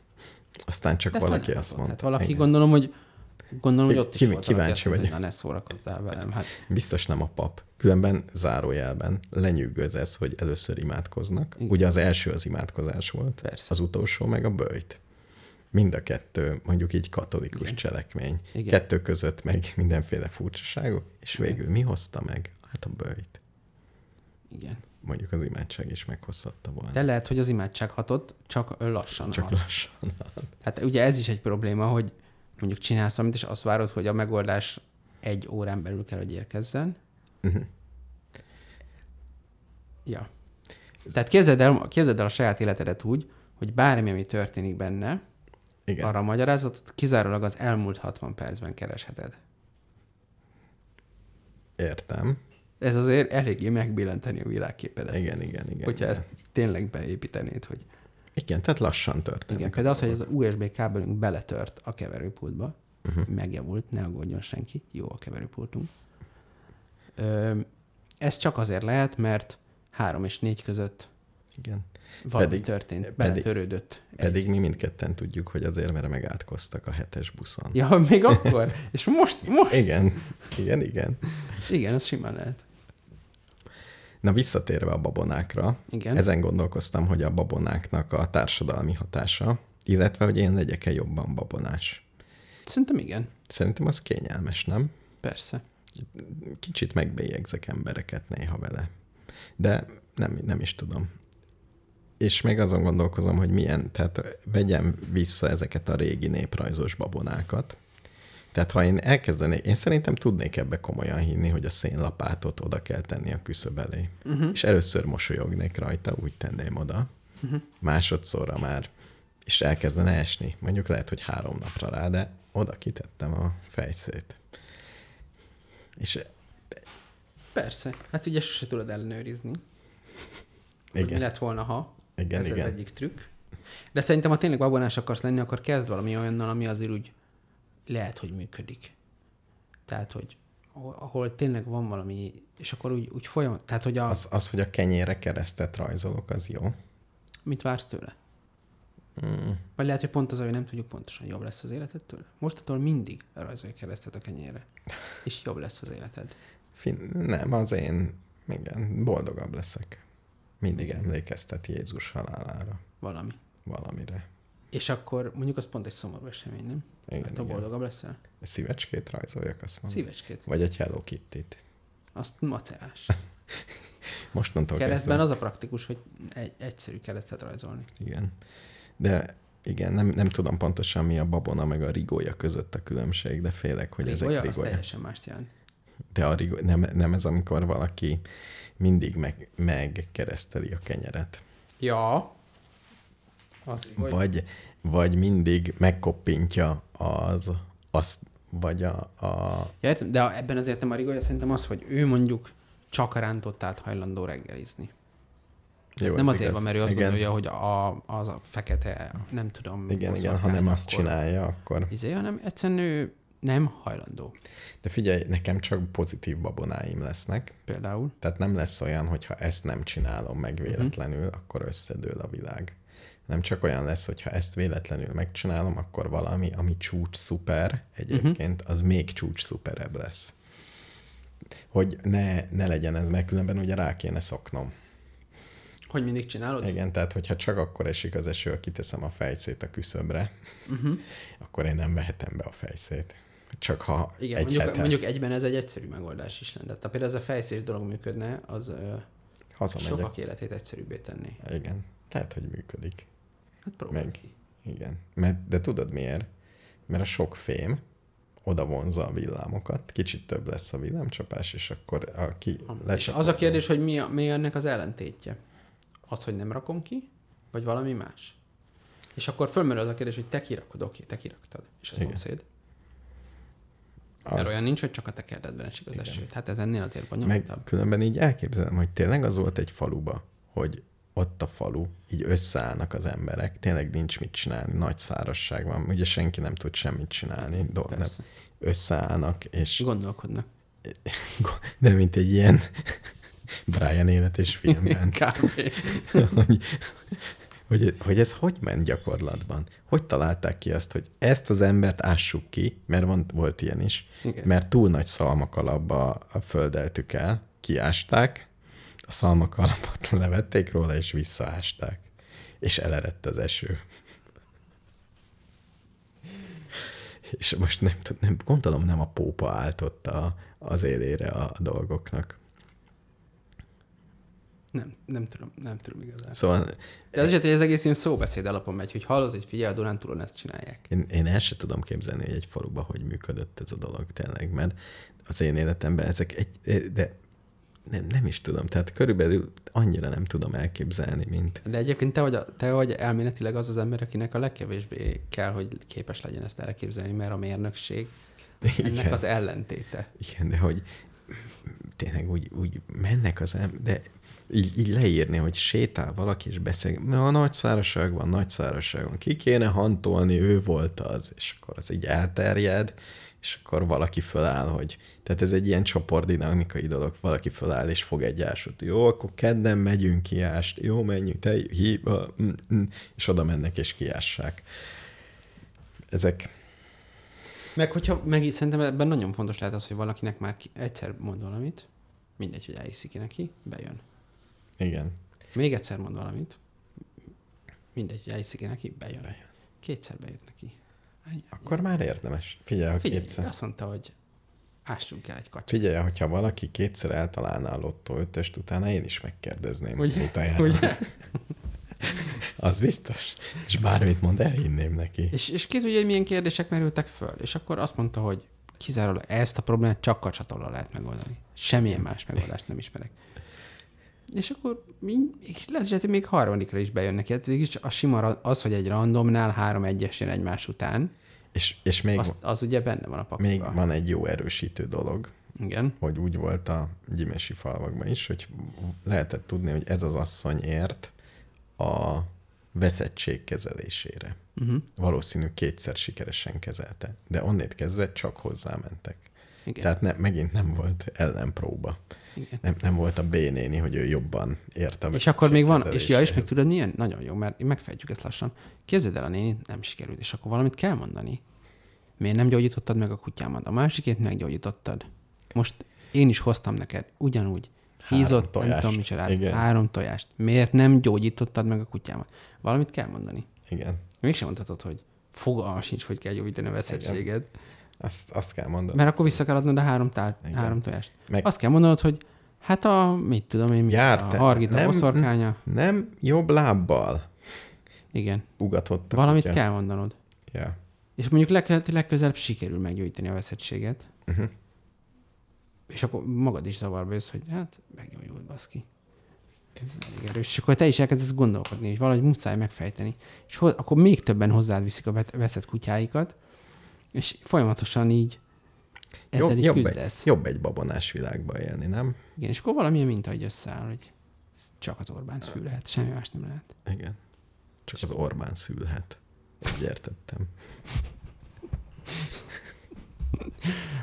[SPEAKER 1] Aztán csak
[SPEAKER 2] De ezt
[SPEAKER 1] valaki
[SPEAKER 2] nem
[SPEAKER 1] azt
[SPEAKER 2] rakott.
[SPEAKER 1] mondta.
[SPEAKER 2] Hát valaki
[SPEAKER 1] igen.
[SPEAKER 2] gondolom, hogy gondolom, hogy
[SPEAKER 1] Ki-
[SPEAKER 2] ott is
[SPEAKER 1] ki-
[SPEAKER 2] volt,
[SPEAKER 1] kíváncsi
[SPEAKER 2] aki azt mondta,
[SPEAKER 1] vagyok.
[SPEAKER 2] hogy na ne szórakozzál velem. Hát
[SPEAKER 1] Biztos nem a pap. Különben zárójelben lenyűgöz ez, hogy először imádkoznak. Igen. Ugye az első az imádkozás volt,
[SPEAKER 2] Persze.
[SPEAKER 1] az utolsó meg a böjt. Mind a kettő mondjuk így katolikus Igen. cselekmény.
[SPEAKER 2] Igen.
[SPEAKER 1] Igen. Kettő között meg mindenféle furcsaságok, és végül mi hozta meg? Hát a böjt.
[SPEAKER 2] igen.
[SPEAKER 1] Mondjuk az imádság is meghozhatta volna.
[SPEAKER 2] De lehet, hogy az imádság hatott, csak lassan
[SPEAKER 1] Csak
[SPEAKER 2] hat.
[SPEAKER 1] lassan.
[SPEAKER 2] Hát ugye ez is egy probléma, hogy mondjuk csinálsz valamit, és azt várod, hogy a megoldás egy órán belül kell, hogy érkezzen.
[SPEAKER 1] Mhm.
[SPEAKER 2] Ja. Tehát képzeld el, képzeld el a saját életedet úgy, hogy bármi, ami történik benne,
[SPEAKER 1] Igen.
[SPEAKER 2] arra a magyarázatot kizárólag az elmúlt 60 percben keresheted.
[SPEAKER 1] Értem.
[SPEAKER 2] Ez azért eléggé megbillenteni a világképedet.
[SPEAKER 1] Igen, igen, igen.
[SPEAKER 2] hogyha
[SPEAKER 1] igen.
[SPEAKER 2] ezt tényleg beépítenéd, hogy
[SPEAKER 1] igen, tehát lassan történik.
[SPEAKER 2] igen, például az, hogy az USB kábelünk beletört a keverőpultba, uh-huh. megjavult, ne aggódjon senki, jó a keverőpultunk. Ö, ez csak azért lehet, mert három és négy között
[SPEAKER 1] Igen.
[SPEAKER 2] valami
[SPEAKER 1] Pedig-
[SPEAKER 2] történt,
[SPEAKER 1] pedig-
[SPEAKER 2] beletörődött.
[SPEAKER 1] Pedig mi mindketten tudjuk, hogy azért, mert megátkoztak a hetes buszon.
[SPEAKER 2] Ja, *laughs* még akkor? És most, most?
[SPEAKER 1] Igen, igen, igen.
[SPEAKER 2] Igen, ez simán lehet.
[SPEAKER 1] Na visszatérve a babonákra,
[SPEAKER 2] Igen.
[SPEAKER 1] ezen gondolkoztam, hogy a babonáknak a társadalmi hatása, illetve hogy én legyek-e jobban babonás.
[SPEAKER 2] Szerintem igen,
[SPEAKER 1] Szerintem az kényelmes, nem?
[SPEAKER 2] persze.
[SPEAKER 1] Kicsit megbélyegzek embereket néha vele. De nem, nem is tudom. És még azon gondolkozom, hogy milyen, tehát vegyem vissza ezeket a régi néprajzos babonákat. Tehát ha én elkezdenék, én szerintem tudnék ebbe komolyan hinni, hogy a szénlapátot oda kell tenni a küszöb elé. Uh-huh. És először mosolyognék rajta, úgy tenném oda. Uh-huh. Másodszorra már, és elkezdene esni. Mondjuk lehet, hogy három napra rá, de oda kitettem a fejszét. És
[SPEAKER 2] Persze. Hát ugye sose tudod ellenőrizni. Igen. Mi
[SPEAKER 1] igen,
[SPEAKER 2] lett volna, ha?
[SPEAKER 1] Igen,
[SPEAKER 2] Ez
[SPEAKER 1] igen.
[SPEAKER 2] az egyik trükk. De szerintem, ha tényleg babonás akarsz lenni, akkor kezd valami olyannal, ami azért úgy lehet, hogy működik. Tehát, hogy ahol- ahol tényleg van valami, és akkor úgy, úgy folyamat, tehát, hogy az,
[SPEAKER 1] az, az, hogy a kenyére keresztet rajzolok, az jó. Hmm.
[SPEAKER 2] mit vársz tőle? Mm. Vagy lehet, hogy pont az, hogy nem tudjuk pontosan, jobb lesz az életed tőle. Mostatól mindig rajzolj keresztet a kenyérre, és jobb lesz az életed.
[SPEAKER 1] Fin- nem, az én, igen, boldogabb leszek. Mindig emlékeztet Jézus halálára,
[SPEAKER 2] Valami.
[SPEAKER 1] valamire.
[SPEAKER 2] És akkor mondjuk az pont egy szomorú esemény, nem?
[SPEAKER 1] Igen,
[SPEAKER 2] hát, ha
[SPEAKER 1] igen.
[SPEAKER 2] boldogabb leszel?
[SPEAKER 1] Szívecskét rajzoljak, azt mondom.
[SPEAKER 2] Szívecskét.
[SPEAKER 1] Vagy egy Hello Kitty-t.
[SPEAKER 2] Azt macerás.
[SPEAKER 1] *laughs* Mostantól
[SPEAKER 2] Keresztben
[SPEAKER 1] kezdve.
[SPEAKER 2] az a praktikus, hogy egy, egyszerű keresztet rajzolni.
[SPEAKER 1] Igen. De igen, nem, nem tudom pontosan mi a babona meg a rigója között a különbség, de félek, hogy
[SPEAKER 2] Rigolya,
[SPEAKER 1] ezek
[SPEAKER 2] az
[SPEAKER 1] rigója.
[SPEAKER 2] teljesen mást jelent.
[SPEAKER 1] De a rigó, nem, nem ez, amikor valaki mindig meg, megkereszteli a kenyeret.
[SPEAKER 2] Ja. Az rigolya.
[SPEAKER 1] Vagy, vagy mindig megkoppintja az, azt, vagy a, a
[SPEAKER 2] Ja, értem, de ebben azért nem a rigolya, szerintem az, hogy ő mondjuk csak rántott át hajlandó reggelizni.
[SPEAKER 1] Jó,
[SPEAKER 2] Hát nem
[SPEAKER 1] ez
[SPEAKER 2] azért van,
[SPEAKER 1] igaz.
[SPEAKER 2] mert ő azt
[SPEAKER 1] igen,
[SPEAKER 2] gondolja, hogy a, az a fekete, nem tudom.
[SPEAKER 1] Igen, igen, ha
[SPEAKER 2] boszorkány,
[SPEAKER 1] nem azt
[SPEAKER 2] akkor
[SPEAKER 1] csinálja, akkor...
[SPEAKER 2] Izé, hanem egyszerűen ő nem hajlandó
[SPEAKER 1] De figyelj, nekem csak pozitív babonáim lesznek,
[SPEAKER 2] például.
[SPEAKER 1] tehát nem lesz olyan, hogyha ezt nem csinálom meg
[SPEAKER 2] Mhm.
[SPEAKER 1] véletlenül, uh-huh. akkor összedől a világ. Nem csak olyan lesz, hogyha ezt véletlenül megcsinálom, akkor valami, ami csúcs szuper egyébként,
[SPEAKER 2] Mhm.
[SPEAKER 1] uh-huh. az még csúcs szuperebb lesz. Hogy ne, ne legyen ez, mert különben ugye rá kéne szoknom.
[SPEAKER 2] Hogy mindig csinálod?
[SPEAKER 1] Igen, tehát hogyha csak akkor esik az eső, ha kiteszem a fejszét a küszöbre,
[SPEAKER 2] Mhm.
[SPEAKER 1] uh-huh. akkor én nem vehetem be a fejszét. Csak ha
[SPEAKER 2] Igen,
[SPEAKER 1] egy
[SPEAKER 2] mondjuk,
[SPEAKER 1] hete
[SPEAKER 2] mondjuk egyben ez egy egyszerű megoldás is lenne. Tehát például ez a fejszés dolog működne, az ö,
[SPEAKER 1] hazamegyek.
[SPEAKER 2] sokak életét egyszerűbbé tenni.
[SPEAKER 1] Igen, lehet, hogy működik.
[SPEAKER 2] Hát próbálj
[SPEAKER 1] Meg.
[SPEAKER 2] ki.
[SPEAKER 1] Igen. Mert, de tudod miért? Mert a sok fém oda vonza a villámokat, kicsit több lesz a villámcsapás, és akkor a ki
[SPEAKER 2] És az a kérdés, hogy mi, a, mi ennek az ellentétje? Az, hogy nem rakom ki, vagy valami más? És akkor fölmerül az a kérdés, hogy te kirakod, oké, te kiraktad. És a
[SPEAKER 1] Igen.
[SPEAKER 2] szomszéd? Az... Mert
[SPEAKER 1] az,
[SPEAKER 2] olyan nincs, hogy csak a te kertedben esik az eső. Hát ez ennél azért
[SPEAKER 1] meg
[SPEAKER 2] bonyolultabb.
[SPEAKER 1] különben így elképzelem, hogy tényleg az volt egy faluba, hogy ott a falu, így összeállnak az emberek, tényleg nincs mit csinálni, nagy szárasság van, ugye senki nem tud semmit csinálni, do, nem,
[SPEAKER 2] Persze.
[SPEAKER 1] összeállnak, és
[SPEAKER 2] Gondolkodnak.
[SPEAKER 1] *laughs* de mint egy ilyen Brian élet és filmben.
[SPEAKER 2] Kb. *laughs*
[SPEAKER 1] *laughs* hogy, hogy, hogy ez hogy ment gyakorlatban? Hogy találták ki azt, hogy ezt az embert ássuk ki, mert van, volt ilyen is,
[SPEAKER 2] Igen.
[SPEAKER 1] Igen. mert túl nagy szalmakalapba a földeltük el, kiásták, a szalmakalapot *laughs* levették róla, és visszaásták. És elerett az eső. *laughs* És most nem, tud- nem gondolom nem a pópa áltotta az élére a dolgoknak.
[SPEAKER 2] Nem, nem tudom, nem tudom igazán.
[SPEAKER 1] Szóval
[SPEAKER 2] De azért, hogy ez egész ilyen szóbeszéd alapon megy, hogy hallod, hogy figyelj, a Durán túlon ezt csinálják.
[SPEAKER 1] Én, én el sem tudom képzelni, hogy egy faluba hogy működött ez a dolog tényleg, mert az én életemben ezek egy, de nem, nem is tudom, tehát körülbelül annyira nem tudom elképzelni, mint
[SPEAKER 2] De egyébként te vagy, a, te vagy elméletileg az az ember, akinek a legkevésbé kell, hogy képes legyen ezt elképzelni, mert a mérnökség ennek
[SPEAKER 1] Igen.
[SPEAKER 2] az ellentéte.
[SPEAKER 1] igen, de hogy tényleg úgy, úgy mennek az em, de így, így leírni, hogy sétál valaki és beszél, mert a nagy szárazság van, nagy szárazság van, ki kéne hantolni, ő volt az, és akkor az így elterjed, és akkor valaki föláll, hogy tehát ez egy ilyen csoportdinamikai dolog, valaki föláll és fog egy ásot. Jó, akkor kedden megyünk kiást, jó, menjünk, te hiba, mm, mm, és oda mennek és kiássák. Ezek
[SPEAKER 2] Meg hogyha, meg így szerintem ebben nagyon fontos lehet az, hogy valakinek már ki, egyszer mond valamit, mindegy, hogy elhiszi ki neki, bejön.
[SPEAKER 1] igen.
[SPEAKER 2] Még egyszer mond valamit, mindegy, hogy elhiszi ki neki, bejön. Kétszer bejött neki. Ennyi.
[SPEAKER 1] Akkor már érdemes. Figyelj, ha
[SPEAKER 2] Figyelj,
[SPEAKER 1] kétszer.
[SPEAKER 2] azt mondta, hogy ássunk el egy kacsát.
[SPEAKER 1] Figyelj, hogyha valaki kétszer eltalálná a lottó ötöst, utána én is megkérdezném,
[SPEAKER 2] Ugye?
[SPEAKER 1] Ugye? mit ajánl.
[SPEAKER 2] Ugye?
[SPEAKER 1] *laughs* Az biztos. És bármit mond, elhinném neki.
[SPEAKER 2] És, és ki tudja, hogy milyen kérdések merültek föl. És akkor azt mondta, hogy kizárólag ezt a problémát csak kacsatollal lehet megoldani. Semmilyen más megoldást nem ismerek. És akkor mi, lesz, hogy még harmadikra is bejön neki. Hát végig a sima ra- az, hogy egy randomnál három egyes jön egymás után,
[SPEAKER 1] És, és még,
[SPEAKER 2] az, az ugye benne van a
[SPEAKER 1] még
[SPEAKER 2] pakliban.
[SPEAKER 1] van egy jó erősítő dolog,
[SPEAKER 2] Igen.
[SPEAKER 1] hogy úgy volt a gyimesi falvakban is, hogy lehetett tudni, hogy ez az asszony ért a veszettség kezelésére.
[SPEAKER 2] Mhm.
[SPEAKER 1] Uh-huh. Valószínű kétszer sikeresen kezelte, de onnét kezdve csak hozzámentek.
[SPEAKER 2] Igen.
[SPEAKER 1] Tehát ne, megint nem volt ellenpróba.
[SPEAKER 2] Igen.
[SPEAKER 1] Nem, nem volt a B néni, hogy ő jobban ért a
[SPEAKER 2] És akkor még van, és ja, és
[SPEAKER 1] kezeléséhez.
[SPEAKER 2] meg tudod milyen? Nagyon jó, mert megfejtjük ezt lassan. Képzeld el a nénit, nem sikerült, és akkor valamit kell mondani. Miért nem gyógyítottad meg a kutyámat? A másikét meggyógyítottad. Most én is hoztam neked ugyanúgy
[SPEAKER 1] Három
[SPEAKER 2] hízott, nem
[SPEAKER 1] tojást.
[SPEAKER 2] tudom micsoda,
[SPEAKER 1] Igen.
[SPEAKER 2] három tojást. Miért nem gyógyítottad meg a kutyámat? Valamit kell mondani.
[SPEAKER 1] Igen,
[SPEAKER 2] Mégsem mondhatod, hogy fogalma sincs, hogy kell gyógyítani a veszettséget.
[SPEAKER 1] azt, azt kell mondani.
[SPEAKER 2] Mert akkor vissza kell adnod a három, tál, három tojást. Meg...
[SPEAKER 1] Meg-
[SPEAKER 2] Azt kell mondanod, hogy hát a, mit tudom én,
[SPEAKER 1] Járt
[SPEAKER 2] a Hargita nem... oszorkánya.
[SPEAKER 1] Nem jobb lábbal
[SPEAKER 2] Igen.
[SPEAKER 1] ugatott. a
[SPEAKER 2] Valamit
[SPEAKER 1] kutya.
[SPEAKER 2] kell mondanod.
[SPEAKER 1] Ja.
[SPEAKER 2] És mondjuk leg, legközelebb sikerül meggyógyítani a veszettséget. Uh-huh.
[SPEAKER 1] Mhm.
[SPEAKER 2] És akkor magad is zavarba jössz, hogy hát meggyógyult baszki. Ez elég erős. És akkor te is elkezdesz gondolkodni, hogy valahogy muszáj megfejteni. És ho- akkor még többen hozzád viszik a vet- veszett kutyáikat, és folyamatosan így ezzel
[SPEAKER 1] Jobb,
[SPEAKER 2] így
[SPEAKER 1] jobb, egy,
[SPEAKER 2] küzdesz.
[SPEAKER 1] jobb egy babonás világban élni, nem?
[SPEAKER 2] Igen, és akkor valamilyen minta, hogy összeáll, hogy csak az Orbán szül lehet, semmi más nem lehet.
[SPEAKER 1] Igen. Csak az Orbán szülhet. Úgy értettem.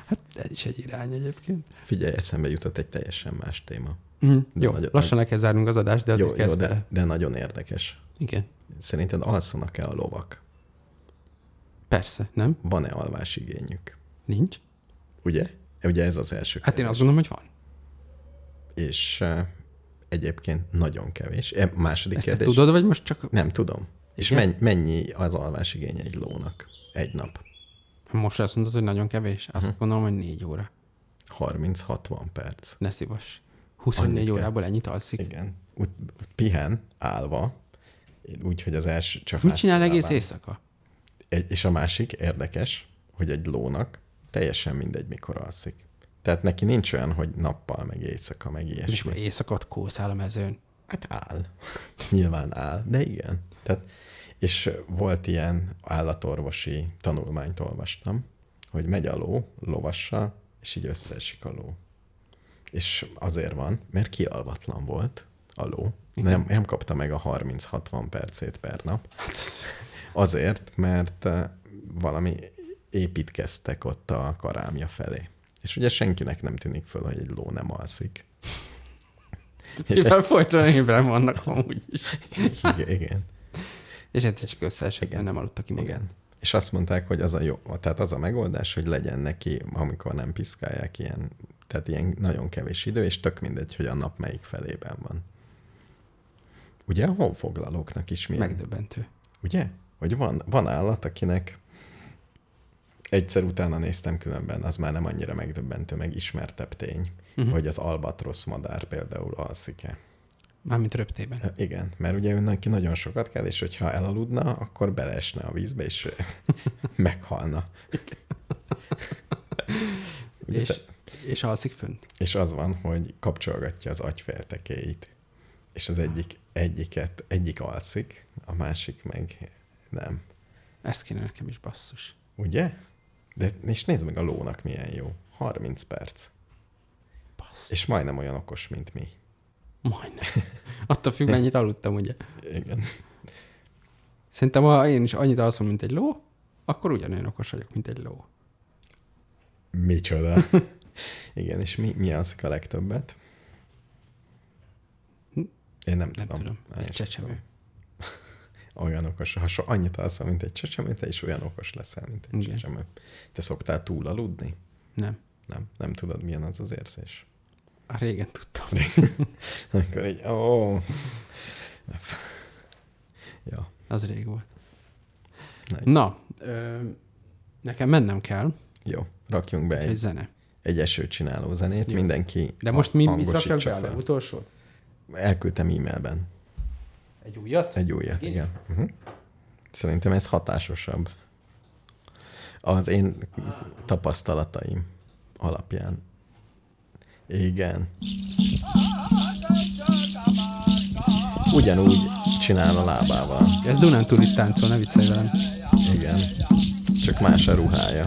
[SPEAKER 2] Hát ez is egy irány egyébként.
[SPEAKER 1] Figyelj, eszembe jutott egy teljesen más téma.
[SPEAKER 2] Mm,
[SPEAKER 1] De
[SPEAKER 2] jó,
[SPEAKER 1] nagyon-
[SPEAKER 2] lassan le kell zárnunk az adást, de azért
[SPEAKER 1] jó, jó
[SPEAKER 2] kezd
[SPEAKER 1] de,
[SPEAKER 2] vele.
[SPEAKER 1] de nagyon érdekes.
[SPEAKER 2] Igen.
[SPEAKER 1] Szerinted alszanak-e a lovak?
[SPEAKER 2] Persze, nem?
[SPEAKER 1] Van-e alvásigényük?
[SPEAKER 2] Nincs.
[SPEAKER 1] Ugye? Ugye ez az első
[SPEAKER 2] Hát én
[SPEAKER 1] kérdés.
[SPEAKER 2] azt gondolom, hogy van.
[SPEAKER 1] És eh, egyébként nagyon kevés. E, második
[SPEAKER 2] Ezt te
[SPEAKER 1] kérdés.
[SPEAKER 2] tudod, vagy most csak
[SPEAKER 1] Nem tudom. És
[SPEAKER 2] Igen?
[SPEAKER 1] mennyi, mennyi az alvásigény egy lónak? Egy nap.
[SPEAKER 2] most azt mondod, hogy nagyon kevés? Azt
[SPEAKER 1] Mhm.
[SPEAKER 2] gondolom, hogy négy óra.
[SPEAKER 1] 30-60 perc.
[SPEAKER 2] Ne szívas. 24
[SPEAKER 1] Annyit kell.
[SPEAKER 2] órából ennyit alszik.
[SPEAKER 1] Igen. Ut, ut, pihen, állva, úgyhogy az első csak...
[SPEAKER 2] Mit csinál
[SPEAKER 1] hátul
[SPEAKER 2] egész
[SPEAKER 1] lábán.
[SPEAKER 2] éjszaka?
[SPEAKER 1] Egy, és a másik érdekes, hogy egy lónak teljesen mindegy, mikor alszik. Tehát neki nincs olyan, hogy nappal, meg éjszaka, meg
[SPEAKER 2] És akkor
[SPEAKER 1] ilyesmi.
[SPEAKER 2] éjszakat kószál a mezőn.
[SPEAKER 1] Hát áll. *laughs* Nyilván áll, de igen. Tehát, és volt ilyen állatorvosi tanulmányt olvastam, hogy megy a ló lovassal, és így összeesik a ló. És azért van, mert kialvatlan volt a ló. Nem, nem kapta meg a 30-60 percét per nap.
[SPEAKER 2] Hát ez
[SPEAKER 1] Azért, mert eh, valami építkeztek ott a karámja felé. És ugye senkinek nem tűnik föl, hogy egy ló nem alszik. És
[SPEAKER 2] mivel folyton ébren vannak amúgy is.
[SPEAKER 1] igen, *laughs* igen.
[SPEAKER 2] És egyszer csak összeesett, mert nem aludta ki magát.
[SPEAKER 1] Igen. És azt mondták, hogy az a jó, tehát az a megoldás, hogy legyen neki, amikor nem piszkálják ilyen, tehát ilyen nagyon kevés idő, és tök mindegy, hogy a nap melyik felében van. Ugye a honfoglalóknak is milyen?
[SPEAKER 2] Megdöbbentő.
[SPEAKER 1] Ugye? Hogy van, van állat, akinek egyszer utána néztem különben, az már nem annyira megdöbbentő, meg ismertebb tény,
[SPEAKER 2] Hm.
[SPEAKER 1] uh-huh. hogy az albatrosz madár például alszik-e.
[SPEAKER 2] Mármint röptében.
[SPEAKER 1] Igen, mert ugye ő neki nagyon sokat kell, és hogyha elaludna, akkor beleesne a vízbe, és *laughs* meghalna. Ugye és...
[SPEAKER 2] És,
[SPEAKER 1] Te,
[SPEAKER 2] és alszik fönt.
[SPEAKER 1] és az van, hogy kapcsolgatja az agyféltekéit, és az egyik, egyiket, egyik alszik, a másik meg nem.
[SPEAKER 2] Ezt kéne nekem is basszus.
[SPEAKER 1] Ugye? De, és nézd meg a lónak milyen jó. 30 perc.
[SPEAKER 2] Basszus.
[SPEAKER 1] És majdnem olyan okos, mint mi.
[SPEAKER 2] Majdnem. Attól függ, mennyit aludtam, ugye?
[SPEAKER 1] Igen.
[SPEAKER 2] Szerintem, ha én is annyit alszom, mint egy ló, akkor ugyanolyan okos vagyok, mint egy ló.
[SPEAKER 1] Micsoda. *laughs* Igen, és mi, mi alszik a legtöbbet? Én nem,
[SPEAKER 2] Nem tudom.
[SPEAKER 1] Á,
[SPEAKER 2] Egy
[SPEAKER 1] én sem
[SPEAKER 2] csecsemő.
[SPEAKER 1] tudom. Olyan okos, ha so, annyit alszol, mint egy csecsemő, te is olyan okos leszel, mint egy
[SPEAKER 2] Igen.
[SPEAKER 1] csecsemő. Te szoktál túlaludni?
[SPEAKER 2] Nem.
[SPEAKER 1] Nem, nem tudod, milyen az az
[SPEAKER 2] *laughs*
[SPEAKER 1] érzés.
[SPEAKER 2] Á, Régen tudtam.
[SPEAKER 1] Akkor egy, ó. Ja,
[SPEAKER 2] Az rég volt.
[SPEAKER 1] Na, így.
[SPEAKER 2] Na, ö, nekem mennem kell,
[SPEAKER 1] jó, rakjunk be
[SPEAKER 2] egy
[SPEAKER 1] egy,
[SPEAKER 2] zene.
[SPEAKER 1] egy esőt csináló zenét,
[SPEAKER 2] Jó.
[SPEAKER 1] mindenki
[SPEAKER 2] De most mi, mit
[SPEAKER 1] hangosítsa
[SPEAKER 2] rakjak be a
[SPEAKER 1] fel.
[SPEAKER 2] legutolsó?
[SPEAKER 1] Elküldtem e-mailben.
[SPEAKER 2] Egy újat?
[SPEAKER 1] Egy újat,
[SPEAKER 2] Megint?
[SPEAKER 1] igen. Uh-huh. Szerintem ez hatásosabb. Az én tapasztalataim alapján. Igen. Ugyanúgy csinál a lábával.
[SPEAKER 2] Ez Dunán túl itt táncol, ne viccelj velem.
[SPEAKER 1] Igen. Csak más a ruhája.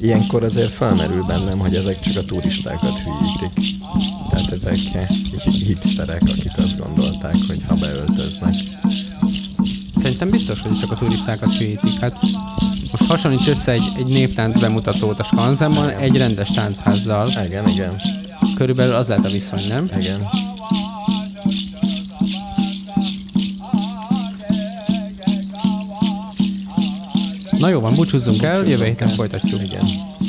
[SPEAKER 1] Ilyenkor azért felmerül bennem, hogy ezek csak a turistákat hülyítik. Tehát ezek hipsterek, akik azt gondolták, hogy ha beöltöznek.
[SPEAKER 2] Szerintem biztos, hogy csak a turistákat hülyítik. Hát most hasonlíts össze egy, egy néptánc bemutatót a Skanzenban egy rendes táncházzal.
[SPEAKER 1] Igen, igen,
[SPEAKER 2] Körülbelül az lehet a viszony, nem?
[SPEAKER 1] igen.
[SPEAKER 2] Na jó van, búcsúzzunk el, jövő héten folytatjuk.
[SPEAKER 1] Igen.